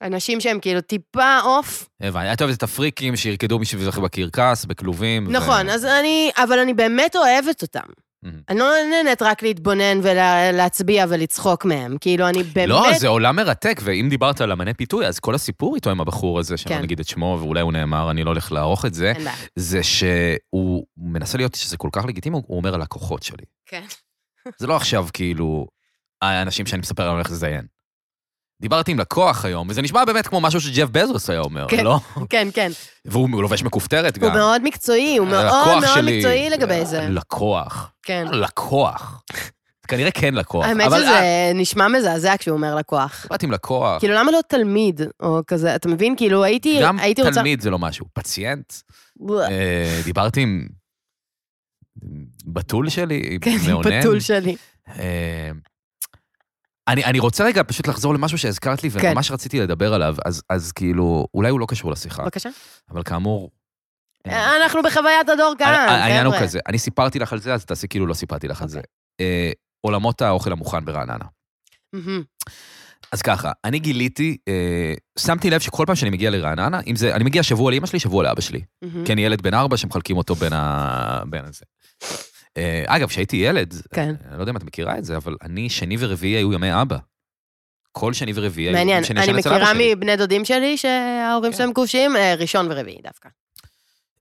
D: אנשים שהם כאילו טיפה אוף.
C: הבנתי. את אוהבת את הפריקים שירקדו בשבילך בקרקס, בכלובים. ו-
D: נכון, אז אני, אבל אני באמת אוהבת אותם.
C: מהמם.
D: אני לא נהנית רק להתבונן ולהצביע ולצחוק מהם. כאילו, אני באמת...
C: לא, זה עולם מרתק, ואם דיברת על אמני פיתוי, אז כל הסיפור איתו עם הבחור הזה, שאני
D: כן.
C: לא נגיד את שמו, ואולי הוא נאמר, אני לא הולך לערוך את זה,
D: אין בעיה.
C: זה שהוא מנסה להיות, שזה כל כך לגיטימי, הוא אומר הלקוחות שלי.
D: כן.
C: זה לא עכשיו כאילו, האנשים שאני מספר עליהם הולך לזיין. דיברתי עם לקוח היום, וזה נשמע באמת כמו משהו שג'ף בזוס היה אומר,
D: כן.
C: לא?
D: כן, כן.
C: והוא הוא לובש מכופתרת גם.
D: הוא מאוד מקצועי, הוא מאוד
C: הלקוח
D: מאוד
C: שלי- לא,
D: מקצועי לגבי זה.
C: לקוח.
D: כן.
C: לקוח. כנראה כן לקוח.
D: האמת
C: אבל, אה,
D: שזה נשמע מזעזע כשהוא אומר לקוח.
C: באתי עם לקוח.
D: כאילו, למה לא תלמיד, או כזה, אתה מבין? כאילו, הייתי
C: גם
D: הייתי רוצה...
C: תלמיד זה לא משהו, פציינט.
D: בוא,
C: אה, דיברתי עם בתול שלי,
D: כן,
C: מאונן.
D: פתול שלי.
C: אה, אני, אני רוצה רגע פשוט לחזור למשהו שהזכרת לי,
D: כן.
C: וממש רציתי לדבר עליו, אז, אז כאילו, אולי הוא לא קשור לשיחה,
D: בבקשה.
C: אבל כאמור... אה,
D: אנחנו בחוויית הדור כאן, חבר'ה. אוקיי.
C: ה- אה, העניין הוא כזה, אני סיפרתי לך על זה, אז תעשי כאילו לא סיפרתי לך על זה. אה, עולמות האוכל המוכן ברעננה.
D: מהמם.
C: אז ככה, אני גיליתי, אה, שמתי לב שכל פעם שאני מגיע לרעננה, אם זה, אני מגיע שבוע לאמא שלי, שבוע לאבא שלי.
D: מהמם.
C: כי אני ילד בן ארבע שמחלקים אותו בין ה... בין הזה. אה, אגב, כשהייתי ילד,
D: כן.
C: אני לא יודע אם את מכירה את זה, אבל אני, שני ורביעי היו ימי אבא. כל שני ורביעי היו
D: מעניין,
C: ימים שאני
D: אני
C: ישן אצל אבא
D: מכירה
C: שלי. כן.
D: מבני דודים שלי שההורים שלהם גרושים, אה, ראשון ורביעי דווקא.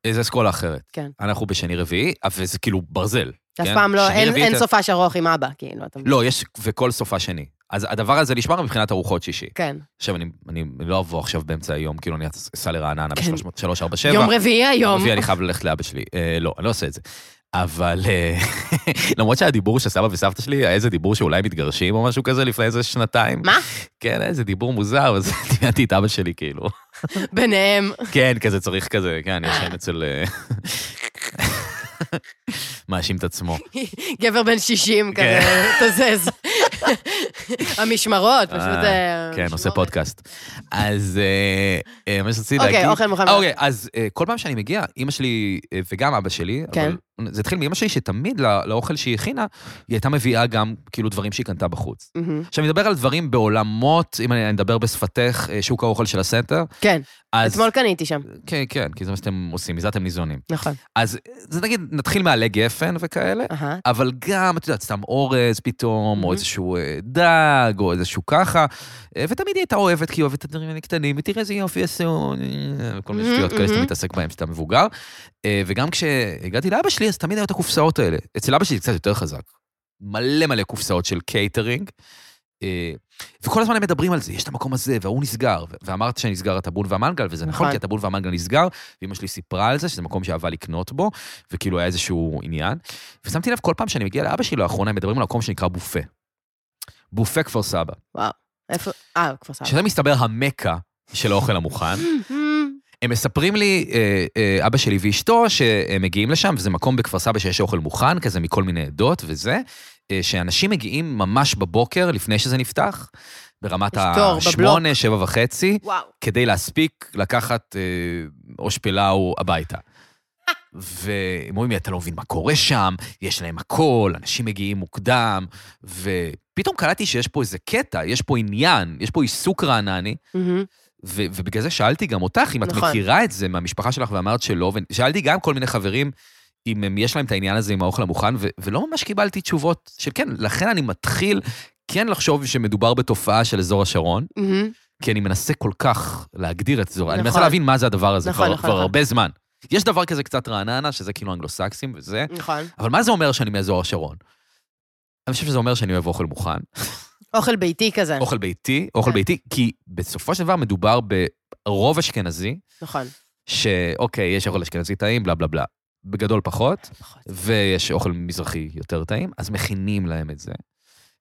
C: אה, זה אסכולה אחרת.
D: כן.
C: אנחנו בשני רביעי, אבל זה כאילו ברזל.
D: אף
C: כן?
D: פעם לא,
C: שני,
D: אין-
C: רביעי,
D: אין
C: ת-
D: סופש ארוך עם אבא, כאילו, אתה מבין.
C: לא, יש, וכל סופה שני. אז הדבר הזה נשמר מבחינת ארוחות שישי.
D: כן.
C: עכשיו, אני, אני לא אבוא עכשיו באמצע היום, כאילו אני אסע לרעננה
D: כן.
C: ב-347.
D: יום רביעי היום.
C: רביעי אני חייב ללכת לאבא שלי. אה, לא, אני לא עושה את זה. אבל אה, <laughs> למרות שהדיבור של סבא וסבתא שלי, היה איזה דיבור שאולי מתגרשים או משהו כזה לפני איזה שנתיים.
D: מה?
C: כן, היה איזה דיבור מוזר, <laughs> אז דמיינתי את אבא שלי, כאילו.
D: <laughs> ביניהם.
C: כן, כזה צריך כזה, כן, אני ישן אצל... אה, <laughs> מאשים את עצמו.
D: גבר בן 60
C: כן.
D: כזה, תזז. המשמרות, פשוט... אה,
C: אה, כן, עושה
D: המשמורת.
C: פודקאסט. אז אה, אה, מה שרציתי להגיד...
D: אוקיי, אוכל מוכן.
C: אה, אוקיי, אז אה, כל פעם שאני מגיע, אימא שלי אה, וגם אבא שלי,
D: כן.
C: אבל זה התחיל מאימא שלי, שתמיד לא- לאוכל שהיא הכינה, היא הייתה מביאה גם כאילו דברים שהיא קנתה בחוץ.
D: מהמם.
C: עכשיו, אני מדבר על דברים בעולמות, אם אני אני מדבר בשפתך, אה, שוק האוכל של הסנטר,
D: כן,
C: אז...
D: אתמול קניתי שם,
C: כן, כן, כי זה מה שאתם עושים, מזה אתם ניזונים.
D: נכון.
C: אז אה, זה נגיד, נתחיל מעלי גפן וכאלה,
D: אהה.
C: אבל גם, את יודעת, סתם אורז פתאום,
D: Mhm.
C: או איזשהו אה, דג, או איזשהו ככה, אה, ותמיד היא הייתה אוהבת, כי היא אוהבת את הדברים האלה קטנים, ותראה איזה יופי עשו, אה, כל מיני
D: Mhm,
C: שטויות כאלה שאתה
D: mhm.
C: מתעסק בהן כשאתה מבוגר. אה, וגם כשהגעתי לאבא שלי, אז תמיד היו את הקופסאות האלה. אצל אבא שלי זה קצת יותר חזק. מלא מלא קופסאות של קייטרינג. אה, וכל הזמן הם מדברים על זה, יש את המקום הזה, וההוא נסגר. ו- ואמרת שנסגר הטאבון והמנגל, וזה נכון,
D: נכון.
C: כי הטאבון והמנגל נסגר, ואימא שלי סיפרה על זה, שזה מקום שאהבה לקנות בו, וכאילו היה איזשהו עניין. ושמתי לב, כל פעם שאני מגיע לאבא שלי לאחרונה, הם מדברים על מקום שנקרא בופה. בופה כפר סבא.
D: איפה? אה, כפר סבא.
C: שזה מסתבר המכה של האוכל המוכן.
D: מהמם.
C: הם מספרים לי, אה, אה, אבא שלי ואשתו, שהם מגיעים לשם, וזה מקום בכפר סבא שיש אוכל מוכן, כזה מכל מיני עדות וזה, אה, שאנשים מגיעים ממש בבוקר, לפני שזה נפתח, ברמת
D: יש תור בבלוק.
C: ה-8, 7 וחצי,
D: וואו.
C: כדי להספיק לקחת אה, ראש פלאו הביתה. והם אומרים לי, אתה לא מבין מה קורה שם, יש להם הכל, אנשים מגיעים מוקדם, ופתאום קלטתי שיש פה איזה קטע, יש פה עניין, יש פה עיסוק רענני,
D: מהמם.
C: ו- ובגלל זה שאלתי גם אותך, אם את
D: נכון.
C: מכירה את זה מהמשפחה שלך ואמרת שלא, ושאלתי גם כל מיני חברים אם הם, יש להם את העניין הזה עם האוכל המוכן, ו- ולא ממש קיבלתי תשובות של כן, לכן אני מתחיל כן לחשוב שמדובר בתופעה של אזור השרון,
D: מהמם.
C: כי אני מנסה כל כך להגדיר את אזור, אני
D: נכון.
C: מנסה להבין מה זה הדבר הזה
D: נכון,
C: כבר,
D: נכון,
C: כבר
D: נכון.
C: הרבה זמן. יש דבר כזה קצת רעננה, שזה כאילו אנגלוסקסים וזה,
D: נכון.
C: אבל מה זה אומר שאני מאזור השרון? אני חושב שזה אומר שאני אוהב אוכל מוכן,
D: אוכל ביתי כזה.
C: אוכל ביתי, אוכל
D: כן.
C: ביתי, כי בסופו של דבר מדובר ברוב אשכנזי,
D: נכון.
C: שאוקיי, יש אוכל אשכנזי טעים, בלה בלה בלה. בגדול פחות,
D: נכון.
C: ויש אוכל מזרחי יותר טעים, אז מכינים להם את זה,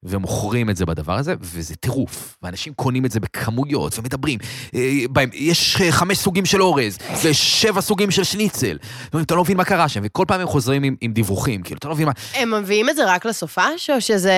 C: ומוכרים את זה בדבר הזה, וזה טירוף. ואנשים קונים את זה בכמויות, ומדברים. אה, בהם, יש אה, חמש סוגים של אורז, ושבע סוגים של שניצל. ואומרים, אתה לא מבין מה קרה שם, וכל פעם הם חוזרים עם, עם דיווחים, כאילו, אתה לא מבין מה...
D: הם מביאים את זה רק לסופש, או שזה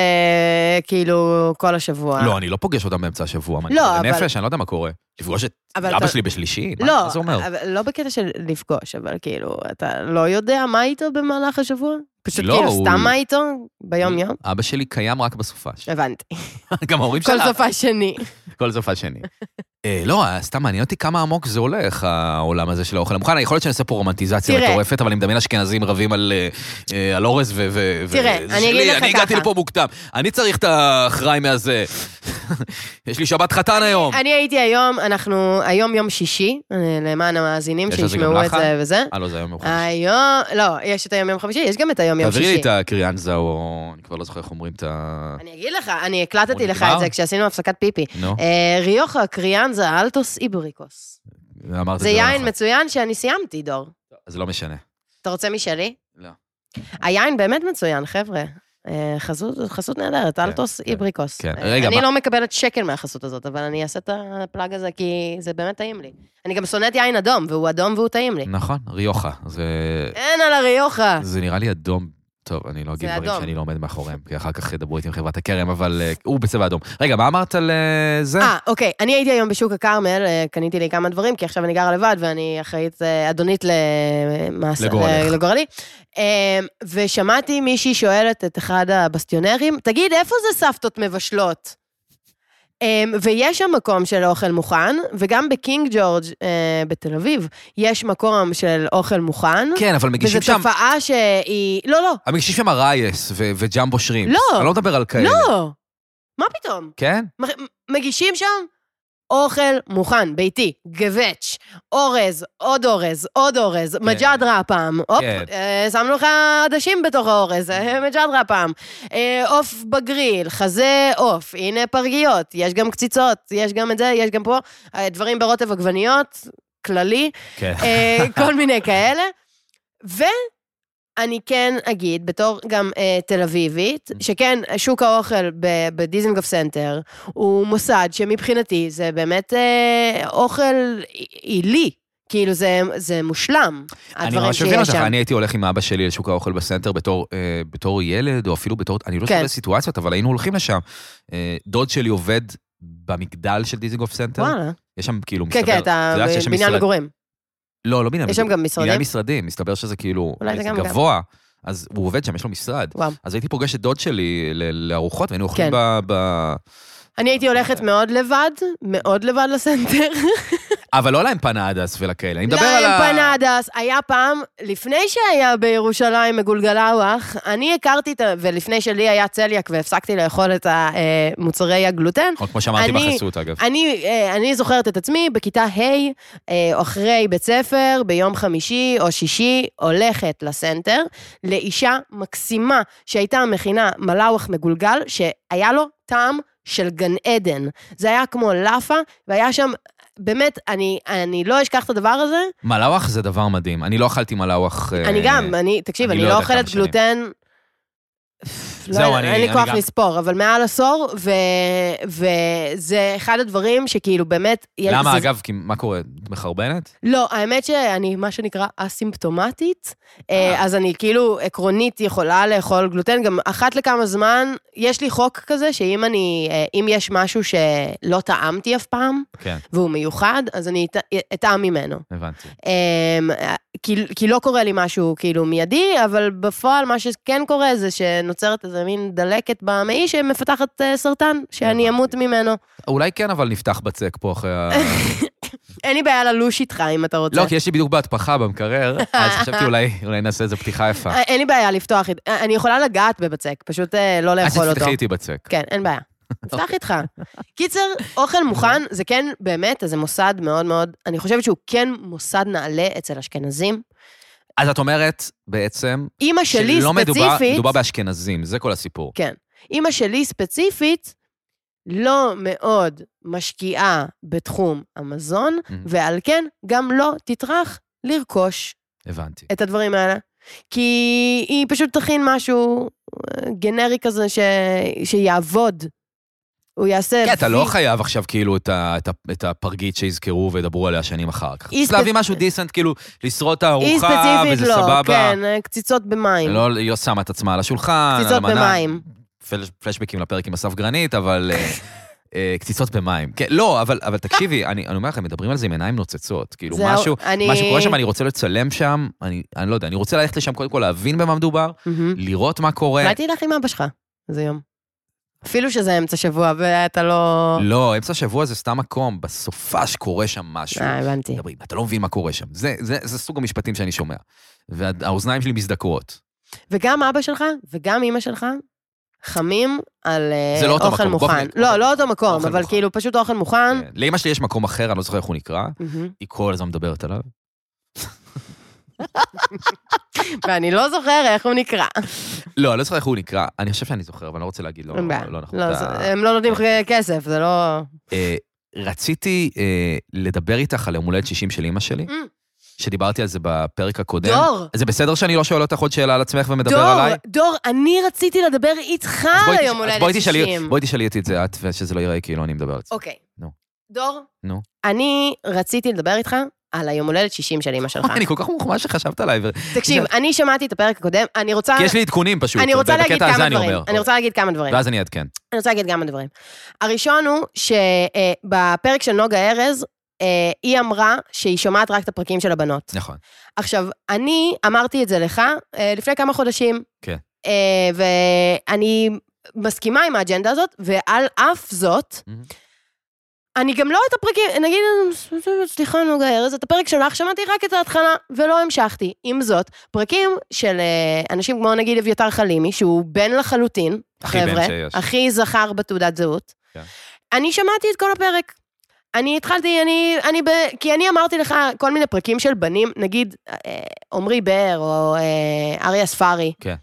D: כאילו כל השבוע?
C: לא, אני לא פוגש אותם באמצע השבוע, מה, אני
D: אה. לא,
C: חולה
D: אבל-
C: נפש, אני לא יודע מה קורה. לפגוש את
D: אבל
C: אבא
D: אתה-
C: שלי בשלישי? מה-
D: לא,
C: מה זה אומר?
D: אבל לא בקטע של לפגוש, אבל כאילו, אתה לא יודע מה איתו במהלך השבוע? פשוט
C: לא,
D: כאילו
C: הוא-
D: סתם מה איתו ביום-יום?
C: אבא שלי קיים רק בסופש.
D: הבנתי.
C: <laughs> גם ההורים
D: כן. כל
C: שלה. <laughs>
D: סופה שני.
C: כל סוף השני. אה, לא, סתם מעניין אותי כמה עמוק זה הולך, העולם הזה של האוכל המוכן. יכול להיות שאני עושה פה רומנטיזציה
D: תראה.
C: מטורפת, אבל אני מדמיין אשכנזים רבים על אה, אה, על אורז ו... ו-
D: תראה,
C: וזה
D: אני
C: שלי,
D: אגיד לך
C: אני הגעתי
D: ככה.
C: לפה מוקדם, אני צריך את האחראי מהזה. <laughs> יש לי שבת חתן היום.
D: אני הייתי היום, אנחנו, היום יום שישי, אה, למען המאזינים
C: יש על זה גם
D: שישמעו את
C: לחן?
D: זה וזה.
C: אה, לא, זה היום יום חמישי.
D: היום, לא, יש את היום יום חמישי, יש גם את היום יום שישי.
C: תעבירי לי את הקריאנזה, או אני כבר לא זוכר איך אומרים את ה...
D: אני אגיד לך, אני הקלטתי
C: הוא
D: לך
C: נגמר?
D: את זה כשעשינו הפסקת פיפי.
C: נו,
D: אה, ריוחה קריאנזה אלטוס איבריקוס.
C: אמרת את זה.
D: זה יין
C: נכון.
D: מצוין שאני סיימתי, דור.
C: אז לא משנה.
D: אתה רוצה משלי?
C: לא.
D: היין באמת מצוין, חבר'ה. אה, חסות, חסות נהדרת, אלטוס
C: כן,
D: איבריקוס.
C: כן.
D: אה,
C: רגע,
D: אני
C: מה-
D: לא מקבלת שקל מהחסות הזאת, אבל אני אעשה את הפלאג הזה כי זה באמת טעים לי. אני גם שונאת יין אדום, והוא אדום והוא טעים לי.
C: נכון, ריוחה. זה...
D: אין על הריוחה.
C: זה נראה לי אדום. טוב, אני לא אגיד
D: זה
C: דברים
D: אדום.
C: שאני לא עומד מאחוריהם, כי אחר כך ידברו איתי עם חברת הכרם, אבל אה, הוא בצבע אדום. רגע, מה אמרת על אה, זה?
D: אה, אוקיי. אני הייתי היום בשוק הכרמל, אה, קניתי לי כמה דברים, כי עכשיו אני גרה לבד ואני אחראית אה, אדונית למס...
C: לגורלך.
D: ל- לגורלי. אה, ושמעתי מישהי שואלת את אחד הבסטיונרים, תגיד, איפה זה סבתות מבשלות? אה, ויש שם מקום של אוכל מוכן, וגם בקינג ג'ורג' אה, בתל אביב יש מקום של אוכל מוכן.
C: כן, אבל
D: וזו
C: מגישים שם...
D: תופעה שהיא... לא, לא.
C: המגישים שם הרייס ו- וג'מבו שרימפס.
D: לא.
C: אני לא מדבר על כאלה.
D: לא. מה פתאום?
C: כן?
D: מ- מגישים שם אוכל מוכן, ביתי, גבץ', אורז, עוד אורז, עוד אורז, כן. מג'דרה הפעם, הופ,
C: כן.
D: אה, שמנו לך עדשים בתוך האורז, אה, מג'דרה הפעם, אה, עוף בגריל, חזה עוף, הנה פרגיות, יש גם קציצות, יש גם את זה, יש גם פה, אה, דברים ברוטב עגבניות, כללי,
C: כן.
D: אה, כל מיני כאלה. ואני כן אגיד, בתור גם אה, תל אביבית,
C: Mm-hmm.
D: שכן, שוק האוכל ב- בדיזנגוף סנטר הוא מוסד שמבחינתי זה באמת אה, אוכל עילי. כאילו, זה, זה מושלם,
C: אני
D: הדברים
C: ממש מבין
D: שיש
C: אותך,
D: שם.
C: אני הייתי הולך עם אבא שלי לשוק האוכל בסנטר בתור, אה, בתור ילד, או אפילו בתור, אני לא
D: כן.
C: זוכר סיטואציות, אבל היינו הולכים לשם. אה, דוד שלי עובד במגדל של דיזינגוף סנטר.
D: וואלה.
C: יש שם כאילו, מסתבר...
D: כן, כן,
C: את
D: אתה
C: יודעת שיש שם
D: בניין
C: משרד-
D: מגורים.
C: לא, לא בניין
D: יש שם גם משרדים?
C: בניין משרדים, מסתבר שזה כאילו,
D: אולי זה
C: זה
D: גם-
C: גבוה, אז הוא עובד שם, יש לו משרד.
D: וואו.
C: אז הייתי פוגש את דוד שלי ל- לארוחות, והיינו אוכלים
D: כן.
C: ב... ב-
D: אני הייתי הולכת מאוד לבד, מאוד לבד לסנטר.
C: אבל לא לאמפנדס ולכאלה, אני מדבר
D: לא
C: על ה...
D: אמפנדס, היה פעם, לפני שהיה בירושלים מגולגלווח, אני הכרתי את ה... ולפני שלי היה צליאק והפסקתי לאכול את המוצרי הגלוטן.
C: נכון, כמו שאמרתי
D: אני-
C: בחסות, אגב.
D: אני, אה, אני זוכרת את עצמי בכיתה ה', אה, אחרי בית ספר, ביום חמישי או שישי, הולכת לסנטר, לאישה מקסימה שהייתה מכינה מלאווח מגולגל, שהיה לו טעם של גן עדן. זה היה כמו לאפה, והיה שם, באמת, אני, אני לא אשכח את הדבר הזה,
C: מלאווח זה דבר מדהים, אני לא אכלתי מלאווח... אה,
D: אני גם, אני, תקשיב,
C: אני
D: אני
C: לא
D: לא
C: יודע כמה
D: אוכלת
C: שנים.
D: גלוטן לא,
B: זהו,
D: אין-
B: אני-
D: אין לי
B: אני
D: כוח
B: גם-
D: לספור, אבל מעל עשור, ו- וזה אחד הדברים שכאילו באמת... יש-
C: למה,
D: זה-
C: אגב, כי מה קורה? את מחרבנת?
D: לא, האמת שאני, מה שנקרא, אסימפטומטית, אה, אז אני כאילו עקרונית יכולה לאכול גלוטן, גם אחת לכמה זמן, יש לי חוק כזה, שאם אני, אה, אם יש משהו שלא טעמתי אף פעם,
C: כן.
D: והוא מיוחד, אז אני אט- אטעם ממנו.
C: הבנתי.
D: אמ, כי, כי לא קורה לי משהו כאילו מיידי, אבל בפועל מה שכן קורה זה שנוצרת איזה מין דלקת במעי שמפתחת אה, סרטן, שאני
C: הבנתי.
D: אמות ממנו.
C: אולי כן, אבל נפתח בצק פה אחרי ה...
D: אין לי בעיה ללוש איתך אם אתה רוצה.
C: לא, כי יש לי בדיוק בהתפחה במקרר, אז
D: <laughs>
C: חשבתי אולי אולי נעשה איזה פתיחה יפה.
D: אה, אין לי בעיה לפתוח איתך, אה, אני יכולה לגעת בבצק, פשוט אה, לא
C: אז
D: לאכול אותו.
C: תפתחי אוקיי. איתי בצק.
D: כן,
C: <laughs>
D: אין בעיה. נפתח איתך. קיצר, אוכל מוכן, זה כן, באמת, איזה מוסד מאוד מאוד, אני חושבת שהוא כן מוסד נעלה אצל אשכנזים.
C: אז את אומרת בעצם,
D: אימא שלי
C: שלא מדובר-
D: ספציפית...
C: מדובר באשכנזים, זה כל הסיפור.
D: כן. אימא שלי ספציפית לא מאוד משקיעה בתחום המזון,
C: Mhm.
D: ועל כן גם לא תטרח לרכוש
C: הבנתי.
D: את הדברים האלה. כי היא פשוט תכין משהו אה, גנרי כזה ש... שיעבוד. הוא יעשה...
C: כן, אתה לא
D: וי-
C: חייב עכשיו כאילו את ה- את ה- את הפרגית שיזכרו וידברו עליה שנים אחר כך.
D: היא
C: צריך להביא
D: ספצ-
C: משהו דיסנט, כאילו, לשרוד את
D: היא
C: הארוחה,
D: ספציפית
C: וזה
D: לא,
C: סבבה.
D: כן, אה, קציצות במים.
C: לא, אה, היא לא שמה את עצמה על השולחן, על
D: קציצות
C: המנה.
D: במים.
C: פלש- פלשבקים לפרק עם אסף גרנית, אבל... אה, אה, קציצות במים. כן, לא, אבל, אבל תקשיבי, אני, אני אומר לכם, מדברים על זה עם עיניים נוצצות. כאילו,
D: זהו,
C: משהו,
D: אני-
C: מה שקורה שם, אני רוצה לצלם שם, אני, אני לא יודע, אני רוצה ללכת לשם קודם כל להבין במה מדובר,
D: מהמם.
C: לראות מה קורה.
D: אולי תלך עם אבא שלך איזה יום. אפילו שזה אמצע שבוע ואתה לא...
C: לא, אמצע שבוע זה סתם מקום, בסופש קורה שם משהו.
D: אה, הבנתי.
C: מדברים, אתה לא מבין מה קורה שם. זה, זה, זה סוג המשפטים שאני שומע. והאוזניים שלי מזדקרות.
D: וגם אבא שלך וגם אימא שלך חמים על אה,
C: זה לא אותו
D: אוכל
C: מקום,
D: מוכן.
C: בוא-
D: לא, לא אותו מקום,
C: אוכל
D: אבל
C: מוכן.
D: כאילו פשוט אוכל מוכן.
C: אה, לאמא שלי יש מקום אחר, אני לא זוכר איך הוא נקרא,
D: מהמם.
C: היא כל הזמן מדברת עליו.
D: ואני לא זוכר איך הוא נקרא.
C: לא, אני לא זוכר איך הוא נקרא, אני חושב שאני זוכר, אבל אני לא רוצה להגיד, לא,
D: אין בעיה.
C: לא נכון.
D: לא,
C: אתה- כן.
D: זה- הם לא נותנים לך כסף, זה לא...
C: אה, רציתי אה, לדבר איתך על יום הולדת 60 של אימא שלי,
D: Mm.
C: שדיברתי על זה בפרק הקודם.
D: דור!
C: זה בסדר שאני לא שואל אותך עוד שאלה על עצמך ומדבר
D: דור,
C: עליי?
D: דור, אני רציתי לדבר איתך
C: אז בואי
D: על
C: תש-
D: היום
C: אז
D: הולדת
C: בואי
D: 60.
C: תשאלי- בואי תשאלי אותי את זה את, ושזה לא ייראה כאילו אני מדבר על זה.
D: אוקיי.
C: נו.
D: דור,
C: נו.
D: אני רציתי לדבר איתך על היום הולדת 60 של אמא שלך.
C: <laughs> אני כל כך מוחמא שחשבת עליי, ו-
D: תקשיב, אני שמעתי את הפרק הקודם, אני רוצה...
C: כי יש לי עדכונים פשוט.
D: אה, אני רוצה
C: בקטע
D: להגיד
C: הזה
D: כמה
C: אני
D: דברים.
C: אומר. אוקיי.
D: אני רוצה להגיד כמה דברים.
C: ואז אני אעדכן.
D: אני רוצה להגיד כמה דברים. הראשון הוא שבפרק של נוגה ארז, אה, היא אמרה שהיא שומעת רק את הפרקים של הבנות.
C: נכון.
D: עכשיו, אני אמרתי את זה לך אה, לפני כמה חודשים.
C: כן.
D: אה, ואני מסכימה עם האג'נדה הזאת, ועל אף זאת,
C: מהמם.
D: אני גם לא את הפרקים, נגיד, סליחה, נוגה ארז, את הפרק שלך שמעתי רק את ההתחלה, ולא המשכתי. עם זאת, פרקים של אה, אנשים כמו נגיד אביתר חלימי, שהוא בן לחלוטין,
C: הכי בן
D: חבר'ה,
C: שיש.
D: הכי זכר בתעודת זהות.
C: כן.
D: אני שמעתי את כל הפרק. אני התחלתי, אני, אני ב... כי אני אמרתי לך כל מיני פרקים של בנים, נגיד אה, עמרי באר או אה, אריה ספארי.
C: כן.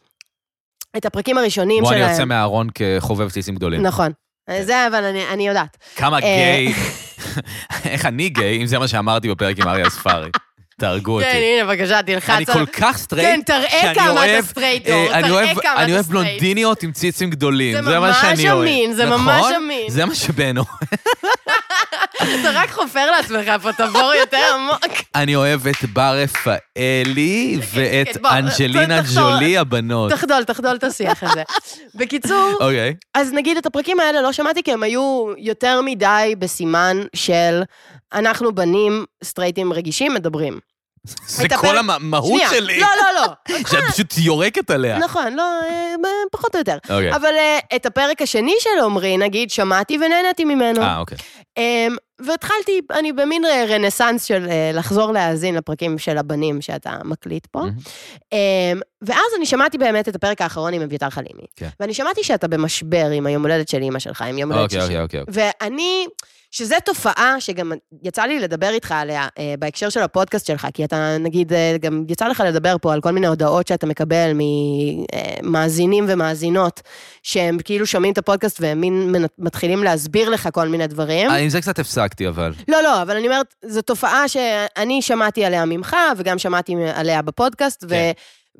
D: את הפרקים הראשונים
C: בוא אני כן.
D: שלהם.
C: יוצא מהארון כחובב טיסים גדולים.
D: נכון. זה אבל אני, אני יודעת.
C: כמה
D: אה.
C: גיי,
D: <laughs>
C: איך אני גיי, אם זה מה שאמרתי בפרק עם אריה אספארי. תהרגו
D: כן,
C: אותי.
D: הנה, בבקשה, תלחץ.
C: אני כל
D: על-
C: כך
D: כן,
C: סטרייט,
D: תראה
C: שאני
D: כמה
C: אוהב,
D: אתה סטרייט,
C: אה,
D: דור,
C: אני
D: תראה
C: אוהב-
D: כמה
C: אני
D: אתה
C: אוהב
D: סטרייט.
C: בלונדיניות עם ציצים גדולים,
D: זה
C: זה מה
D: ממש
C: שאני אוהב.
D: אמין, זה ממש
C: נכון?
D: אמין.
C: זה מה שבן אוהב.
D: אתה רק חופר לעצמך פה, תבור יותר עמוק.
C: אני אוהב את בר רפאלי ואת
D: <laughs> כן, בוא,
C: אנג'לינה
D: תחזור.
C: ג'ולי הבנות.
D: תחדול, תחדול את השיח הזה. בקיצור,
C: אוקיי.
D: אז נגיד את הפרקים האלה לא שמעתי כי הם היו יותר מדי בסימן של אנחנו בנים סטרייטים רגישים מדברים.
C: זה
D: הייתה
C: כל
D: פרק-
C: המהות
D: שנייה,
C: שלי, כן.
D: לא, לא,
C: <laughs>
D: לא.
C: שאת פשוט יורקת עליה.
D: נכון, לא, אה, ב- פחות או יותר.
C: אוקיי.
D: אבל אה, את הפרק השני של עמרי, נגיד, שמעתי ונהניתי ממנו.
C: אה, אוקיי.
D: אמ, והתחלתי, אני במין ר- רנסאנס של אה, לחזור להאזין לפרקים של הבנים שאתה מקליט פה.
C: מהמם.
D: אמ, ואז אני שמעתי באמת את הפרק האחרון עם אביתר חלימי.
C: כן.
D: ואני שמעתי שאתה במשבר עם היום הולדת של אימא שלך, עם יום הולדת
C: אוקיי,
D: שישי.
C: אוקיי, אוקיי.
D: ואני, שזו תופעה שגם יצא לי לדבר איתך עליה אה, בהקשר של הפודקאסט שלך, כי אתה, נגיד, אה, גם יצא לך לדבר פה על כל מיני הודעות שאתה מקבל ממאזינים ומאזינות, שהם כאילו שומעים את הפודקאסט והם מין מנ- מתחילים להסביר לך כל מיני דברים.
C: אה, עם זה קצת הפסקתי, אבל.
D: לא, לא, אבל אני אומרת, זו תופעה שאני שמעתי עליה ממך, וגם שמעתי עליה בפודקאסט, ו...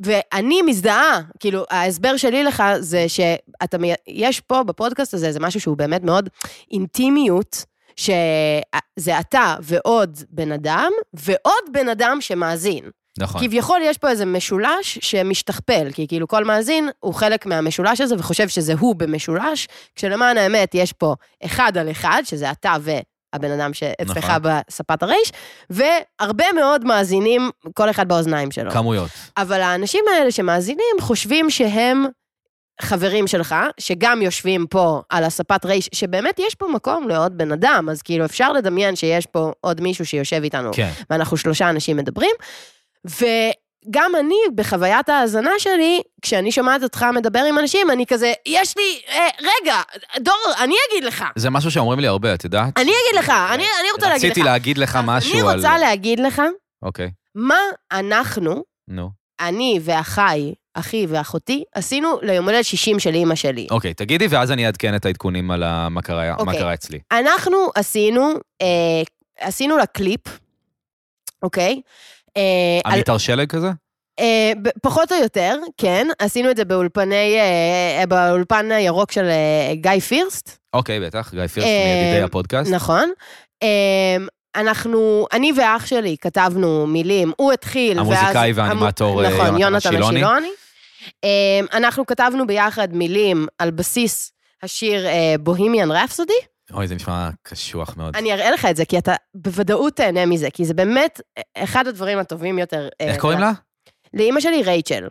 D: ואני מזדהה, כאילו, ההסבר שלי לך זה שאתה, מי- יש פה בפודקאסט הזה, זה משהו שהוא באמת מאוד אינטימיות, שזה אתה ועוד בן אדם, ועוד בן אדם שמאזין.
C: נכון.
D: כביכול יש פה איזה משולש שמשתכפל, כי כאילו כל מאזין הוא חלק מהמשולש הזה וחושב שזה הוא במשולש, כשלמען האמת יש פה אחד על אחד, שזה אתה והבן אדם שאצלך
C: נכון.
D: בספת הרייש, והרבה מאוד מאזינים, כל אחד באוזניים שלו.
C: כמויות.
D: אבל האנשים האלה שמאזינים חושבים שהם חברים שלך, שגם יושבים פה על הספת רייש, שבאמת יש פה מקום לעוד בן אדם, אז כאילו אפשר לדמיין שיש פה עוד מישהו שיושב איתנו.
C: כן.
D: ואנחנו שלושה אנשים מדברים. וגם אני, בחוויית ההאזנה שלי, כשאני שומעת אותך מדבר עם אנשים, אני כזה, יש לי, אה, רגע, דור, אני אגיד לך.
C: זה משהו שאומרים לי הרבה, את יודעת?
D: אני אגיד לך, אני, אני רוצה להגיד לך.
C: רציתי להגיד לך משהו על...
D: אני רוצה להגיד לך
C: אוקיי,
D: מה אנחנו,
C: נו.
D: אני ואחיי, אחי ואחותי, עשינו ליום הולדת 60 של אימא שלי.
C: אוקיי, תגידי, ואז אני אעדכן את העדכונים על ה- מה קרה מה
D: אוקיי.
C: קרה אצלי.
D: אנחנו עשינו, אה, עשינו לה קליפ, אוקיי? אה, על-
C: עמית הרשלג כזה?
D: אה, ב- פחות או יותר, כן. עשינו את זה באולפני, אה, אה, באולפן הירוק של אה, גיא פירסט,
C: אוקיי, בטח, גיא פירס,
D: אה,
C: מידידי הפודקאסט.
D: נכון. אה, אנחנו, אני ואח שלי כתבנו מילים, הוא התחיל,
C: המוזיקאי
D: ואז-
C: והאנימטור, אה,
D: נכון,
C: יונתן
D: יונתן
C: השילוני.
D: השילוני. אה, אנחנו כתבנו ביחד מילים על בסיס השיר אה, בוהימיאן רפסודי.
C: אוי, זה נשמע קשוח מאוד.
D: נכון. אני אראה לך את זה, כי אתה בוודאות תהנה מזה, כי זה באמת אה, אחד הדברים הטובים יותר. אה,
C: איך קוראים לה?
D: לאימא שלי רייצ'ל.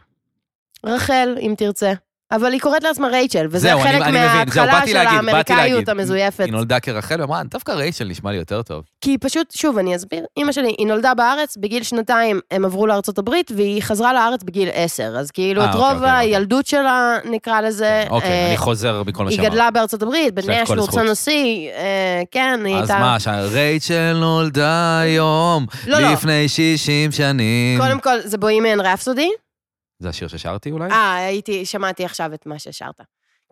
D: רחל, אם תרצה. אבל היא קוראת לעצמה רייצ'ל, וזה
C: זהו, אני-
D: חלק
C: אני מבין. זהו,
D: מההתחלה
C: באתי
D: של
C: להגיד, באתי
D: האמריקאיות
C: להגיד.
D: המזויפת.
C: היא נולדה כרחל, ואמרה, דווקא רייצ'ל נשמע לי יותר טוב.
D: כי היא פשוט, שוב, אני אסביר. אימא שלי, היא נולדה בארץ, בגיל שנתיים הם עברו לארצות הברית, והיא חזרה לארץ בגיל עשר. אז כאילו,
C: אה,
D: את
C: אוקיי,
D: רוב
C: אוקיי, אוקיי.
D: הילדות שלה, נקרא לזה, אה,
C: אוקיי, אני חוזר מכל מה
D: היא
C: שאמרת.
D: גדלה בארצות הברית,
C: יש לה את כל
D: בנשנל
C: הזכות.
D: צנוסי, אה, כן, היא
C: אז
D: הייתה...
C: מה, שרייצ'ל נולדה היום,
D: לא, לא.
C: לפני 60 שנים.
D: קודם כל, זה בוהימיאן רפסודי.
C: זה השיר ששרתי אולי?
D: אה, הייתי, שמעתי עכשיו את מה ששרת.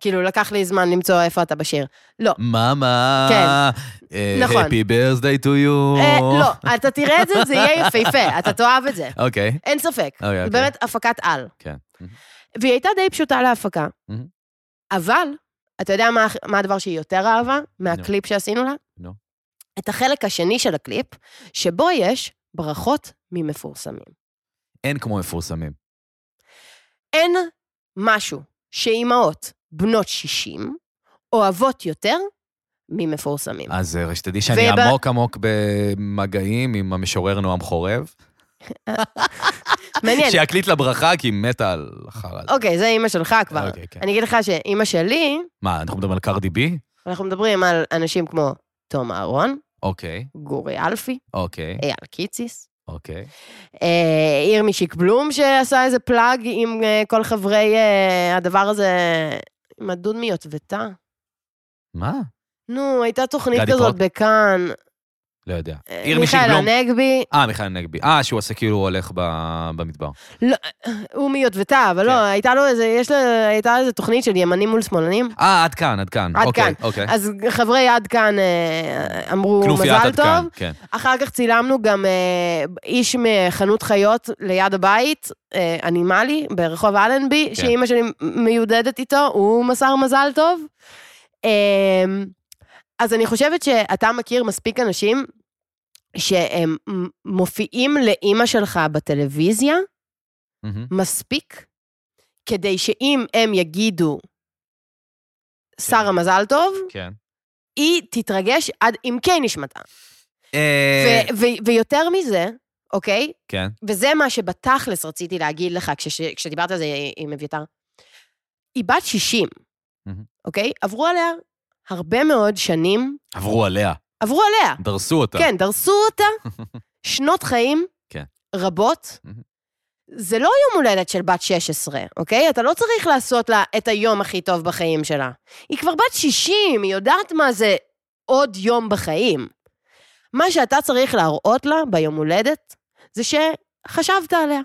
D: כאילו, לקח לי זמן למצוא איפה אתה בשיר. לא,
C: מאמה,
D: כן.
C: אה,
D: נכון.
C: Happy birthday to you.
D: אה, לא, אתה תראה את זה, זה יהיה יפהפה, אתה תאהב את זה.
C: אוקיי,
D: אין ספק.
C: אוקיי.
D: זה
C: אוקיי.
D: באמת הפקת על.
C: כן.
D: והיא הייתה די פשוטה להפקה.
C: מהמם.
D: אבל, אתה יודע מה- מה הדבר שהיא יותר אהבה מהקליפ שעשינו לה?
C: נו.
D: את החלק השני של הקליפ, שבו יש ברכות ממפורסמים.
C: אין כמו מפורסמים.
D: אין משהו שאימהות בנות 60 אוהבות יותר ממפורסמים.
C: אז אה, שתדעי שאני
D: וב-
C: עמוק עמוק במגעים עם המשורר נועם חורב, אה,
D: מעניין.
C: שיקליט לה ברכה כי היא מתה על החרא הזה.
D: אוקיי, זה אימא שלך כבר.
C: אוקיי, כן.
D: אני אגיד לך שאימא שלי,
C: מה, אנחנו מדברים על קרדי בי?
D: אנחנו מדברים על אנשים כמו תום אהרון,
C: אוקיי,
D: גורי אלפי,
C: אוקיי,
D: אייל קיציס,
C: אוקיי.
D: אה, ירמי שיק בלום שעשה איזה פלאג עם אה, כל חברי אה, הדבר הזה, עם הדון מיוטבתה.
C: מה?
D: נו, הייתה תוכנית
C: גדי
D: כזאת
C: פרוק?
D: בכאן.
C: לא יודע.
D: אה,
C: ירמי שיק
D: מיכאל
C: בלום.
D: הנגבי,
C: אה, מיכאל נגבי. אה, שהוא עושה כאילו הוא הולך ב- במדבר.
D: הוא מיוטבתה, אבל
C: כן.
D: לא, הייתה לו איזה, יש לה, הייתה איזה תוכנית של ימנים מול שמאלנים.
C: אה, עד כאן, עד כאן.
D: עד
C: אוקיי, אוקיי.
D: אז חברי עד כאן אה, אמרו
C: כנופיית
D: מזל
C: עד
D: טוב,
C: כאן, כן.
D: אחר כך צילמנו גם אה, איש מחנות חיות ליד הבית, אה, אנימלי, ברחוב אלנבי, כן. שאימא שלי מיודדת איתו, הוא מסר מזל טוב. אה, אז אני חושבת שאתה מכיר מספיק אנשים שהם מ- מופיעים לאימא שלך בטלוויזיה Mm-hmm.
C: מהמם.
D: מספיק, כדי שאם הם יגידו, שרה מזל טוב,
C: כן.
D: היא תתרגש עד עמקי נשמתה.
C: אה,
D: ו- ו- ויותר מזה, אוקיי?
C: כן.
D: וזה מה שבתכלס רציתי להגיד לך כשש- כשדיברת על זה עם אביתר. היא בת 60,
C: מהמם.
D: אוקיי? עברו עליה הרבה מאוד שנים,
C: עברו עליה,
D: עברו עליה.
C: דרסו אותה.
D: כן, דרסו
C: <laughs>
D: אותה שנות חיים
C: כן.
D: רבות.
C: מהמם.
D: זה לא יום הולדת של בת 16, אוקיי? אתה לא צריך לעשות לה את היום הכי טוב בחיים שלה. היא כבר בת 60, היא יודעת מה זה עוד יום בחיים. מה שאתה צריך להראות לה ביום הולדת, זה שחשבת עליה.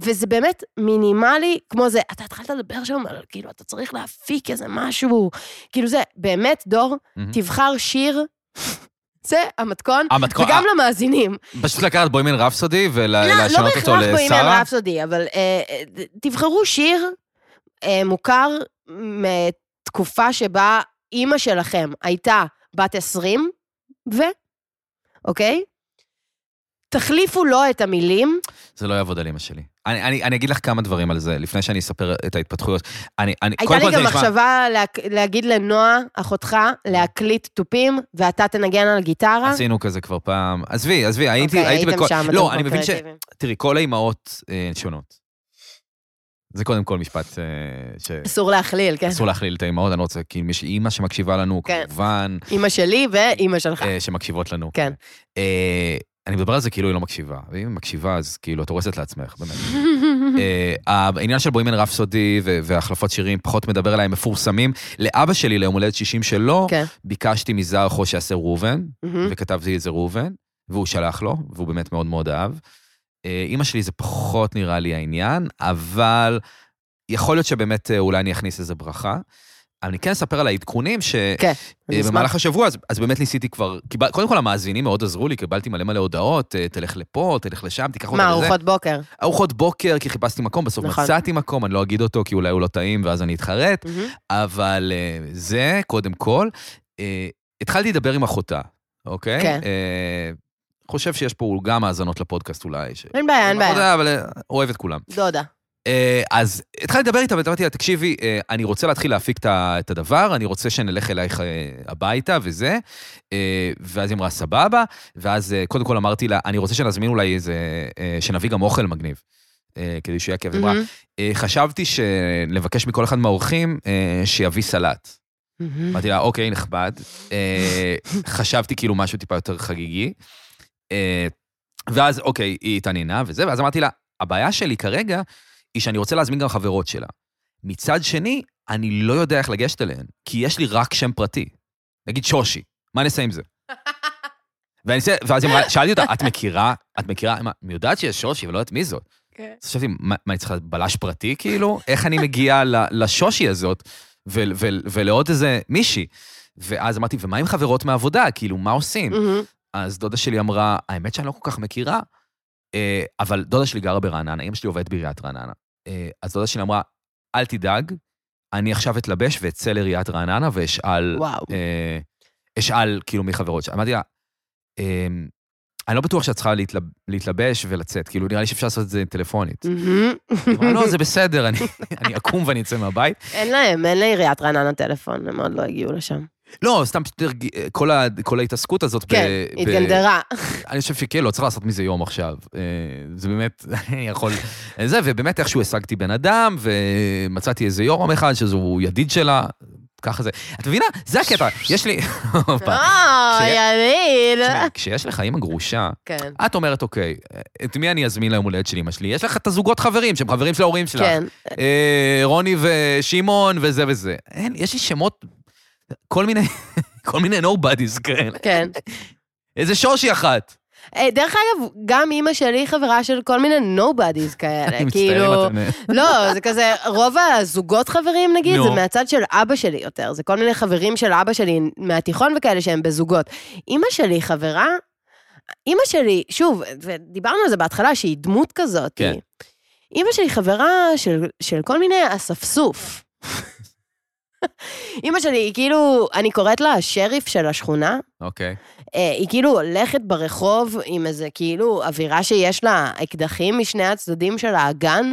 D: וזה באמת מינימלי, כמו זה, אתה התחלת לדבר שם על, כאילו, אתה צריך להפיק איזה משהו, כאילו זה, באמת, דור,
C: מהמם.
D: תבחר שיר <laughs> זה המתכון,
C: המתכון-
D: וגם למאזינים.
C: אה, פשוט לקחת בוימן רפסודי
D: לא, לא
C: ולשנות אותו
D: בהכרח בעניין
C: לשרה?
D: רפסודי, אבל אה, אה, תבחרו שיר אה, מוכר מתקופה שבה אימא שלכם הייתה בת 20, ו... אוקיי? תחליפו לו את המילים.
C: זה לא יעבוד על אמא שלי. אני- אני אני אגיד לך כמה דברים על זה, לפני שאני אספר את ההתפתחויות. אני, אני,
D: הייתה
C: קודם
D: לי
C: כל זה
D: גם
C: נשמע...
D: מחשבה להק- להגיד לנועה, אחותך, להקליט תופים, ואתה תנגן על גיטרה.
C: עשינו כזה כבר פעם. עזבי, עזבי, הייתי,
D: אוקיי,
C: הייתי
D: הייתם
C: בכל...
D: שם,
C: לא,
D: אתם
C: אני מבין ש...
D: קואופרטיביים.
C: תראי, כל האימהות אה, שונות. זה קודם כל משפט אה, ש...
D: אסור להכליל, כן.
C: אסור להכליל את האימהות, אני לא רוצה, כאילו, יש אימא שמקשיבה לנו,
D: כן.
C: כמובן,
D: אימא שלי ואימא שלך.
C: אה, שמקשיבות לנו.
D: כן.
C: אה, אני מדבר על זה כאילו היא לא מקשיבה, ואם היא מקשיבה, אז כאילו, את הורסת לעצמך, באמת.
D: <laughs>
C: אה, העניין של בוימן רפסודי ו- והחלפות שירים פחות מדבר אליי, הם מפורסמים. לאבא שלי, ליום הולדת 60 שלו,
D: כן. Mm.
C: ביקשתי מזר חו שיעשה ראובן,
D: מהמם.
C: וכתבתי את זה ראובן, והוא שלח לו, והוא באמת מאוד מאוד אהב. אה, אימא שלי זה פחות נראה לי העניין, אבל יכול להיות שבאמת אה, אולי אני אכניס איזה ברכה. אני כן אספר על העדכונים ש...
D: כן, אני
C: אה,
D: אשמח.
C: במהלך השבוע, אז, אז באמת ניסיתי כבר, קיבל, קודם כל המאזינים מאוד עזרו לי, קיבלתי מלא מלא הודעות, אה, תלך לפה, תלך לשם, תיקח אותה
D: מה,
C: לזה.
D: ארוחות בוקר?
C: ארוחות בוקר, כי חיפשתי מקום, בסוף
D: נכון.
C: מצאתי מקום, אני לא אגיד אותו כי אולי הוא לא טעים ואז אני אתחרט,
D: מהמם.
C: אבל אה, זה, קודם כל. אה, התחלתי לדבר עם אחותה, אוקיי?
D: כן.
C: אה, חושב שיש פה גם האזנות לפודקאסט אולי. ש-
D: אין בעיה, אין בעיה.
C: אחותה, אבל אה, אוהב את כולם.
D: דודה.
C: אה, אז התחלתי לדבר איתה ואמרתי לה, תקשיבי, אה, אני רוצה להתחיל להפיק את ה- את הדבר, אני רוצה שנלך אלייך אה, הביתה וזה. אה, ואז היא אמרה, סבבה. ואז אה, קודם כל אמרתי לה, אני רוצה שנזמין אולי איזה, אה, שנביא גם אוכל מגניב. אה, כדי שהוא יעכב. היא אמרה,
D: מהמם.
C: "אה, חשבתי שנבקש מכל אחד מהאורחים אה, שיביא סלט.
D: מהמם.
C: אמרתי לה, אוקיי, נחמד. אה, חשבתי כאילו משהו טיפה יותר חגיגי. אה, ואז, אוקיי, היא התעניינה וזה, ואז אמרתי לה, הבעיה שלי כרגע היא שאני רוצה להזמין גם חברות שלה. מצד שני, אני לא יודע איך לגשת אליהן, כי יש לי רק שם פרטי. נגיד שושי, מה אני אעשה עם זה? ואני, עושה- ואז היא אמרה- שאלתי אותה, את מכירה? את מכירה? היא אמרה, "אני יודעת שיש שושי, אבל לא יודעת מי זאת. אז חשבתי, מה, מה, אני צריכה בלש פרטי, כאילו? איך אני מגיעה ל- לשושי הזאת ול, ול, ולעוד איזה מישהי? ואז אמרתי, ומה עם חברות מהעבודה? כאילו, מה עושים?
D: מהמם.
C: אז דודה שלי אמרה, האמת שאני לא כל כך מכירה, אה, אבל דודה שלי גרה ברעננה, אמא שלי עובדת בעיריית רעננה. אה, אז דודה שלי אמרה, אל תדאג, אני עכשיו אתלבש ואצא לעיריית רעננה ואשאל
D: וואו.
C: אה, אשאל כאילו מי חברות שלה. אמרתי לה, אה, אני לא בטוח שאת צריכה להתלב- להתלבש ולצאת, כאילו נראה לי שאפשר לעשות את זה טלפונית.
D: מהמם.
C: היא אמרה, לא, זה בסדר, אני- אני אקום ואני אצא מהבית.
D: אין להם, אין לעיריית רעננה טלפון, הם עוד לא הגיעו לשם.
C: לא, סתם פשוט הרג- כל ה- כל ההתעסקות הזאת. ב-
D: כן,
C: ב- <laughs>
D: התגנדרה.
C: אני חושב שכן, לא צריך לעשות מזה יום עכשיו. אה, זה באמת, <laughs> אני יכול... זה, ובאמת איכשהו השגתי בן אדם, ומצאתי איזה יורם אחד שהוא ידיד שלה, ככה זה. את מבינה? זה הקטע. יש לי... <laughs> עוד פעם.
D: אוי,
C: כש-
D: יליל.
C: תשמעי, כשיש לך אימא גרושה,
D: כן,
C: את אומרת, אוקיי, את מי אני אזמין ליום הולדת של אמא שלי? יש לך את הזוגות חברים, שהם חברים של ההורים שלך.
D: כן.
C: אה, רוני ושמעון וזה וזה. אין, יש לי שמות, כל מיני, <laughs> כל מיני נובדיס כאלה.
D: כן.
C: איזה שושי אחת.
D: אה, דרך אגב, גם אימא שלי היא חברה של כל מיני נובדיז כאלה.
C: <laughs> אני מצטער
D: כאילו,
C: אם אתם-
D: לא, זה כזה, רוב הזוגות חברים נגיד,
C: נו.
D: זה מהצד של אבא שלי יותר. זה כל מיני חברים של אבא שלי מהתיכון וכאלה שהם בזוגות. אימא שלי חברה, אימא שלי, שוב, ודיברנו על זה בהתחלה, שהיא דמות כזאת.
C: כן.
D: אימא שלי חברה של, של כל מיני
C: <laughs>
D: אספסוף. אימא שלי, היא כאילו, אני קוראת לה השריף של השכונה,
C: אוקיי.
D: אה, היא כאילו הולכת ברחוב עם איזה כאילו אווירה שיש לה אקדחים משני הצדדים של האגן.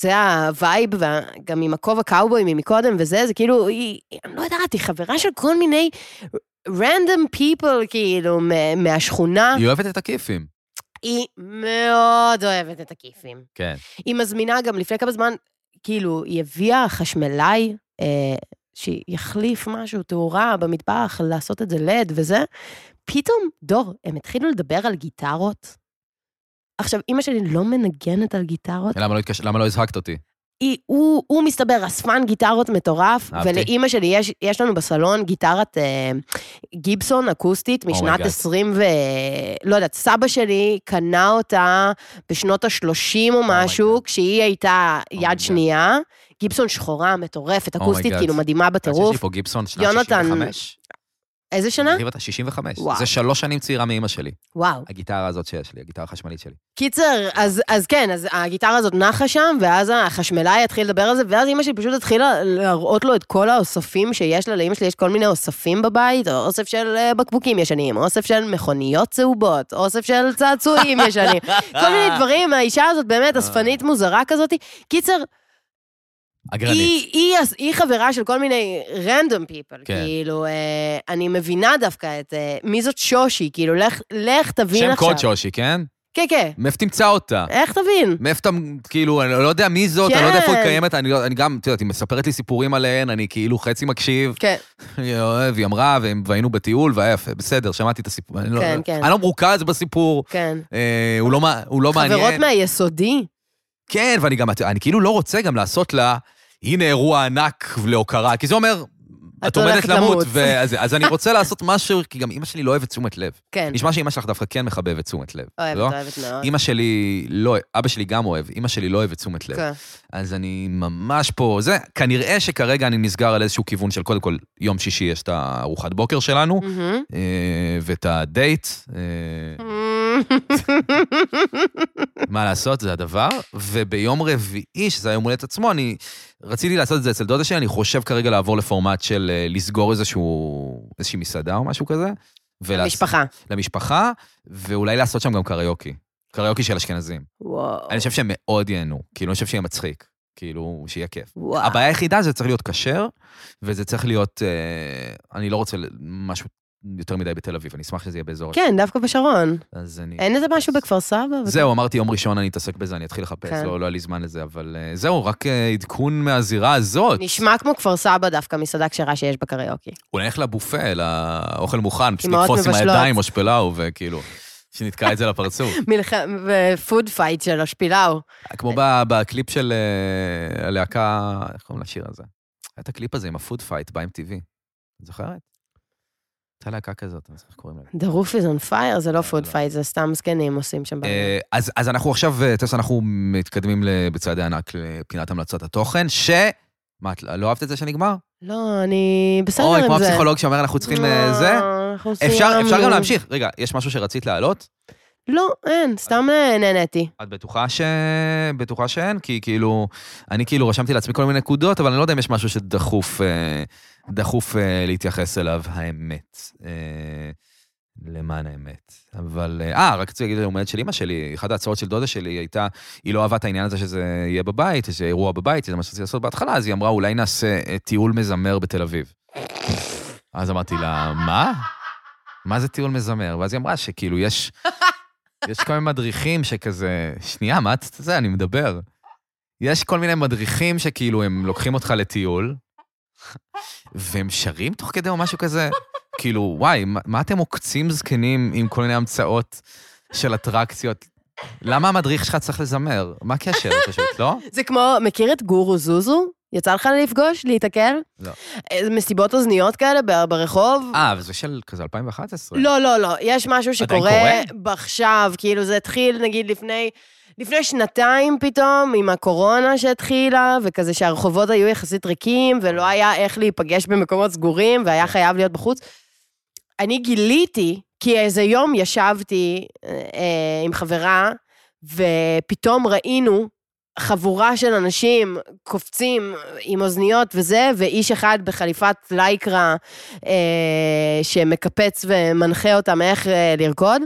D: זה הווייב, וגם עם הכובע קאובוי מקודם וזה, זה כאילו, היא, היא- אני לא יודעת, היא חברה של כל מיני random people, כאילו, מה- מהשכונה.
C: היא אוהבת את הכיפים.
D: היא מאוד אוהבת את הכיפים.
C: כן.
D: היא מזמינה גם לפני כמה זמן, כאילו, היא הביאה חשמלאי אה, שיחליף משהו, תאורה במטבח, לעשות את זה לד וזה. פתאום, דור, הם התחילו לדבר על גיטרות. עכשיו, אימא שלי לא מנגנת על גיטרות.
C: למה לא התקשר- למה לא הזהקת אותי?
D: היא, הוא, הוא מסתבר אספן גיטרות מטורף,
C: אהבתי.
D: ולאימא שלי יש, יש לנו בסלון גיטרת אה, גיבסון אקוסטית משנת
C: Oh God.
D: 20 ו... לא יודעת, סבא שלי קנה אותה בשנות ה-30 או
C: Oh my Oh
D: משהו, כשהיא הייתה
C: my God.
D: יד שנייה. גיבסון שחורה, מטורפת,
C: Oh my
D: אקוסטית,
C: God.
D: כאילו מדהימה
C: אז יש לי
D: בטירוף.
C: פה גיבסון שנת
D: יונתן.
C: 65.
D: איזה שנה?
C: היא בת 65.
D: וואו.
C: זה שלוש שנים צעירה מאימא שלי.
D: וואו.
C: הגיטרה הזאת שיש לי, הגיטרה החשמלית שלי.
D: קיצר, אז, אז כן, אז הגיטרה הזאת נחה שם, ואז החשמלאי התחיל לדבר על זה, ואז אימא שלי פשוט התחילה להראות לו את כל האוספים שיש לה, לאימא שלי יש כל מיני אוספים בבית, אוסף של אה, בקבוקים ישנים, אוסף של מכוניות צהובות, אוסף של
C: <laughs>
D: צעצועים ישנים, כל מיני דברים, האישה הזאת באמת
C: אה.
D: אספנית מוזרה כזאת. קיצר,
C: אגרנית.
D: היא, היא, היא חברה של כל מיני רנדום פיפל,
C: כן.
D: כאילו, אה, אני מבינה דווקא את אה, מי זאת שושי, כאילו, לך, לך תבין
C: שם
D: עכשיו.
C: קוד שושי, כן?
D: כן, כן.
C: מאיפה תמצא אותה?
D: איך תבין?
C: מאיפה אתה, כאילו, אני לא יודע מי זאת, אני לא יודע איפה היא
D: כן.
C: קיימת, אני לא- אני גם, את יודעת, היא מספרת לי סיפורים עליהן, אני כאילו חצי מקשיב,
D: כן.
C: אני אוהב, היא אמרה, והם- והיינו בטיול, והיה יפה, בסדר, שמעתי את הסיפור. אני לא-
D: כן, כן.
C: אני לא מרוכז בסיפור,
D: כן.
C: אה, הוא לא מע- הוא לא מעניין.
D: חברות מהיסודי?
C: כן, ואני גם, אני כאילו לא רוצה גם לעשות לה, הנה אירוע ענק להוקרה, כי זה אומר, את עומדת
D: הולכת
C: למות,
D: למות.
C: ואז- אז
D: <laughs>
C: אני רוצה לעשות משהו, כי גם אימא שלי לא אוהבת תשומת לב.
D: כן.
C: נשמע שאימא שלך דווקא כן מחבבת תשומת לב,
D: אוהבת,
C: לא?
D: אוהבת מאוד.
C: אימא שלי לא, אבא שלי גם אוהב, אימא שלי לא אוהבת תשומת לב.
D: כן.
C: אז אני ממש פה, זה, כנראה שכרגע אני נסגר על איזשהו כיוון של קודם כל, יום שישי יש את הארוחת בוקר שלנו,
D: מהמם.
C: אה, ואת הדייט, אה, מה לעשות, זה הדבר, וביום רביעי, שזה היום הולדת עצמו, אני רציתי לעשות את זה אצל דודה שלי, אני חושב כרגע לעבור לפורמט של אה, לסגור איזשהו, איזושהי מסעדה או משהו כזה. ולעשות-
D: משפחה.
C: למשפחה, ואולי לעשות שם גם קריוקי. קריוקי של אשכנזים.
D: וואו.
C: אני חושב שהם מאוד ייהנו, כאילו, אני חושב שיהיה מצחיק, כאילו, שיהיה כיף.
D: וואו.
C: הבעיה היחידה זה צריך להיות כשר, וזה צריך להיות, אה, אני לא רוצה משהו יותר מדי בתל אביב, אני אשמח שזה יהיה באזור...
D: כן, דווקא בשרון.
C: אז אני...
D: אין איזה משהו בכפר סבא?
C: זהו, אמרתי יום ראשון אני אתעסק בזה, אני אתחיל לחפש,
D: כן.
C: לא לא היה לי זמן לזה, אבל אה, זהו, רק אה, עדכון מהזירה הזאת.
D: נשמע כמו כפר סבא דווקא, מסעדה כשרה שיש בה קריוקי.
C: הוא נלך לבופה, לאוכל מוכן, פשוט
D: אמהות
C: נתפוס עם
D: מבשלות.
C: הידיים או שפלאו, וכאילו, שנתקע את זה לפרצוף.
D: ופוד פייט שלו, שפילאו.
C: כמו ב- בקליפ של אה, הלהקה, איך קוראים לשיר הזה? היה את הקליפ הזה עם הפוד פייט ב-MTV, את זוכרת? הייתה להקה כזאת, אני לא זוכר איך קוראים לה.
D: The roof is on fire זה לא פוד
C: לא.
D: פייט, זה סתם זקנים עושים שם. בעיה.
C: אה, אז, אז אנחנו עכשיו, אה, טס, אנחנו מתקדמים ל- בצעדי ענק לפינת המלצות התוכן, ש... מה, את לא אהבת את זה שנגמר?
D: לא, אני בסדר עם זה.
C: אוי, כמו הפסיכולוג שאומר, אנחנו צריכים אה, זה.
D: לא, אנחנו
C: אפשר, אפשר גם
D: סיימנו.
C: להמשיך. רגע, יש משהו שרצית להעלות?
D: לא, אין, סתם אה, נהניתי.
C: את בטוחה ש... בטוחה שאין? כי כאילו, אני כאילו רשמתי לעצמי כל מיני נקודות, אבל אני לא יודע אם יש משהו שדחוף אה, דחוף אה, להתייחס אליו, האמת. אה, למען האמת. אבל, אה, אה, רק רציתי להגיד ליום הולדת של אימא שלי, אחת ההצעות של דודה שלי הייתה, היא לא אהבה את העניין הזה שזה יהיה בבית, שזה אירוע בבית, זה מה שרציתי לעשות בהתחלה, אז היא אמרה, אולי נעשה אה, טיול מזמר בתל אביב. אז אמרתי לה, מה? מה זה טיול מזמר? ואז היא אמרה שכאילו, יש... יש כל מיני מדריכים שכזה, שנייה, מה את זה? אני מדבר. יש כל מיני מדריכים שכאילו הם לוקחים אותך לטיול, והם שרים תוך כדי או משהו כזה, כאילו, וואי, מה, מה אתם עוקצים זקנים עם כל מיני המצאות של אטרקציות? למה המדריך שלך צריך לזמר? מה הקשר פשוט, לא?
D: זה כמו, מכיר את גורו זוזו? יצא לך לפגוש, להיתקל?
C: לא.
D: אה, מסיבות אוזניות כאלה ב- ברחוב?
C: אה, אבל זה של כזה 2011.
D: לא, לא, לא, יש משהו שקורה
C: קורה?
D: עכשיו, כאילו זה התחיל נגיד לפני... לפני שנתיים פתאום, עם הקורונה שהתחילה, וכזה שהרחובות היו יחסית ריקים, ולא היה איך להיפגש במקומות סגורים, והיה חייב להיות בחוץ. אני גיליתי, כי איזה יום ישבתי אה, אה, עם חברה, ופתאום ראינו חבורה של אנשים קופצים עם אוזניות וזה, ואיש אחד בחליפת לייקרה אה, שמקפץ ומנחה אותם איך אה, לרקוד.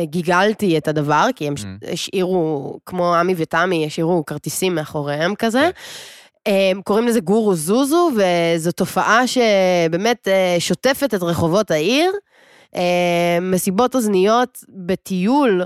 D: וגיגלתי את הדבר, כי הם
C: Mm.
D: השאירו, כמו עמי ותמי, השאירו כרטיסים מאחוריהם כזה.
C: כן.
D: הם קוראים לזה גורו זוזו, וזו תופעה שבאמת אה, שוטפת את רחובות העיר. אה, מסיבות אוזניות בטיול,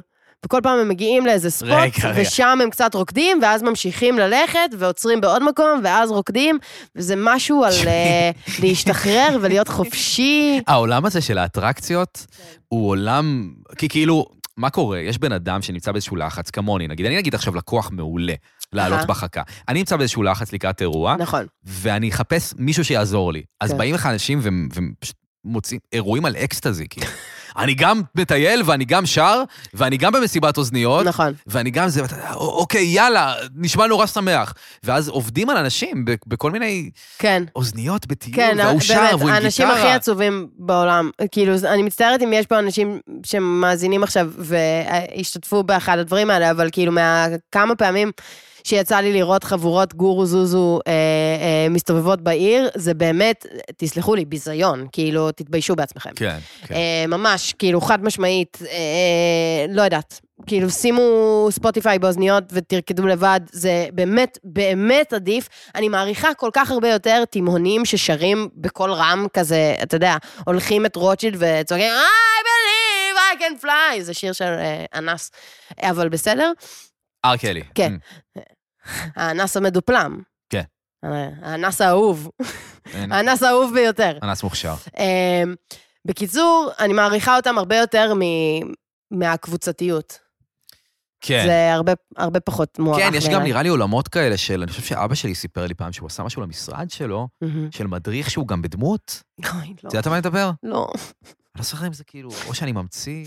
D: וכל פעם הם מגיעים לאיזה ספוט,
C: רגע, רגע.
D: ושם הם קצת רוקדים, ואז ממשיכים ללכת, ועוצרים בעוד מקום, ואז רוקדים, וזה משהו על אה, להשתחרר ולהיות חופשי.
C: העולם הזה של האטרקציות
D: כן.
C: הוא עולם, כי כאילו, מה קורה? יש בן אדם שנמצא באיזשהו לחץ, כמוני נגיד, אני נגיד עכשיו לקוח מעולה
D: אהה.
C: לעלות בחכה. אני נמצא באיזשהו לחץ לקראת אירוע,
D: נכון.
C: ואני אחפש מישהו שיעזור לי. אז
D: כן.
C: באים לך אנשים ופשוט מוצאים אירועים על אקסטזי, כאילו. <laughs> אני גם מטייל, ואני גם שר, ואני גם במסיבת אוזניות,
D: נכון.
C: ואני גם זה, ואתה, "א- אוקיי, יאללה, נשמע נורא שמח. ואז עובדים על אנשים ב- בכל מיני
D: כן.
C: אוזניות בטיול,
D: כן,
C: והוא שר, והוא עם
D: באמת,
C: גיטרה.
D: האנשים הכי עצובים בעולם. כאילו, זה- אני מצטערת אם יש פה אנשים שמאזינים עכשיו והשתתפו באחד הדברים האלה, אבל כאילו, מהכמה פעמים שיצא לי לראות חבורות גורו זוזו אה, אה, מסתובבות בעיר, זה באמת, תסלחו לי, ביזיון. כאילו, תתביישו בעצמכם.
C: כן, כן.
D: אה, ממש, כאילו, חד משמעית, אה, לא יודעת. כאילו, שימו ספוטיפיי באוזניות ותרקדו לבד, זה באמת, באמת עדיף. אני מעריכה כל כך הרבה יותר תימהונים ששרים בקול רם כזה, אתה יודע, הולכים את רוטשילד וצועקים, I believe I can fly, זה שיר של אה, אנס. אבל בסדר,
C: הר קלי.
D: כן. האנס המדופלם.
C: כן.
D: אה, האנס האהוב,
C: אה, אין-
D: האנס האהוב ביותר.
C: אנס מוכשר.
D: אמ, בקיצור, אני מעריכה אותם הרבה יותר מ... מהקבוצתיות.
C: כן.
D: זה הרבה, הרבה פחות מוערך.
C: כן, יש גם
D: בעיניי.
C: נראה לי עולמות כאלה של, אני חושב שאבא שלי סיפר לי פעם שהוא עשה משהו למשרד שלו,
D: מהמם.
C: של מדריך שהוא גם בדמות. <laughs>
D: אוי,
C: את
D: לא.
C: יודעת על מה אני מדבר? אני
D: לא.
C: לא זוכר אם זה כאילו, או שאני ממציא,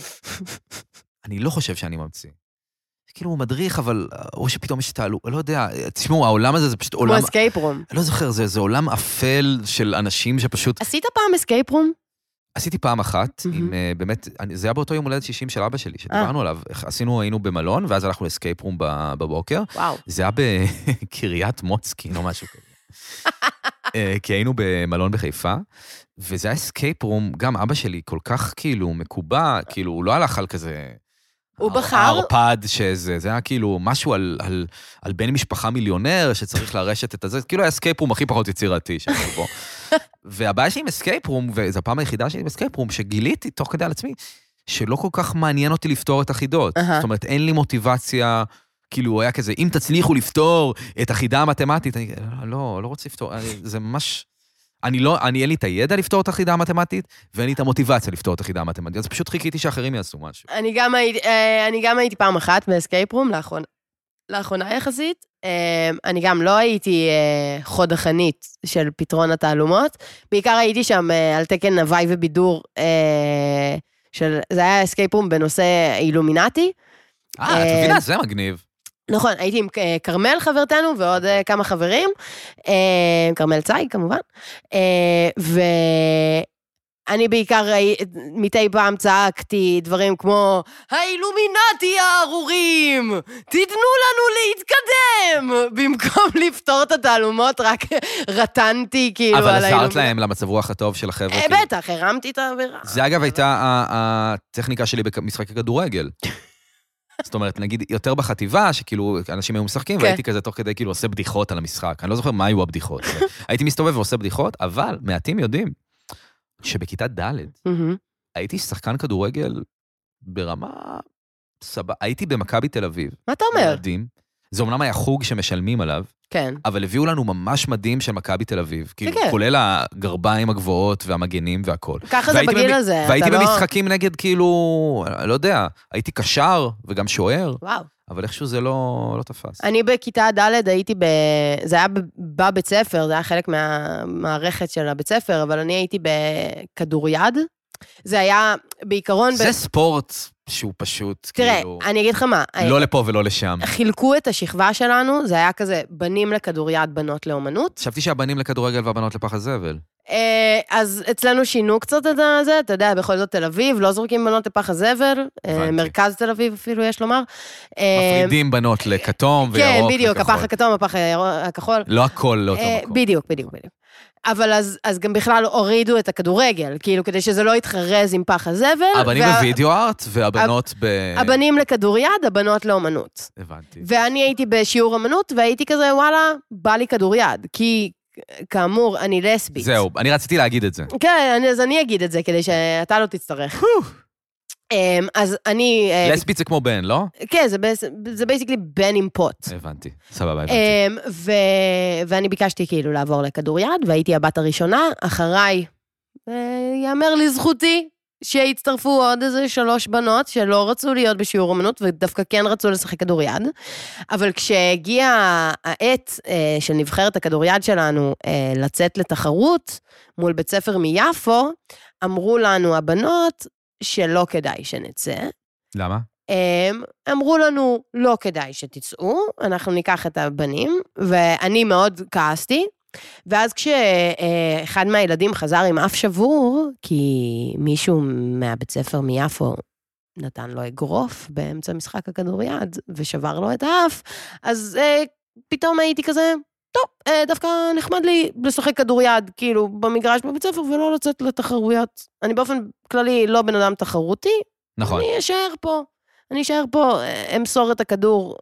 C: אני לא חושב שאני ממציא. זה כאילו הוא מדריך, אבל, או שפתאום יש תעלו, לא יודע, תשמעו, העולם הזה זה פשוט
D: כמו
C: עולם,
D: אסקייפ רום.
C: אני לא זוכר, זה זה עולם אפל של אנשים שפשוט...
D: עשית פעם אסקייפ רום?
C: עשיתי פעם אחת,
D: מהמם. אה.
C: עם, אה, באמת, אני- זה היה באותו יום הולדת 60 של אבא שלי, שדיברנו עליו, עשינו, היינו במלון, ואז הלכנו לאסקייפ רום ב- בבוקר,
D: וואו.
C: זה היה בקריית מוצקין או משהו כזה. אה, כי היינו במלון בחיפה, וזה היה אסקייפ רום, גם אבא שלי כל כך כאילו מקובע, כאילו הוא לא הלך על כזה...
D: הוא
C: הר-
D: בחר-
C: ערפד שזה, זה היה כאילו משהו על, על, על בן משפחה מיליונר שצריך לרשת את הזה, כאילו היה אסקייפ רום הכי פחות יצירתי שהיינו בו. והבעיה שלי עם אסקייפ רום, וזו הפעם היחידה שלי עם אסקייפ רום, שגיליתי תוך כדי על עצמי, שלא כל כך מעניין אותי לפתור את החידות.
D: אהה.
C: זאת אומרת, אין לי מוטיבציה, כאילו, הוא היה כזה, אם תצליחו לפתור את החידה המתמטית, אני לא, לא רוצה לפתור, אני, זה ממש... אני לא, אני אין לי את הידע לפתור את החידה המתמטית, ואין לי את המוטיבציה לפתור את החידה המתמטית, אז פשוט חיכיתי שאחרים יעשו משהו.
D: אני גם, הייתי, אה, אני גם הייתי פעם אחת באסקייפ רום, לאחרונה, לאחרונה יחסית. אה, אני גם לא הייתי אה, חוד החנית של פתרון התעלומות. בעיקר הייתי שם אה, על תקן הוואי ובידור אה, של... זה היה אסקייפ רום בנושא אילומינטי.
C: אה, את
D: אה,
C: מבינה, זה מגניב.
D: נכון, הייתי עם אה, כרמל חברתנו ועוד אה, כמה חברים, אה, כרמל צייג כמובן, אה, ואני בעיקר ראי- מדי פעם צעקתי דברים כמו, האילומינטי הארורים, תיתנו לנו להתקדם! במקום <laughs> לפתור את התעלומות, רק רטנתי כאילו על
C: אבל
D: האילומינטי.
C: עזרת להם למצב רוח הטוב של החבר'ה.
D: אה,
C: כאילו.
D: בטח, הרמתי את האווירה.
C: זה אגב הייתה ה- הטכניקה שלי במשחקי
D: <laughs>
C: כדורגל. זאת אומרת, נגיד, יותר בחטיבה, שכאילו, אנשים היו משחקים,
D: כן.
C: והייתי כזה תוך כדי, כאילו, עושה בדיחות על המשחק. אני לא זוכר מה היו
D: <laughs>
C: הבדיחות. אבל הייתי מסתובב ועושה בדיחות, אבל מעטים יודעים שבכיתה ד'
D: מהמם.
C: הייתי שחקן כדורגל ברמה סבבה. הייתי במכבי תל אביב.
D: מה אתה אומר?
C: ילדים. זה אומנם היה חוג שמשלמים עליו,
D: כן.
C: אבל הביאו לנו ממש מדים של מכבי תל אביב. כאילו,
D: כן.
C: כולל הגרביים הגבוהות והמגנים והכול.
D: ככה זה
C: והייתי
D: בגיל
C: במ-
D: הזה,
C: והייתי
D: אתה לא-
C: במשחקים נגד, כאילו, לא יודע, הייתי קשר וגם שוער,
D: וואו.
C: אבל איכשהו זה לא, לא תפס.
D: אני בכיתה ד' הייתי ב... זה היה ב- בבית ספר, זה היה חלק מהמערכת של הבית ספר, אבל אני הייתי בכדוריד. זה היה בעיקרון...
C: זה
D: ב...
C: ספורט שהוא פשוט,
D: תראה,
C: כאילו,
D: אני אגיד לך מה, אה,
C: לא לפה ולא לשם.
D: חילקו את השכבה שלנו, זה היה כזה בנים לכדוריד, בנות לאומנות.
C: חשבתי שהבנים לכדורגל והבנות לפח הזבל.
D: אה, אז אצלנו שינו קצת את זה, אתה יודע, בכל זאת תל אביב, לא זורקים בנות לפח הזבל, אה,
C: הבנתי.
D: מרכז תל אביב אפילו, יש לומר. אה,
C: מפרידים בנות לכתום
D: כן,
C: וירוק
D: בדיוק,
C: וכחול.
D: הפח הכתום, הפח הירוק- הכחול.
C: לא הכל לאותו
D: אה,
C: מקום.
D: בדיוק, בדיוק, בדיוק. אבל אז, אז גם בכלל הורידו את הכדורגל, כאילו, כדי שזה לא יתחרז עם פח הזבל.
C: הבנים בווידאו ארט והבנות ב...
D: הבנים לכדוריד, הבנות לאומנות.
C: הבנתי.
D: ואני הייתי בשיעור אמנות, והייתי כזה, וואלה, בא לי כדוריד, כי כאמור, אני לסבית.
C: זהו, אני רציתי להגיד את זה.
D: כן, אני- אז אני אגיד את זה, כדי שאתה לא תצטרך. אמ, אז אני... אה,
C: לסבית זה כמו בן, לא?
D: כן, זה בס- זה בייסיקלי בן עם פוט.
C: הבנתי. סבבה, הבנתי.
D: אמ, ו... ואני ביקשתי כאילו לעבור לכדוריד, והייתי הבת הראשונה, אחריי, אה, יאמר לזכותי, שהצטרפו עוד איזה שלוש בנות שלא רצו להיות בשיעור אומנות ודווקא כן רצו לשחק כדוריד. אבל כשהגיעה העת אה, של נבחרת הכדוריד שלנו אה, לצאת לתחרות מול בית ספר מיפו, אמרו לנו הבנות שלא כדאי שנצא.
C: למה?
D: הם אמרו לנו, לא כדאי שתצאו, אנחנו ניקח את הבנים, ואני מאוד כעסתי. ואז כשאחד מהילדים חזר עם אף שבור, כי מישהו מהבית ספר מיפו נתן לו אגרוף באמצע משחק הכדוריד ושבר לו את האף, אז אה, פתאום הייתי כזה, טוב, אה, דווקא נחמד לי לשחק כדוריד, כאילו, במגרש בבית ספר ולא לצאת לתחרויות. אני באופן כללי לא בן אדם תחרותי,
C: נכון.
D: אני אשאר פה. אני אשאר פה, אה, אמסור את הכדור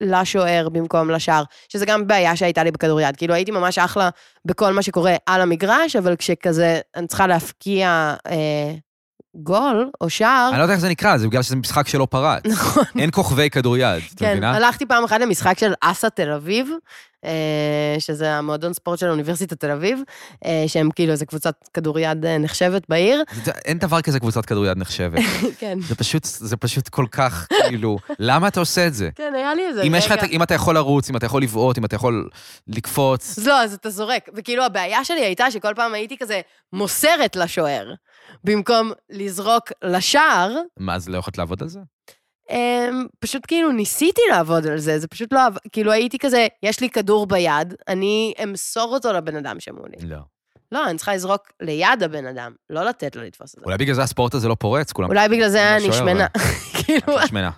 D: לשוער במקום לשער, שזה גם בעיה שהייתה לי בכדוריד. כאילו, הייתי ממש אחלה בכל מה שקורה על המגרש, אבל כשכזה, אני צריכה להפקיע אה, גול או שער,
C: אני לא יודע איך זה נקרא, זה בגלל שזה משחק שלא פרץ.
D: נכון.
C: אין כוכבי כדוריד, את
D: כן,
C: מבינה?
D: הלכתי פעם אחת למשחק של אסא תל אביב, אה, שזה המועדון ספורט של אוניברסיטת תל אביב, אה, שהם כאילו איזה קבוצת כדוריד אה, נחשבת
C: <laughs>
D: בעיר.
C: זה- אין דבר כזה קבוצת כדוריד נחשבת.
D: כן.
C: זה פשוט, זה פשוט כל כך, כאילו, למה אתה עושה את זה?
D: כן, היה לי איזה
C: אם יש לך,
D: רגע.
C: את- אם אתה יכול לרוץ, אם אתה יכול לבעוט, אם אתה יכול לקפוץ,
D: אז לא, אז אתה זורק. וכאילו, הבעיה שלי הייתה שכל פעם הייתי כזה מוסרת לשוער, במקום לזרוק לשער.
C: מה, אז לא יכולת לעבוד על זה?
D: אמ, פשוט כאילו ניסיתי לעבוד על זה, זה פשוט לא... עב- כאילו, הייתי כזה, יש לי כדור ביד, אני אמסור אותו לבן אדם שמולי.
C: לא.
D: לא, אני צריכה לזרוק ליד הבן אדם, לא לתת לו לתפוס את זה.
C: אולי בגלל זה הספורט הזה לא פורץ, כולם...
D: אולי בגלל זה אני
C: השוער,
D: שמנה. <laughs> כאילו,
C: את שמנה.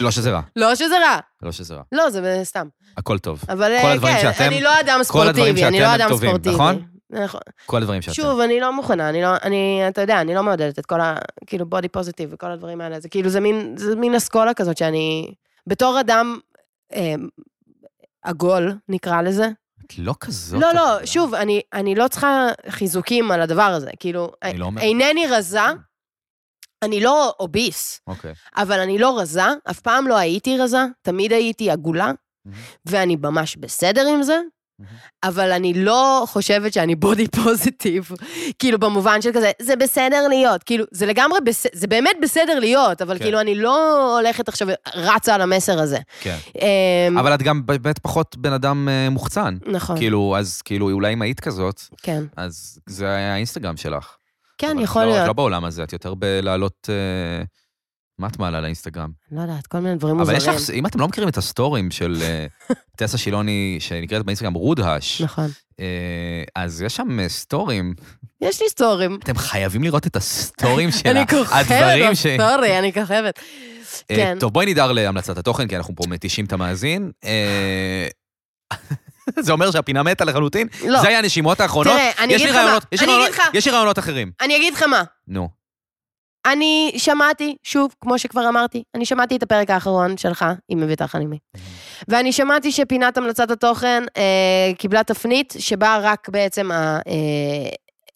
C: לא שזה רע,
D: לא שזה רע.
C: לא שזה רע.
D: לא, זה סתם.
C: הכל טוב.
D: אבל אה,
C: הדברים
D: כן,
C: שאתם-
D: אני לא אדם
C: כל הדברים
D: ספורטיבי, אני
C: שאתם
D: לא
C: הם
D: אדם
C: טובים,
D: ספורטיבי.
C: נכון?
D: נכון.
C: כל הדברים שאתם.
D: שוב, אני לא מוכנה, אני לא, אני, אתה יודע, אני לא מעודדת את כל ה... כאילו, בודי פוזיטיב וכל הדברים האלה. זה כאילו, זה מין, זה מין אסכולה כזאת שאני... בתור אדם אה, עגול, נקרא לזה.
C: את לא כזאת...
D: לא, לא,
C: אגודה.
D: שוב, אני, אני לא צריכה חיזוקים על הדבר הזה. כאילו,
C: אני לא אומר...
D: אינני רזה, אני לא אוביס.
C: אוקיי.
D: אבל אני לא רזה, אף פעם לא הייתי רזה, תמיד הייתי עגולה,
C: מהמם.
D: ואני ממש בסדר עם זה,
C: מהמם.
D: אבל אני לא חושבת שאני בודי פוזיטיב, כאילו במובן של כזה, זה בסדר להיות, כאילו, זה לגמרי, בס... זה באמת בסדר להיות, אבל
C: כן.
D: כאילו אני לא הולכת עכשיו, רצה על המסר הזה.
C: כן.
D: אמ,
C: אבל את גם באמת פחות בן אדם אה, מוחצן.
D: נכון,
C: כאילו, אז כאילו, אולי אם היית כזאת,
D: כן.
C: אז זה היה האינסטגרם שלך.
D: כן,
C: אבל את
D: יכול
C: לא- את
D: להיות.
C: לא בעולם הזה, את יותר בלהעלות... אה, מה את מעלה לאינסטגרם?
D: לא יודעת, כל מיני דברים
C: אבל
D: מוזרים.
C: יש לך, אם אתם לא מכירים את הסטורים של
D: <laughs>
C: אה, טסה שילוני, שנקראת באינסטגרם רודהש,
D: נכון.
C: אה, אז יש שם אה, סטורים.
D: יש לי סטורים.
C: אתם חייבים לראות את
D: <laughs>
C: הסטורים שלה.
D: אני כוכבת
C: כן, הדברים ש-
D: בסטורי, אני כוכבת.
C: אה,
D: כן.
C: טוב, בואי נדהר להמלצת התוכן, כי אנחנו פה מתישים את המאזין. אה, <laughs> זה אומר שהפינה מתה לחלוטין.
D: לא.
C: זה היה הנשימות האחרונות.
D: תראה, אני
C: יש לי
D: אגיד לך מה,
C: רעיונות- יש לי
D: אני
C: רעיונות-
D: אגיד לך-
C: יש לי רעיונות אחרים.
D: אני אגיד לך מה,
C: נו.
D: אני שמעתי, שוב, כמו שכבר אמרתי, אני שמעתי את הפרק האחרון שלך עם אביתר חנימי. ואני שמעתי שפינת המלצת התוכן אה, קיבלה תפנית שבה רק בעצם האורח, אה,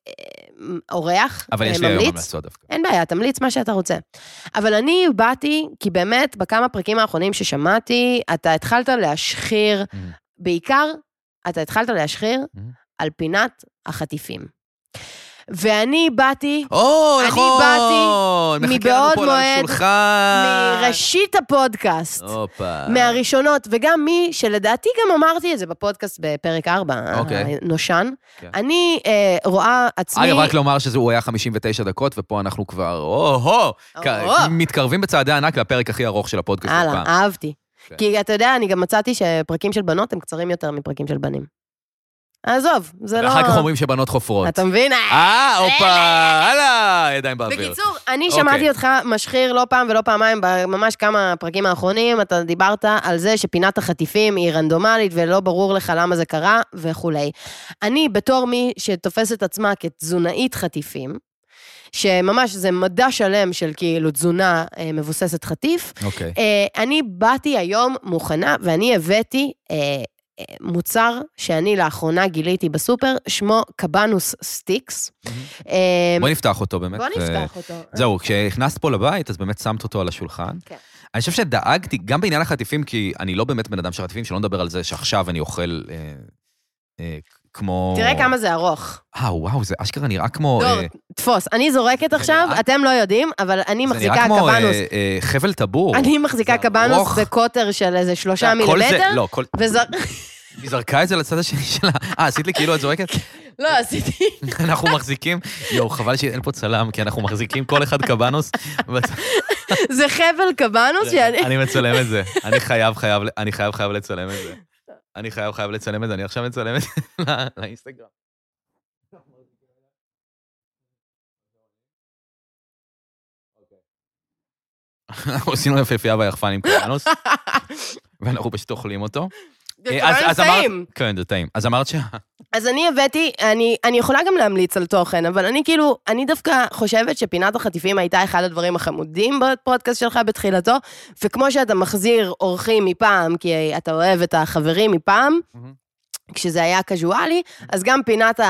D: אה, אורח,
C: אבל
D: אה,
C: יש לי היום
D: ממליץ.
C: המלצות דווקא.
D: אין בעיה, תמליץ מה שאתה רוצה. אבל אני באתי, כי באמת, בכמה פרקים האחרונים ששמעתי, אתה התחלת להשחיר,
C: Mm-hmm.
D: בעיקר, אתה התחלת להשחיר על פינת החטיפים. ואני באתי...
C: או,
D: אני
C: נכון.
D: באתי
C: מחכה לנו
D: מבעוד
C: פה על
D: מועד,
C: השולחן.
D: מראשית הפודקאסט,
C: הופה.
D: מהראשונות, וגם מי שלדעתי גם אמרתי את זה בפודקאסט בפרק 4,
C: אוקיי.
D: נושן,
C: כן.
D: אני אה, רואה עצמי...
C: אגב, רק לא- לומר שהוא היה 59 דקות, ופה אנחנו כבר, או-הו,
D: או-הו.
C: מתקרבים בצעדי ענק לפרק הכי ארוך של הפודקאסט. אי
D: הלאה, אה,
C: פעם.
D: אהבתי.
C: כן.
D: כי אתה יודע, אני גם מצאתי שפרקים של בנות הם קצרים יותר מפרקים של בנים. עזוב, זה לא...
C: ואחר כך אומרים שבנות חופרות.
D: אתה מבין?
C: אה, הופה, הלאה, ידיים באוויר.
D: בקיצור, אני
C: אוקיי.
D: שמעתי אותך משחיר לא פעם ולא פעמיים, ממש כמה פרקים האחרונים, אתה דיברת על זה שפינת החטיפים היא רנדומלית ולא ברור לך למה זה קרה וכולי. אני, בתור מי שתופסת את עצמה כתזונאית חטיפים, שממש זה מדע שלם של כאילו תזונה אה, מבוססת חטיף,
C: אוקיי.
D: אה, אני באתי היום מוכנה ואני הבאתי אה, אה, מוצר שאני לאחרונה גיליתי בסופר, שמו קבנוס סטיקס. אה,
C: בוא נפתח אותו באמת.
D: בוא
C: אה,
D: נפתח אותו.
C: זהו, כשהכנסת פה לבית, אז באמת שמת אותו על השולחן.
D: כן.
C: אני חושב שדאגתי, גם בעניין החטיפים, כי אני לא באמת בן אדם של חטיפים, שלא נדבר על זה שעכשיו אני אוכל אה, אה, כמו...
D: תראה כמה זה ארוך.
C: אה, וואו, זה אשכרה נראה כמו...
D: דור,
C: אה,
D: תפוס. אני זורקת עכשיו,
C: נראה-
D: אתם לא יודעים, אבל אני
C: זה נראה
D: מחזיקה
C: כמו אה,
D: קבנוס.
C: אה, חבל טבור.
D: אני מחזיקה
C: זה ארוך.
D: קבנוס בקוטר של איזה שלושה
C: כל זה-
D: מילימטר,
C: לא, כל-
D: וזר...
C: היא זרקה את זה לצד השני שלה. אה, עשית לי כאילו את
D: <laughs>
C: זורקת?
D: לא, עשיתי...
C: אנחנו מחזיקים... יואו, חבל שאין פה צלם, כי אנחנו מחזיקים כל אחד
D: <laughs>
C: קבנוס. בצד-
D: זה חבל קבנוס שאני...
C: אני מצלם את זה. אני חייב, חייב, אני חייב, חייב לצלם את זה. אני חייב, חייב לצלם את זה. אני עכשיו מצלם את זה <laughs> לא- לאינסטגרם. אוקיי. אנחנו עשינו יפהפייה ביחפנים
D: <laughs>
C: קרנוס, ואנחנו פשוט אוכלים אותו.
D: זה
C: אה,
D: כולנו
C: אז- אז אמרת-
D: נמצאים.
C: כן, זה טעים. אז אמרת שה...
D: אז אני הבאתי, אני, אני יכולה גם להמליץ על תוכן, אבל אני כאילו, אני דווקא חושבת שפינת החטיפים הייתה אחד הדברים החמודים בפודקאסט שלך בתחילתו, וכמו שאתה מחזיר אורחים מפעם, כי אתה אוהב את החברים מפעם,
C: מהמם.
D: כשזה היה קזואלי, אז גם פינת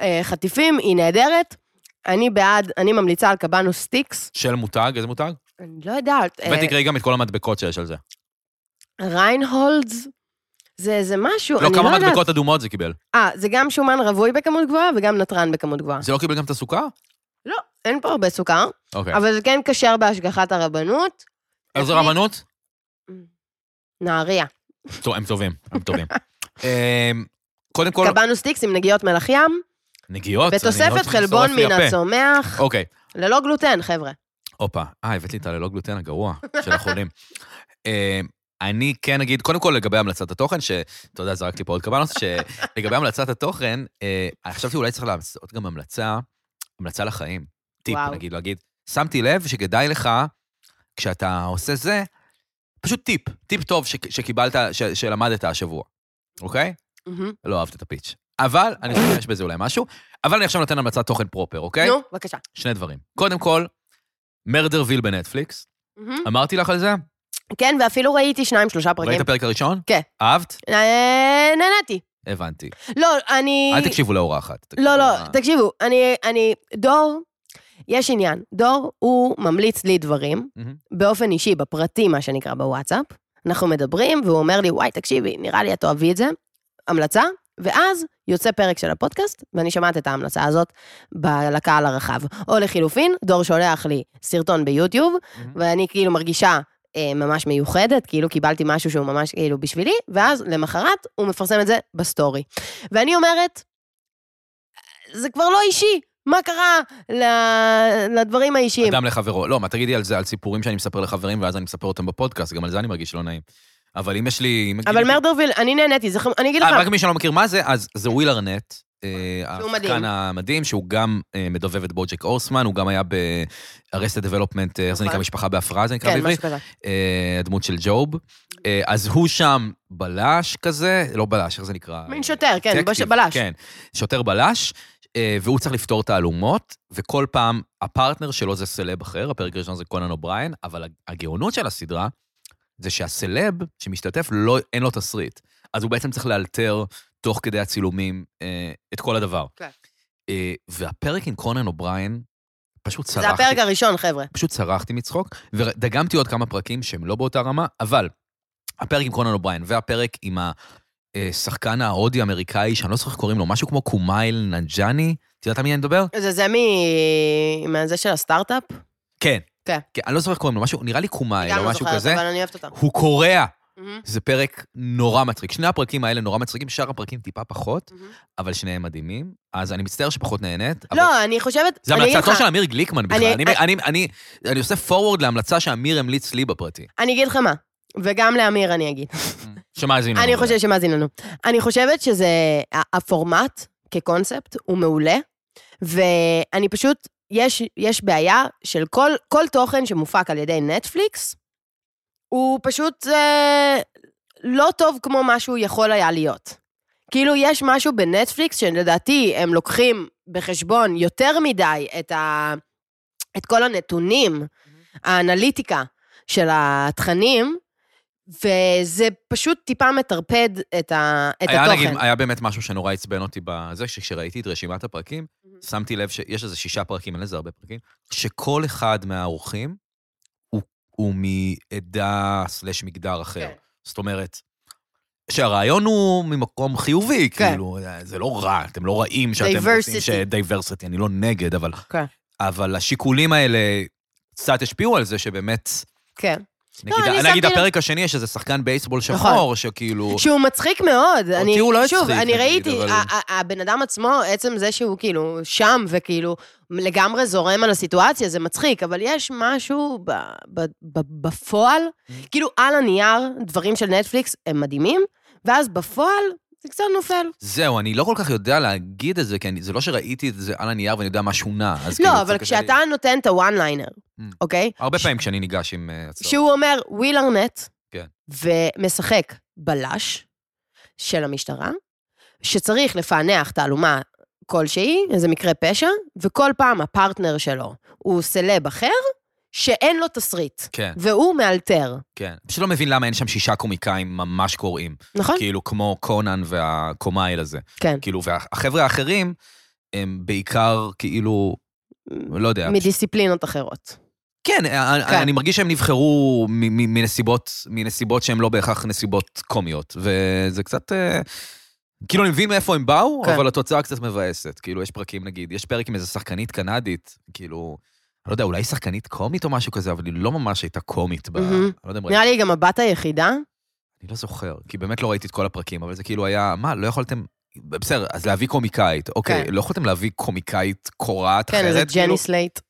D: החטיפים היא נהדרת. אני בעד, אני ממליצה על קבנוס סטיקס,
C: של מותג, איזה מותג?
D: אני לא יודעת, אה,
C: ותקראי גם את כל המדבקות שיש על זה.
D: ריינהולדס, זה איזה משהו,
C: לא,
D: אני לא
C: כמה
D: יודעת.
C: מדבקות אדומות זה קיבל.
D: אה, זה גם שומן רווי בכמות גבוהה וגם נתרן בכמות גבוהה.
C: זה לא קיבל גם את הסוכר?
D: לא, אין פה הרבה סוכר,
C: אוקיי.
D: אבל זה כן כשר בהשגחת הרבנות, Mm.
C: אז זה רבנות?
D: נהריה.
C: טוב, הם טובים, הם
D: <laughs>
C: טובים. אמ, קודם כל,
D: קבענו סטיקס עם נגיעות מלח ים,
C: נגיעות. אני לא
D: בתוספת
C: צריך
D: חלבון
C: לשרוף לי
D: מן
C: הפה.
D: הצומח,
C: אוקיי,
D: ללא גלוטן, חבר'ה.
C: הופה. אה, הבאת לי את הללא גלוטן הגרוע של
D: <laughs>
C: החולים. אמ, אני כן אגיד, קודם כל לגבי המלצת התוכן, שאתה יודע, זרקתי פה עוד קבלנוס, שלגבי המלצת התוכן, אה, חשבתי אולי צריך לעשות גם המלצה, המלצה לחיים. טיפ,
D: וואו.
C: נגיד, להגיד, שמתי לב שכדאי לך, כשאתה עושה זה, פשוט טיפ, טיפ טוב שק- שקיבלת, ש- שלמדת השבוע, אוקיי?
D: מהמם.
C: לא אהבת את הפיץ'. אבל, אני חושב שיש בזה אולי משהו, אבל אני עכשיו נותן המלצת תוכן פרופר, אוקיי?
D: נו, בבקשה.
C: שני דברים. קודם כל, מרדרוויל בנטפליקס.
D: מהמם.
C: אמרתי לך על זה?
D: כן, ואפילו ראיתי שניים, שלושה
C: אמ- ראית את
D: פרקים.
C: הפרק הראשון?
D: כן.
C: אהבת?
D: אה, נהניתי.
C: הבנתי.
D: לא, אני...
C: אל אה. תקשיבו לאורחת. תקשיבו
D: לא,
C: לה-
D: לא, תקשיבו, אני, אני, דור, יש עניין. דור, הוא ממליץ לי דברים,
C: מהמם.
D: באופן אישי, בפרטי, מה שנקרא, בוואטסאפ. אנחנו מדברים, והוא אומר לי, וואי, תקשיבי, נראה לי את אוהבי את זה. המלצה, ואז יוצא פרק של הפודקאסט, ואני שומעת את ההמלצה הזאת ב- לקהל הרחב. או לחילופין, דור שולח לי סרטון ביוטיוב,
C: מהמם.
D: ואני כאילו מרגישה אה, ממש מיוחדת, כאילו קיבלתי משהו שהוא ממש כאילו בשבילי, ואז למחרת הוא מפרסם את זה בסטורי. ואני אומרת, זה כבר לא אישי, מה קרה ל- לדברים האישיים?
C: אדם לחברו. לא, מה, תגידי על זה, על סיפורים שאני מספר לחברים, ואז אני מספר אותם בפודקאסט, גם על זה אני מרגיש לא נעים. אבל אם יש לי... אם
D: אבל
C: גיליתי-
D: מרדרוויל, אני נהניתי, זה חמ- אני אגיד לך,
C: אה, רק מי שלא מכיר מה זה, אז זה וויל ארנט. אה,
D: שהוא
C: השחקן
D: מדהים.
C: המדהים, שהוא גם אה, מדובב את בוג'ק אורסמן, הוא גם היה ב-Arrested Development, אה, איך זה
D: נכון.
C: נקרא, משפחה בהפרעה, זה נקרא
D: כן,
C: בעברית?
D: משהו כזה.
C: אה, הדמות של ג'וב. אה, אז הוא שם בלש כזה, לא בלש, איך זה נקרא?
D: מין שוטר, כן,
C: דטקטיב,
D: בש- בלש.
C: כן, שוטר בלש, אה, והוא צריך לפתור תעלומות, וכל פעם הפרטנר שלו זה סלב אחר, הפרק הראשון זה קונן אובריין, אבל הגאונות של הסדרה זה שהסלב שמשתתף, לא, אין לו תסריט. אז הוא בעצם צריך לאלתר תוך כדי הצילומים אה, את כל הדבר.
D: כן.
C: אה, והפרק עם קונן אובריין, פשוט צרחתי.
D: זה הפרק הראשון, חבר'ה.
C: פשוט צרחתי מצחוק, ודגמתי עוד כמה פרקים שהם לא באותה רמה, אבל הפרק עם קונן אובריין והפרק עם השחקן ההודי-אמריקאי, שאני לא זוכר איך קוראים לו, משהו כמו קומייל נג'אני, את יודעת על מי אני מדבר?
D: זה זה מ... מהזה של הסטארט-אפ?
C: כן.
D: כן.
C: אני לא זוכר איך קוראים לו, משהו, נראה לי קומייל
D: גם
C: או
D: לא
C: משהו
D: זוכרת,
C: כזה.
D: אבל אני אוהבת אותה.
C: הוא קורע.
D: מהמם,
C: זה פרק נורא מצחיק. שני הפרקים האלה נורא מצחיקים, שאר הפרקים טיפה פחות,
D: מהמם.
C: אבל שניהם מדהימים. אז אני מצטער שפחות נהנית. אבל-
D: לא, אני חושבת...
C: זה
D: אני אגיד
C: המלצתו
D: לך-
C: של אמיר גליקמן בכלל.
D: אני-
C: אני- אני- אני- אני עושה forward להמלצה שאמיר המליץ לי בפרטי.
D: אני אגיד לך מה, וגם לאמיר אני אגיד.
C: שמאזינו.
D: אני חושבת שמאזין לנו. אני חושבת שזה... ה- הפורמט כקונספט הוא מעולה, ואני פשוט... יש, יש בעיה של כל, כל תוכן שמופק על ידי נטפליקס, הוא פשוט אה, לא טוב כמו מה שהוא יכול היה להיות. כאילו, יש משהו בנטפליקס שלדעתי הם לוקחים בחשבון יותר מדי את, ה, את כל הנתונים, האנליטיקה של התכנים, וזה פשוט טיפה מטרפד את, ה, את
C: היה,
D: התוכן.
C: נגיד, היה באמת משהו שנורא עצבן אותי בזה, שכשראיתי את רשימת הפרקים, שמתי לב שיש איזה שישה פרקים, אין לזה הרבה פרקים, שכל אחד מהאורחים הוא, הוא מעדה סלש מגדר אחר.
D: כן.
C: זאת אומרת, שהרעיון הוא ממקום חיובי,
D: כן.
C: כאילו, זה לא רע, אתם לא רעים שאתם
D: Diversity.
C: רוצים ש... דייברסיטי, אני לא נגד, אבל...
D: כן.
C: אבל השיקולים האלה קצת השפיעו על זה שבאמת...
D: כן.
C: נגיד,
D: אני שמתי
C: נגיד
D: לב-
C: הפרק השני, יש איזה שחקן בייסבול שחור,
D: נכון.
C: שכאילו...
D: שהוא מצחיק מאוד. אני,
C: הוא לא
D: שוב,
C: הצחיק,
D: אני
C: נגיד,
D: ראיתי,
C: אבל-
D: ה- ה- הבן אדם עצמו, עצם זה שהוא כאילו שם וכאילו לגמרי זורם על הסיטואציה, זה מצחיק, אבל יש משהו ב, ב, ב, בפועל,
C: Mm.
D: כאילו על הנייר, דברים של נטפליקס הם מדהימים, ואז בפועל זה קצת נופל.
C: זהו, אני לא כל כך יודע להגיד את זה, כי אני, זה לא שראיתי את זה על הנייר ואני יודע מה שונה, אז כאילו...
D: לא,
C: זה
D: אבל
C: קשה לי.
D: כשאתה נותן את הוואן ליינר,
C: Mm.
D: אוקיי?
C: הרבה פעמים כשאני ניגש עם אה, הצעות.
D: שהוא אומר, וויל ארנט,
C: כן.
D: ומשחק בלש של המשטרה, שצריך לפענח תעלומה כלשהי, איזה מקרה פשע, וכל פעם הפרטנר שלו הוא סלב אחר, שאין לו תסריט,
C: כן,
D: והוא מאלתר,
C: כן. פשוט לא מבין למה אין שם שישה קומיקאים ממש קוראים.
D: נכון?
C: כאילו, כמו קונן והקומייל הזה.
D: כן.
C: כאילו, והחבר'ה האחרים הם בעיקר, כאילו, לא יודע.
D: מדיסציפלינות אחרות.
C: כן, אני-
D: כן.
C: אני מרגיש שהם נבחרו מ- מ- מנסיבות, מנסיבות שהן לא בהכרח נסיבות קומיות, וזה קצת... אה, כאילו, אני מבין מאיפה הם באו,
D: כן.
C: אבל התוצאה קצת מבאסת. כאילו, יש פרקים, נגיד, יש פרק עם איזה שחקנית קנדית, כאילו, אני לא יודע, אולי שחקנית קומית או משהו כזה, אבל היא לא ממש הייתה קומית ב... אני
D: מהמם.
C: לא יודע אם ראיתי,
D: נראה לי היא גם הבת היחידה.
C: אני לא זוכר, כי באמת לא ראיתי את כל הפרקים, אבל זה כאילו היה, מה, לא יכולתם... בסדר, אז להביא קומיקאית, אוקיי,
D: כן.
C: לא יכולתם להביא קומיקאית קורעת
D: כן, איזה
C: אחרת? כאילו?
D: ג'ני סלייט.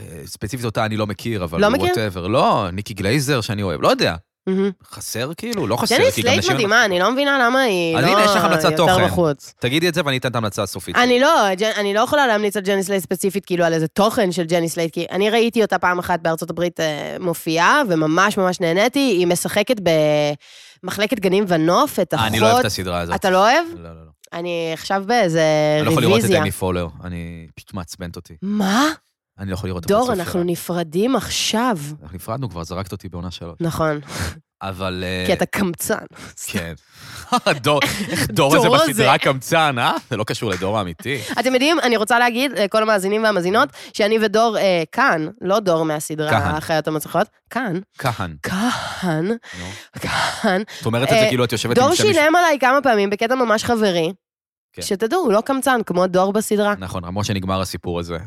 C: אה, ספציפית אותה אני לא מכיר, אבל...
D: לא מכיר?
C: whatever. לא, ניקי גלייזר שאני אוהב, לא יודע.
D: מהמם.
C: חסר כאילו? לא חסר,
D: ג'ני
C: כי גם
D: סלייט
C: נשים...
D: מדהימה, אני לא מבינה למה היא
C: אז
D: לא
C: הנה, יש לך המלצת
D: יותר
C: תוכן.
D: בחוץ.
C: תגידי את זה ואני אתן את ההמלצה הסופית.
D: אני לא, ג'ן- אני לא יכולה להמליץ על ג'ני סלייט ספציפית, כאילו על איזה תוכן של ג'ני סלייט, כי אני ראיתי אותה פעם אחת בארצות הברית אה, מופיעה, וממש ממש נהניתי, היא משחקת במחלקת גנים ונוף, את
C: אה,
D: אחות...
C: אני לא אוהב את הסדרה הזאת.
D: אתה לא אוהב?
C: לא, לא, לא.
D: אני עכשיו באיזה
C: אני לא יכול לראות את
D: רוויזיה.
C: אמי פולר, אני פשוט מעצבנת אותי.
D: מה?
C: אני לא יכול לראות את
D: דור,
C: הפרצוף
D: אנחנו
C: שלה.
D: נפרדים עכשיו.
C: אנחנו נפרדנו כבר, זרקת אותי בעונה שלוש.
D: נכון,
C: אבל... אה,
D: כי אתה קמצן.
C: כן. <laughs> דור- איך
D: <laughs>
C: דור הזה
D: דור הזה.
C: בסדרה קמצן, אה? זה לא קשור לדור
D: <laughs>
C: האמיתי.
D: אתם יודעים, אני רוצה להגיד, אה, כל המאזינים והמאזינות, שאני ודור אה, כאן, לא דור מהסדרה
C: כהן.
D: האחיות המצליחות, כאן,
C: כהן.
D: כאן,
C: נו.
D: כאן,
C: את אומרת את זה
D: אה,
C: כאילו את יושבת
D: דור
C: שם מישהו-
D: שילם עליי כמה פעמים בקטע ממש חברי.
C: כן.
D: שתדעו, הוא לא קמצן, כמו דור בסדרה.
C: נכון, למרות שנגמר הסיפור הזה. אה,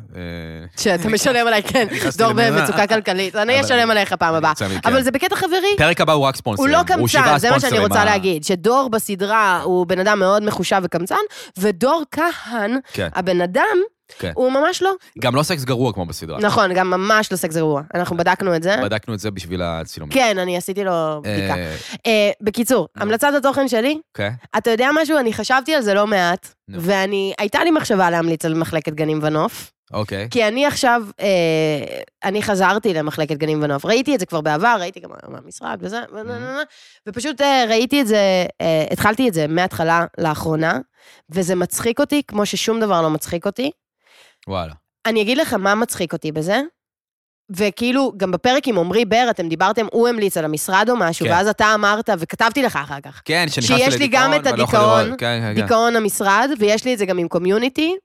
D: שאתה משלם עליי, כן,
C: נכנסתי
D: דור
C: למילה.
D: במצוקה כלכלית. אני
C: אבל-
D: אשלם עליך פעם
C: אני
D: הבאה.
C: יוצא מכאן.
D: אבל זה בקטע חברי.
C: פרק הבא הוא רק
D: הוא
C: ספונסרים.
D: לא
C: שבעה
D: קמצן, זה מה שאני
C: ספונסרים,
D: רוצה
C: אה,
D: להגיד. שדור בסדרה הוא בן אדם מאוד מחושב וקמצן, ודור כהן,
C: כן.
D: הבן אדם,
C: כן.
D: הוא ממש לא.
C: גם לא סקס גרוע כמו בסדרה.
D: נכון, גם ממש לא סקס גרוע. אנחנו בדקנו את זה.
C: בדקנו את זה בשביל הצילומים.
D: כן, אני עשיתי לו בדיקה.
C: אה,
D: אה, בקיצור, המלצת התוכן שלי,
C: אוקיי.
D: אתה יודע משהו? אני חשבתי על זה לא מעט,
C: נו.
D: ואני, הייתה לי מחשבה להמליץ על מחלקת גנים ונוף,
C: אוקיי.
D: כי אני עכשיו, אה, אני חזרתי למחלקת גנים ונוף. ראיתי את זה כבר בעבר, ראיתי גם מהמשרד וזה, ופשוט אה, ראיתי את זה, אה, התחלתי את זה מההתחלה לאחרונה, וזה מצחיק אותי כמו ששום דבר לא מצחיק אותי.
C: וואלה.
D: אני אגיד לך מה מצחיק אותי בזה. וכאילו, גם בפרק עם עמרי בר, אתם דיברתם, הוא המליץ על המשרד או משהו,
C: כן.
D: ואז אתה אמרת, וכתבתי לך אחר כך.
C: כן, שנכנסתי
D: שיש לי גם את
C: ואני לא יכול
D: הדיכאון,
C: לראות. כן, כן, כן.
D: דיכאון המשרד, ויש לי את זה גם עם קומיוניטי,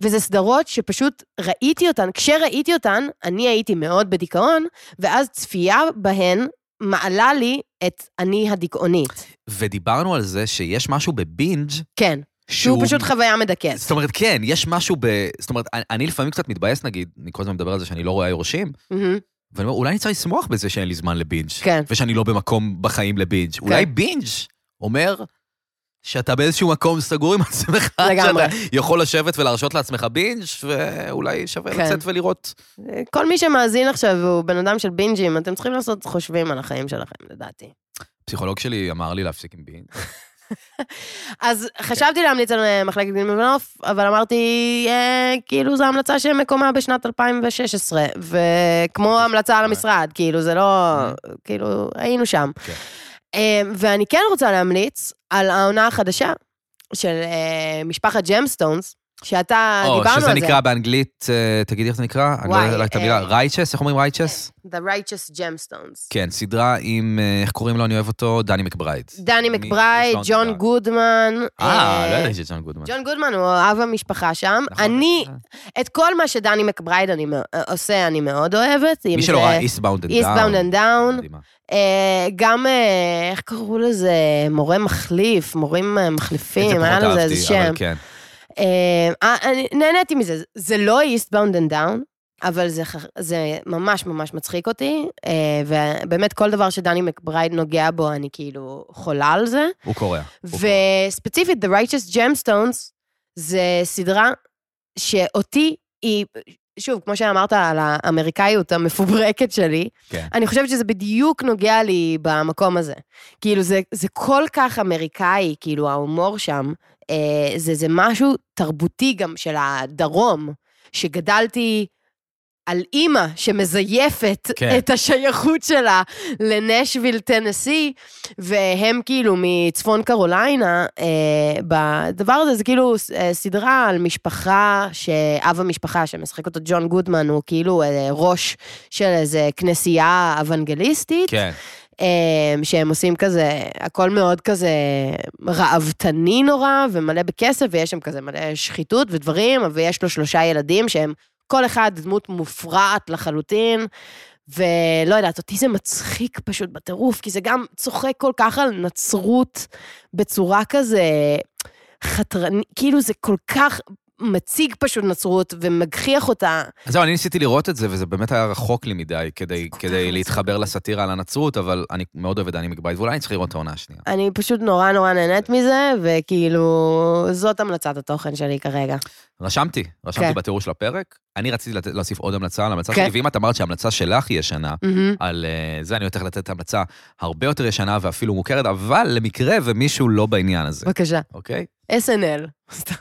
D: וזה סדרות שפשוט ראיתי אותן, כשראיתי אותן, אני הייתי מאוד בדיכאון, ואז צפייה בהן מעלה לי את אני הדיכאונית.
C: ודיברנו על זה שיש משהו בבינג'
D: כן, שהוא פשוט חוויה מדכאת.
C: זאת אומרת, כן, יש משהו ב... זאת אומרת, אני- אני לפעמים קצת מתבאס, נגיד, אני כל הזמן מדבר על זה שאני לא רואה יורשים,
D: מהמם.
C: ואני אומר, אולי אני צריך לשמוח בזה שאין לי זמן לבינג'.
D: כן.
C: ושאני לא במקום בחיים לבינג'. אולי בינג' אומר שאתה באיזשהו מקום סגור עם עצמך,
D: <laughs> לגמרי.
C: שאתה יכול לשבת ולהרשות לעצמך בינג', ואולי שווה
D: כן.
C: לצאת ולראות.
D: כל מי שמאזין עכשיו הוא בן אדם של בינג'ים, אתם צריכים לעשות חושבים על החיים שלכם, לדעתי.
C: פסיכולוג שלי אמר לי להפסיק עם בינג'.
D: אז
C: אוקיי.
D: חשבתי להמליץ על אה, מחלקת גנים ונוף, אבל אמרתי, אה, כאילו, זו המלצה שמקומה בשנת 2016, וכמו
C: אוקיי.
D: ההמלצה על המשרד, כאילו, זה לא... כאילו, היינו שם.
C: כן.
D: אה, ואני כן רוצה להמליץ על העונה החדשה של אה, משפחת ג'מסטונס, שאתה,
C: או,
D: דיברנו
C: שזה
D: על זה.
C: נקרא באנגלית, אה, תגידי איך זה נקרא? אני לא
D: וואי,
C: יודע את המילה,
D: אה,
C: רייצ'ס? איך אומרים רייצ'ס?
D: The Righteous Gemstones.
C: כן, סדרה עם, אה, איך קוראים לו? אני אוהב אותו, דני מקברייד.
D: דני
C: כן. מי-
D: מקברייד,
C: מי שלא
D: ג'ון
C: נדע?
D: גודמן.
C: אה, לא
D: אה,
C: ידעתי שזה ג'ון גודמן.
D: ג'ון גודמן הוא אב המשפחה שם.
C: נכון.
D: אני, את כל מה שדני מקברייד אני מא- אה, עושה, אני מאוד אוהבת.
C: מי שלא ראה איסטבאונד אנד דאון.
D: איסטבאונד אנד דאון. גם, אה, איך קראו לזה? מורה מחליף, מורים אה, מחליפים, היה לזה איזה שם.
C: כן.
D: אה, אה, אני נהניתי מזה. זה- זה לא Eastbound and Down, אבל זה, ח- זה ממש ממש מצחיק אותי, אה, ובאמת כל דבר שדני מקברייד נוגע בו, אני כאילו חולה על זה.
C: הוא קורע. הוא קורע.
D: וספציפית, The Righteous Gemstones זה סדרה שאותי היא, שוב, כמו שאמרת על האמריקאיות המפוברקת שלי,
C: כן.
D: אני חושבת שזה בדיוק נוגע לי במקום הזה. כאילו, זה, זה כל כך אמריקאי, כאילו, ההומור שם, אה, זה, זה משהו תרבותי גם של הדרום, שגדלתי... על אימא שמזייפת
C: כן.
D: כן. את השייכות שלה לנשוויל, טנסי, והם כאילו מצפון קרוליינה, אה, בדבר הזה זה כאילו אה, סדרה על משפחה, שאב המשפחה שמשחק אותו ג'ון גודמן, הוא כאילו אה, ראש של איזה כנסייה אוונגליסטית,
C: כן.
D: אה, שהם עושים כזה, הכל מאוד כזה ראוותני נורא, ומלא בכסף, ויש שם כזה מלא שחיתות ודברים, ויש לו שלושה ילדים שהם כל אחד דמות מופרעת לחלוטין. ולא יודעת, אותי זה מצחיק פשוט בטירוף, כי זה גם צוחק כל כך על נצרות בצורה כזה חתרנית, כאילו זה כל כך מציג פשוט נצרות ומגחיח אותה.
C: <laughs> אז זהו, אני ניסיתי לראות את זה, וזה באמת היה רחוק לי מדי כדי, כדי להתחבר לסאטירה על הנצרות, אבל אני מאוד אוהב את דני מקברייד, ואולי אני צריך לראות את העונה השנייה.
D: אני פשוט נורא נורא נהנית מזה, וכאילו, זאת המלצת התוכן שלי כרגע.
C: רשמתי, רשמתי
D: כן.
C: בתיאור של הפרק. אני רציתי לתת- להוסיף עוד המלצה על ההמלצה
D: כן.
C: שלי, ואם את אמרת שההמלצה שלך היא ישנה,
D: מהמם.
C: על אה, זה אני הולך לתת המלצה הרבה יותר ישנה ואפילו מוכרת, אבל למקרה ומישהו לא בעניין <laughs> הזה,
D: בבקשה.
C: אוקיי?
D: SNL. סתם.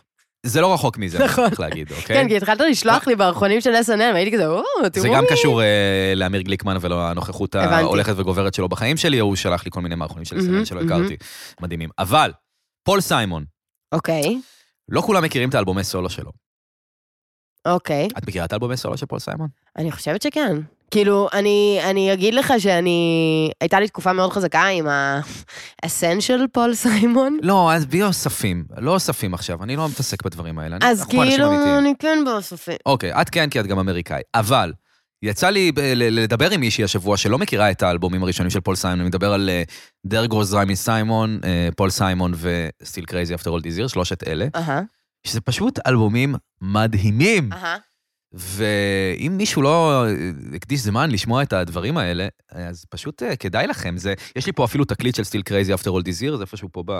C: זה לא רחוק מזה,
D: נכון.
C: אני צריך להגיד, אוקיי?
D: כן, כי התחלת לשלוח לי מערכונים של SNL, והייתי כזה, או, תראו
C: זה
D: מי.
C: גם קשור אה, לאמיר גליקמן ולנוכחות
D: הבנתי.
C: ההולכת וגוברת שלו בחיים שלי, הוא שלח לי כל מיני מערכונים של
D: מהמם,
C: סרט שלא הכרתי, מדהימים. אבל, פול סיימון,
D: אוקיי,
C: לא כולם מכירים את האלבומי סולו שלו.
D: אוקיי.
C: את מכירה את האלבומי סולו של פול סיימון?
D: אני חושבת שכן. כאילו, אני, אני אגיד לך שאני... הייתה לי תקופה מאוד חזקה עם ה-essential פול סיימון.
C: לא, אז בלי אוספים, לא אוספים עכשיו, אני לא מתעסק בדברים האלה. אני-
D: אז
C: אנחנו אנשים
D: כאילו,
C: אמיתיים.
D: אני כן באוספים.
C: אוקיי, את כן, כי את גם אמריקאי. אבל, יצא לי ב- ל- לדבר עם מישהי השבוע שלא מכירה את האלבומים הראשונים של פול סיימון, אני מדבר על אה, דרג רוז ריימי סיימון, אה, פול סיימון וסטיל קרייזי אפטר אול דיזיר, שלושת אלה,
D: אהה,
C: שזה פשוט אלבומים מדהימים.
D: אהה.
C: ואם מישהו לא אה, הקדיש זמן לשמוע את הדברים האלה, אה, אז פשוט אה, כדאי לכם. זה, יש לי פה אפילו תקליט של סטיל קרייזי אפטר אול דיזיר, זה איפשהו פה ב...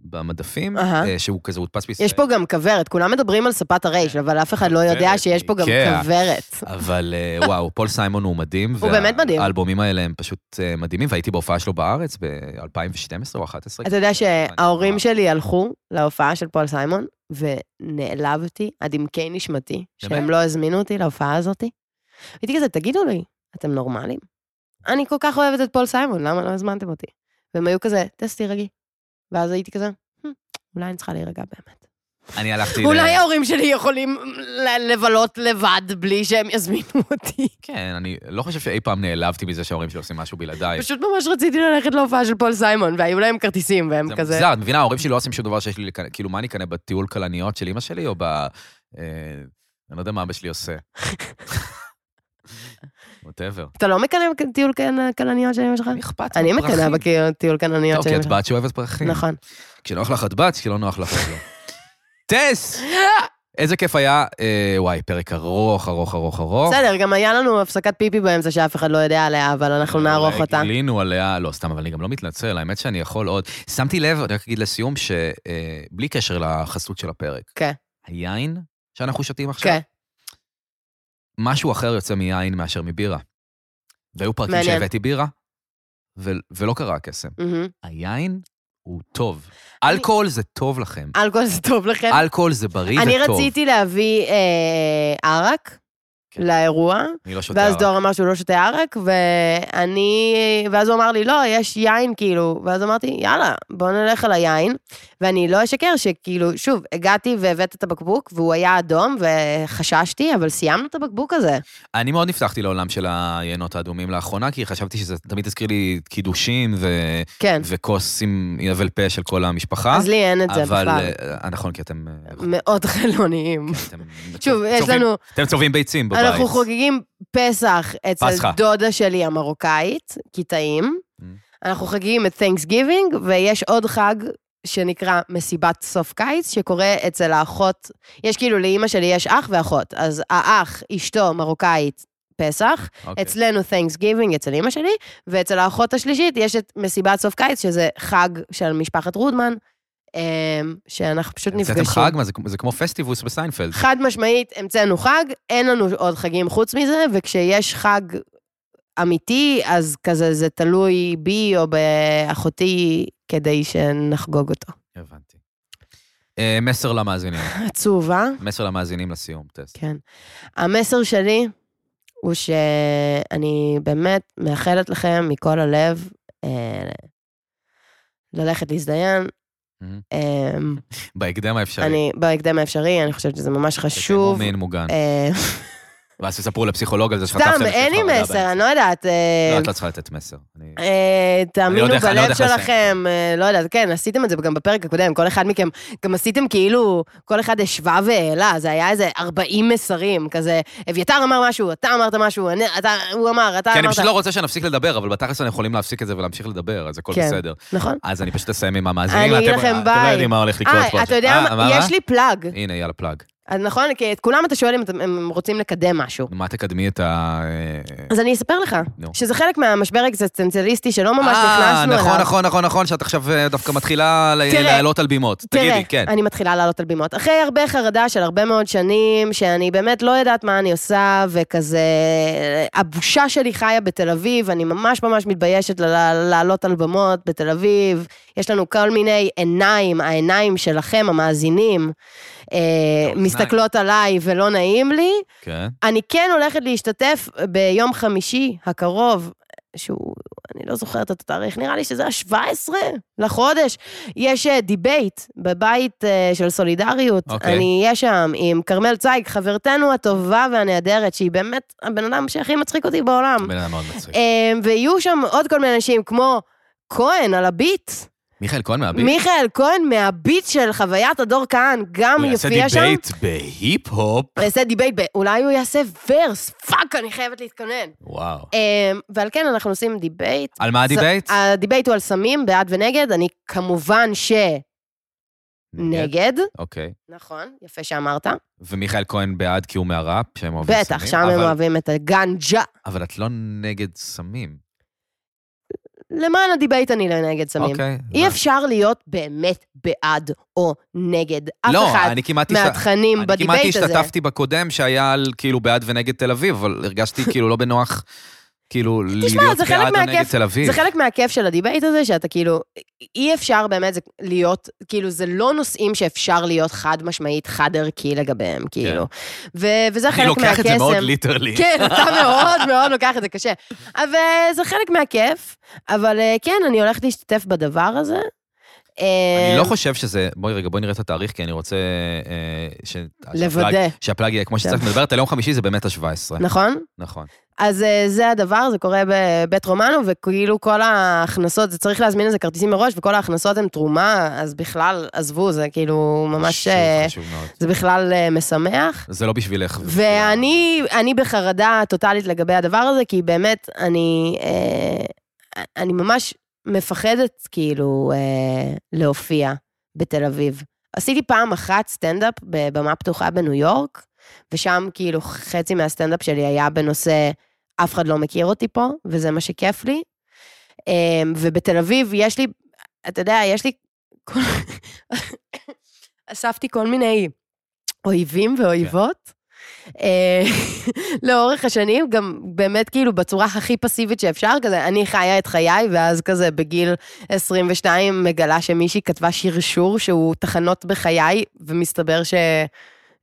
C: במדפים,
D: אהה.
C: אה, שהוא כזה הודפס בישראל.
D: יש פה גם כוורת, כולם מדברים על ספת הרייש, אבל אף אחד לא יודע
C: כוורת,
D: שיש פה גם
C: איקאה.
D: כוורת.
C: אבל אה, וואו, פול סיימון הוא מדהים.
D: הוא באמת מדהים.
C: והאלבומים האלה הם פשוט אה, מדהימים, והייתי בהופעה שלו בארץ ב-2012 או 2011.
D: אתה יודע שההורים שלי הלכו להופעה של פול סיימון, ונעלבתי עד עמקי נשמתי, שהם
C: באמת?
D: לא הזמינו אותי להופעה הזאת. הייתי כזה, תגידו לי, אתם נורמלים? אני כל כך אוהבת את פול סיימון, למה לא הזמנתם אותי? והם היו כזה, טס תירגעי. ואז הייתי כזה, "Hmm, אולי אני צריכה להירגע באמת.
C: אני הלכתי... ל-
D: אולי ההורים שלי יכולים ל- לבלות לבד בלי שהם יזמינו
C: <laughs>
D: אותי.
C: כן, אני לא חושב שאי פעם נעלבתי מזה שההורים שלי עושים משהו בלעדיי.
D: פשוט ממש רציתי ללכת להופעה של פול סיימון, והיו להם כרטיסים, והם
C: זה
D: כזה...
C: מוזר, את מבינה, ההורים שלי לא עושים שום דבר שיש לי, לקנא- כאילו, מה אני אקנה בטיול כלניות של אימא שלי, או ב... אה, אני לא יודע מה אבא שלי <laughs> עושה. ווטאבר.
D: אתה לא מקנא בטיול קנ- כלניות של אמא שלך?
C: מי אכפת?
D: אני
C: לו?
D: מקנאה
C: פרחים.
D: בטיול כלניות
C: טוב,
D: של
C: כי
D: אמא
C: את
D: שלך.
C: בת שאוהבת פרחים.
D: נכון.
C: כשנוח לך את בת, כשלא נוח לך את לא.
D: <laughs>
C: טס! איזה כיף היה, אה, וואי, פרק ארוך, ארוך, ארוך, ארוך.
D: בסדר, גם היה לנו הפסקת פיפי באמצע שאף אחד לא יודע עליה, אבל אנחנו נערוך אותה.
C: גילינו עליה, לא, סתם, אבל אני גם לא מתנצל, האמת שאני יכול עוד. שמתי לב, אני רק אגיד לסיום, שבלי קשר לחסות של הפרק,
D: כן.
C: היין שאנחנו שותים עכשיו,
D: כן,
C: משהו אחר יוצא מיין מאשר מבירה. והיו פרקים
D: מעניין.
C: שהבאתי בירה, ו- ולא קרה הקסם.
D: מהמם.
C: היין הוא טוב. אלכוהול זה טוב לכם.
D: אלכוהול זה טוב לכם.
C: אלכוהול אה, זה בריא
D: אני
C: וטוב.
D: רציתי להביא אה, ערק,
B: כן.
D: לאירוע,
C: אני לא שותה
D: ואז
C: ערק.
D: דור אמר שהוא לא שותה ערק, ואני... ואז הוא אמר לי, לא, יש יין, כאילו. ואז אמרתי, יאללה, בוא נלך על היין. ואני לא אשקר שכאילו, שוב, הגעתי והבאת את הבקבוק, והוא היה אדום, וחששתי, אבל סיימנו את הבקבוק הזה.
C: אני מאוד נפתחתי לעולם של היינות האדומים לאחרונה, כי חשבתי שזה תמיד הזכיר לי קידושים ו...
D: כן.
C: וכוס עם יבל פה של כל המשפחה.
D: אז לי אין את זה
C: אבל,
D: בכלל.
C: אה, נכון, כי אתם... אה,
D: <laughs> מאוד חילוניים.
C: אתם-
D: שוב,
C: אתם
D: יש
C: צובעים-
D: לנו-
C: אתם צובעים ביצים כן, בבית.
D: אנחנו חוגגים פסח אצל
C: פסחא.
D: דודה שלי המרוקאית, כי טעים.
C: Mm.
D: אנחנו חוגגים את תנקס גיבינג, ויש עוד חג שנקרא מסיבת סוף קיץ, שקורה אצל האחות. יש כאילו, לאימא שלי יש אח ואחות, אז האח, אשתו מרוקאית. פסח, okay.
C: אוקיי.
D: אצלנו Thanksgiving, אצל אימא שלי, ואצל האחות השלישית יש את מסיבת סוף קיץ, שזה חג של משפחת רודמן, אמ, שאנחנו פשוט
C: המצאתם
D: נפגשים.
C: חג? מה, זה כמו- זה כמו פסטיבוס בסיינפלד.
D: חד משמעית, המצאנו חג, אין לנו עוד חגים חוץ מזה, וכשיש חג אמיתי, אז כזה זה תלוי בי או באחותי כדי שנחגוג אותו.
C: הבנתי. אה, מסר למאזינים.
D: עצוב, אה?
C: מסר למאזינים לסיום, טסט.
D: כן. המסר שלי הוא שאני באמת מאחלת לכם מכל הלב אה, ללכת להזדיין.
C: מהמם.
D: אה,
C: בהקדם האפשרי.
D: אני, בהקדם האפשרי, אני חושבת שזה ממש חשוב.
C: תקיימו מין מוגן.
D: אה,
C: ואז תספרו לפסיכולוג על זה שחטפתם
D: סתם,
C: בשביל
D: אין לי
C: חרדה
D: מסר,
C: בעצם.
D: אני לא יודעת. אה,
C: לא, את לא צריכה לתת מסר. אני-
D: אה, תאמינו
C: יודע איך- אני לא יודע איך
D: בלב
C: לסיים.
D: שלכם, אה, לא יודעת, כן, עשיתם את זה גם בפרק הקודם, כל אחד מכם, גם עשיתם כאילו, כל אחד השווה והעלה, זה היה איזה 40 מסרים, כזה, אביתר אמר משהו, אתה אמרת משהו, אני- אתה, הוא אמר, אתה
C: כי אני
D: אמרת.
C: פשוט לא רוצה שנפסיק לדבר, אבל בתכלס אנחנו יכולים להפסיק את זה ולהמשיך לדבר, אז הכל
D: כן.
C: בסדר.
D: נכון.
C: אז אני פשוט אסיים עם המאזינים.
D: אני אגיד
C: אתם-
D: לכם
C: אתם לא
D: ביי.
C: יודעים מה הולך לקרות פה.
D: אה, אתה
C: עכשיו.
D: יודע,
C: אה,
D: מה, יש לי פלאג,
C: הנה, יאללה, פלאג.
D: אז נכון, כי את כולם אתה שואל אם אתם- הם רוצים לקדם משהו.
C: מה תקדמי את ה... אה,
D: אז אני אספר לך,
C: נו.
D: שזה חלק מהמשבר האקזיסטנציאליסטי שלא ממש
C: אה,
D: נכנסנו אליו.
C: נכון, נכון, נכון, נכון, שאת עכשיו אה, דווקא מתחילה ל-
D: תראה.
C: לעלות על בימות. תגידי, כן.
D: אני מתחילה לעלות על בימות. אחרי הרבה חרדה של הרבה מאוד שנים, שאני באמת לא יודעת מה אני עושה, וכזה... הבושה שלי חיה בתל אביב, אני ממש ממש מתביישת ל- ל- לעלות על במות בתל אביב. יש לנו כל מיני עיניים, העיניים שלכם, המאזינים, אה,
C: האוזניים.
D: מסתכלות עליי ולא נעים לי.
C: כן.
D: אני כן הולכת להשתתף ביום חמישי הקרוב, שהוא, אני לא זוכרת את התאריך, נראה לי שזה ה-17 לחודש. יש אה, דיבייט בבית אה, של סולידריות.
C: אוקיי.
D: אני אהיה שם עם כרמל צייג, חברתנו הטובה והנהדרת, שהיא באמת הבן אדם שהכי מצחיק אותי בעולם.
C: בן אדם מאוד מצחיק.
D: אה, ויהיו שם עוד כל מיני אנשים, כמו כהן על הביט.
C: מיכאל כהן מהביט.
D: מיכאל כהן מהביט של חוויית הדור כהן, גם
C: הוא
D: יופיע שם. אה,
C: יעשה דיבייט בהיפ-הופ.
D: הוא יעשה דיבייט, ב- אולי הוא יעשה ורס, פאק, אני חייבת להתכונן.
C: וואו.
D: אמ, ועל כן אנחנו עושים דיבייט.
C: על מה הדיבייט?
D: ס- הדיבייט הוא על סמים, בעד ונגד, אני כמובן שנגד.
C: אוקיי.
D: נכון, יפה שאמרת.
C: ומיכאל כהן בעד כי הוא מהראפ, שהם אוהבים סמים.
D: בטח, שם הם
C: אבל-
D: אוהבים את הגנג'ה.
C: אבל את לא נגד סמים.
D: למען הדיבייט אני לא נגד סמים.
C: אוקיי.
D: אי אפשר להיות באמת בעד או נגד אף
C: לא,
D: אחד
C: אני כמעט הס-
D: מהתכנים
C: אני כמעט
D: בדיבייט הזה.
C: השתתפתי בקודם שהיה על כאילו בעד ונגד תל אביב, אבל הרגשתי כאילו לא בנוח, כאילו
D: תשמע,
C: להיות
D: זה חלק
C: בעד או נגד
D: מהכיף.
C: תל אביב.
D: זה חלק מהכיף של הדיבייט הזה, שאתה כאילו, אי אפשר באמת זה להיות, כאילו, זה לא נושאים שאפשר להיות חד משמעית, חד ערכי לגביהם, כאילו. ו- וזה חלק
C: כן. אני
D: מהקסם.
C: לוקח את זה מאוד ליטרלי.
D: כן, אתה מאוד מאוד לוקח את זה קשה. אבל אה, זה חלק מהכיף, אבל אה, כן, אני הולכת להשתתף בדבר הזה.
C: אני
D: אה,
C: לא חושב שזה, בואי רגע, בואי נראה את התאריך, כי אני רוצה אה, ש-
D: לוודא.
C: שהפלאג- שהפלאג יהיה כמו שצריך, מדברת על יום חמישי, זה באמת ה-17.
D: נכון?
C: נכון.
D: אז אה, זה הדבר, זה קורה בבית רומנו, וכאילו כל ההכנסות, זה צריך להזמין איזה כרטיסים מראש, וכל ההכנסות הן תרומה, אז בכלל, עזבו, זה כאילו ממש...
C: חשוב,
D: אה,
C: חשוב מאוד.
D: זה בכלל אה, משמח.
C: זה לא בשבילך.
D: ואני אני בחרדה טוטאלית לגבי הדבר הזה, כי באמת, אני, אה, אני ממש מפחדת כאילו אה, להופיע בתל אביב. עשיתי פעם אחת סטנדאפ בבמה פתוחה בניו יורק, ושם כאילו חצי מהסטנדאפ שלי היה בנושא אף אחד לא מכיר אותי פה, וזה מה שכיף לי. אמ, ובתל אביב יש לי, אתה יודע, יש לי... כל- <laughs> אספתי כל מיני אויבים ואויבות. אה, <laughs> לאורך השנים, גם באמת כאילו בצורה הכי פסיבית שאפשר, כזה, אני חיה את חיי, ואז כזה בגיל 22 מגלה שמישהי כתבה שרשור שהוא תחנות בחיי, ומסתבר ש...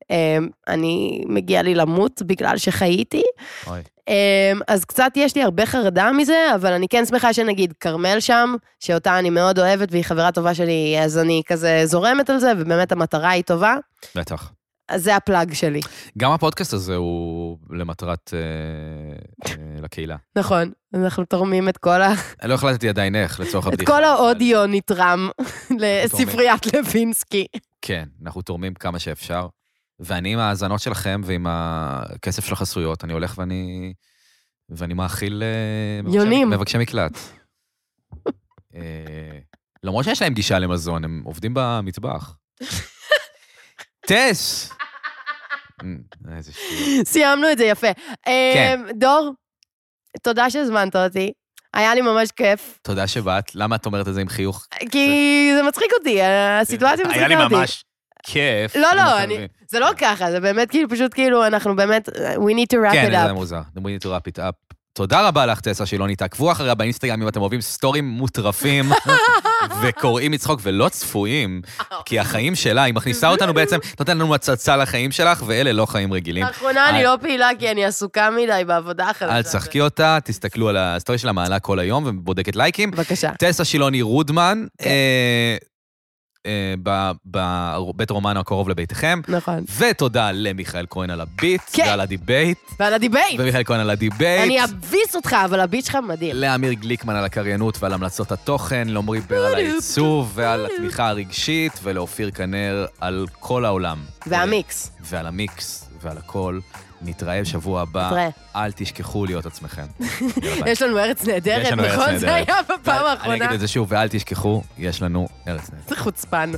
D: אמ, אני, מגיע לי למות בגלל שחייתי.
C: אוי.
D: אמ, אז קצת יש לי הרבה חרדה מזה, אבל אני כן שמחה שנגיד כרמל שם, שאותה אני מאוד אוהבת והיא חברה טובה שלי, אז אני כזה זורמת על זה, ובאמת המטרה היא טובה.
C: בטח.
D: אז זה הפלאג שלי.
C: גם הפודקאסט הזה הוא למטרת... אה, אה, לקהילה.
D: נכון, אנחנו תורמים את כל, ה...
C: אני לא החלטתי עדיין איך, לצורך
D: את
C: הבדיחה.
D: כל האודיו נתרם <laughs> לספריית לוינסקי.
C: כן, אנחנו תורמים כמה שאפשר. ואני עם ההאזנות שלכם ועם הכסף של החסויות, אני הולך ואני... ואני מאכיל... אה, מבקשי-
D: יונים.
C: מבקשי מקלט.
D: <laughs>
C: אה, למרות שיש להם גישה למזון, הם עובדים במטבח. טס! אה, איזה שטויות.
D: סיימנו את זה יפה. כן. דור, תודה שהזמנת אותי. היה לי ממש כיף,
C: תודה שבאת. למה את אומרת את זה עם חיוך? אה,
D: כי זה מצחיק אותי, הסיטואציה מצחיקה
C: היה
D: אותי.
C: לי ממש כיף.
D: לא, לא,
C: מבין.
D: אני- זה לא ככה, זה באמת כאילו, פשוט כאילו, אנחנו באמת, we need to wrap
C: כן,
D: it
C: זה
D: up.
C: מוזר. We need to wrap it up. תודה רבה לך, טסה שילוני. תעקבו אחריה באינסטגרם אם אתם אוהבים סטורים
D: <laughs>
C: מוטרפים וקוראים מצחוק ולא צפויים,
D: אוקיי.
C: כי החיים שלה, היא מכניסה
D: <laughs>
C: אותנו בעצם, נותנת לנו הצצה לחיים שלך, ואלה לא חיים רגילים.
D: לאחרונה
C: אל-
D: אני לא פעילה, כי אני עסוקה מדי בעבודה החדשה.
C: אה, אל תשחקי אותה, תסתכלו על הסטורי שלה, מעלה כל היום ובודקת
D: <laughs>
C: לייקים.
D: בבקשה.
C: טסה שילוני רודמן,
D: כן.
C: אה, אה, ב- בבית רומן הקרוב לביתכם,
D: נכון.
C: ותודה למיכאל כהן על הביט
D: כן.
C: ועל הדיבייט.
D: ועל הדיבייט.
C: ומיכאל כהן על הדיבייט.
D: אני אביס אותך, אבל הביט שלך מדהים.
C: לאמיר גליקמן על הקריינות ועל המלצות התוכן, לעמרי בר על העיצוב ועל התמיכה הרגשית, ולאופיר כנר על כל העולם.
D: והמיקס.
C: ועל המיקס ועל הכל. נתראה בשבוע הבא.
D: נתראה.
C: אל תשכחו להיות
D: <laughs>
C: עצמכם.
D: יש לנו ארץ
C: יש
D: נהדרת,
C: לנו ארץ
D: נכון? זה
C: נהדרת.
D: היה בפעם
C: אני
D: האחרונה.
C: אגיד את זה שוב, ואל תשכחו, יש לנו ארץ נהדרת.
D: זה חוצפן.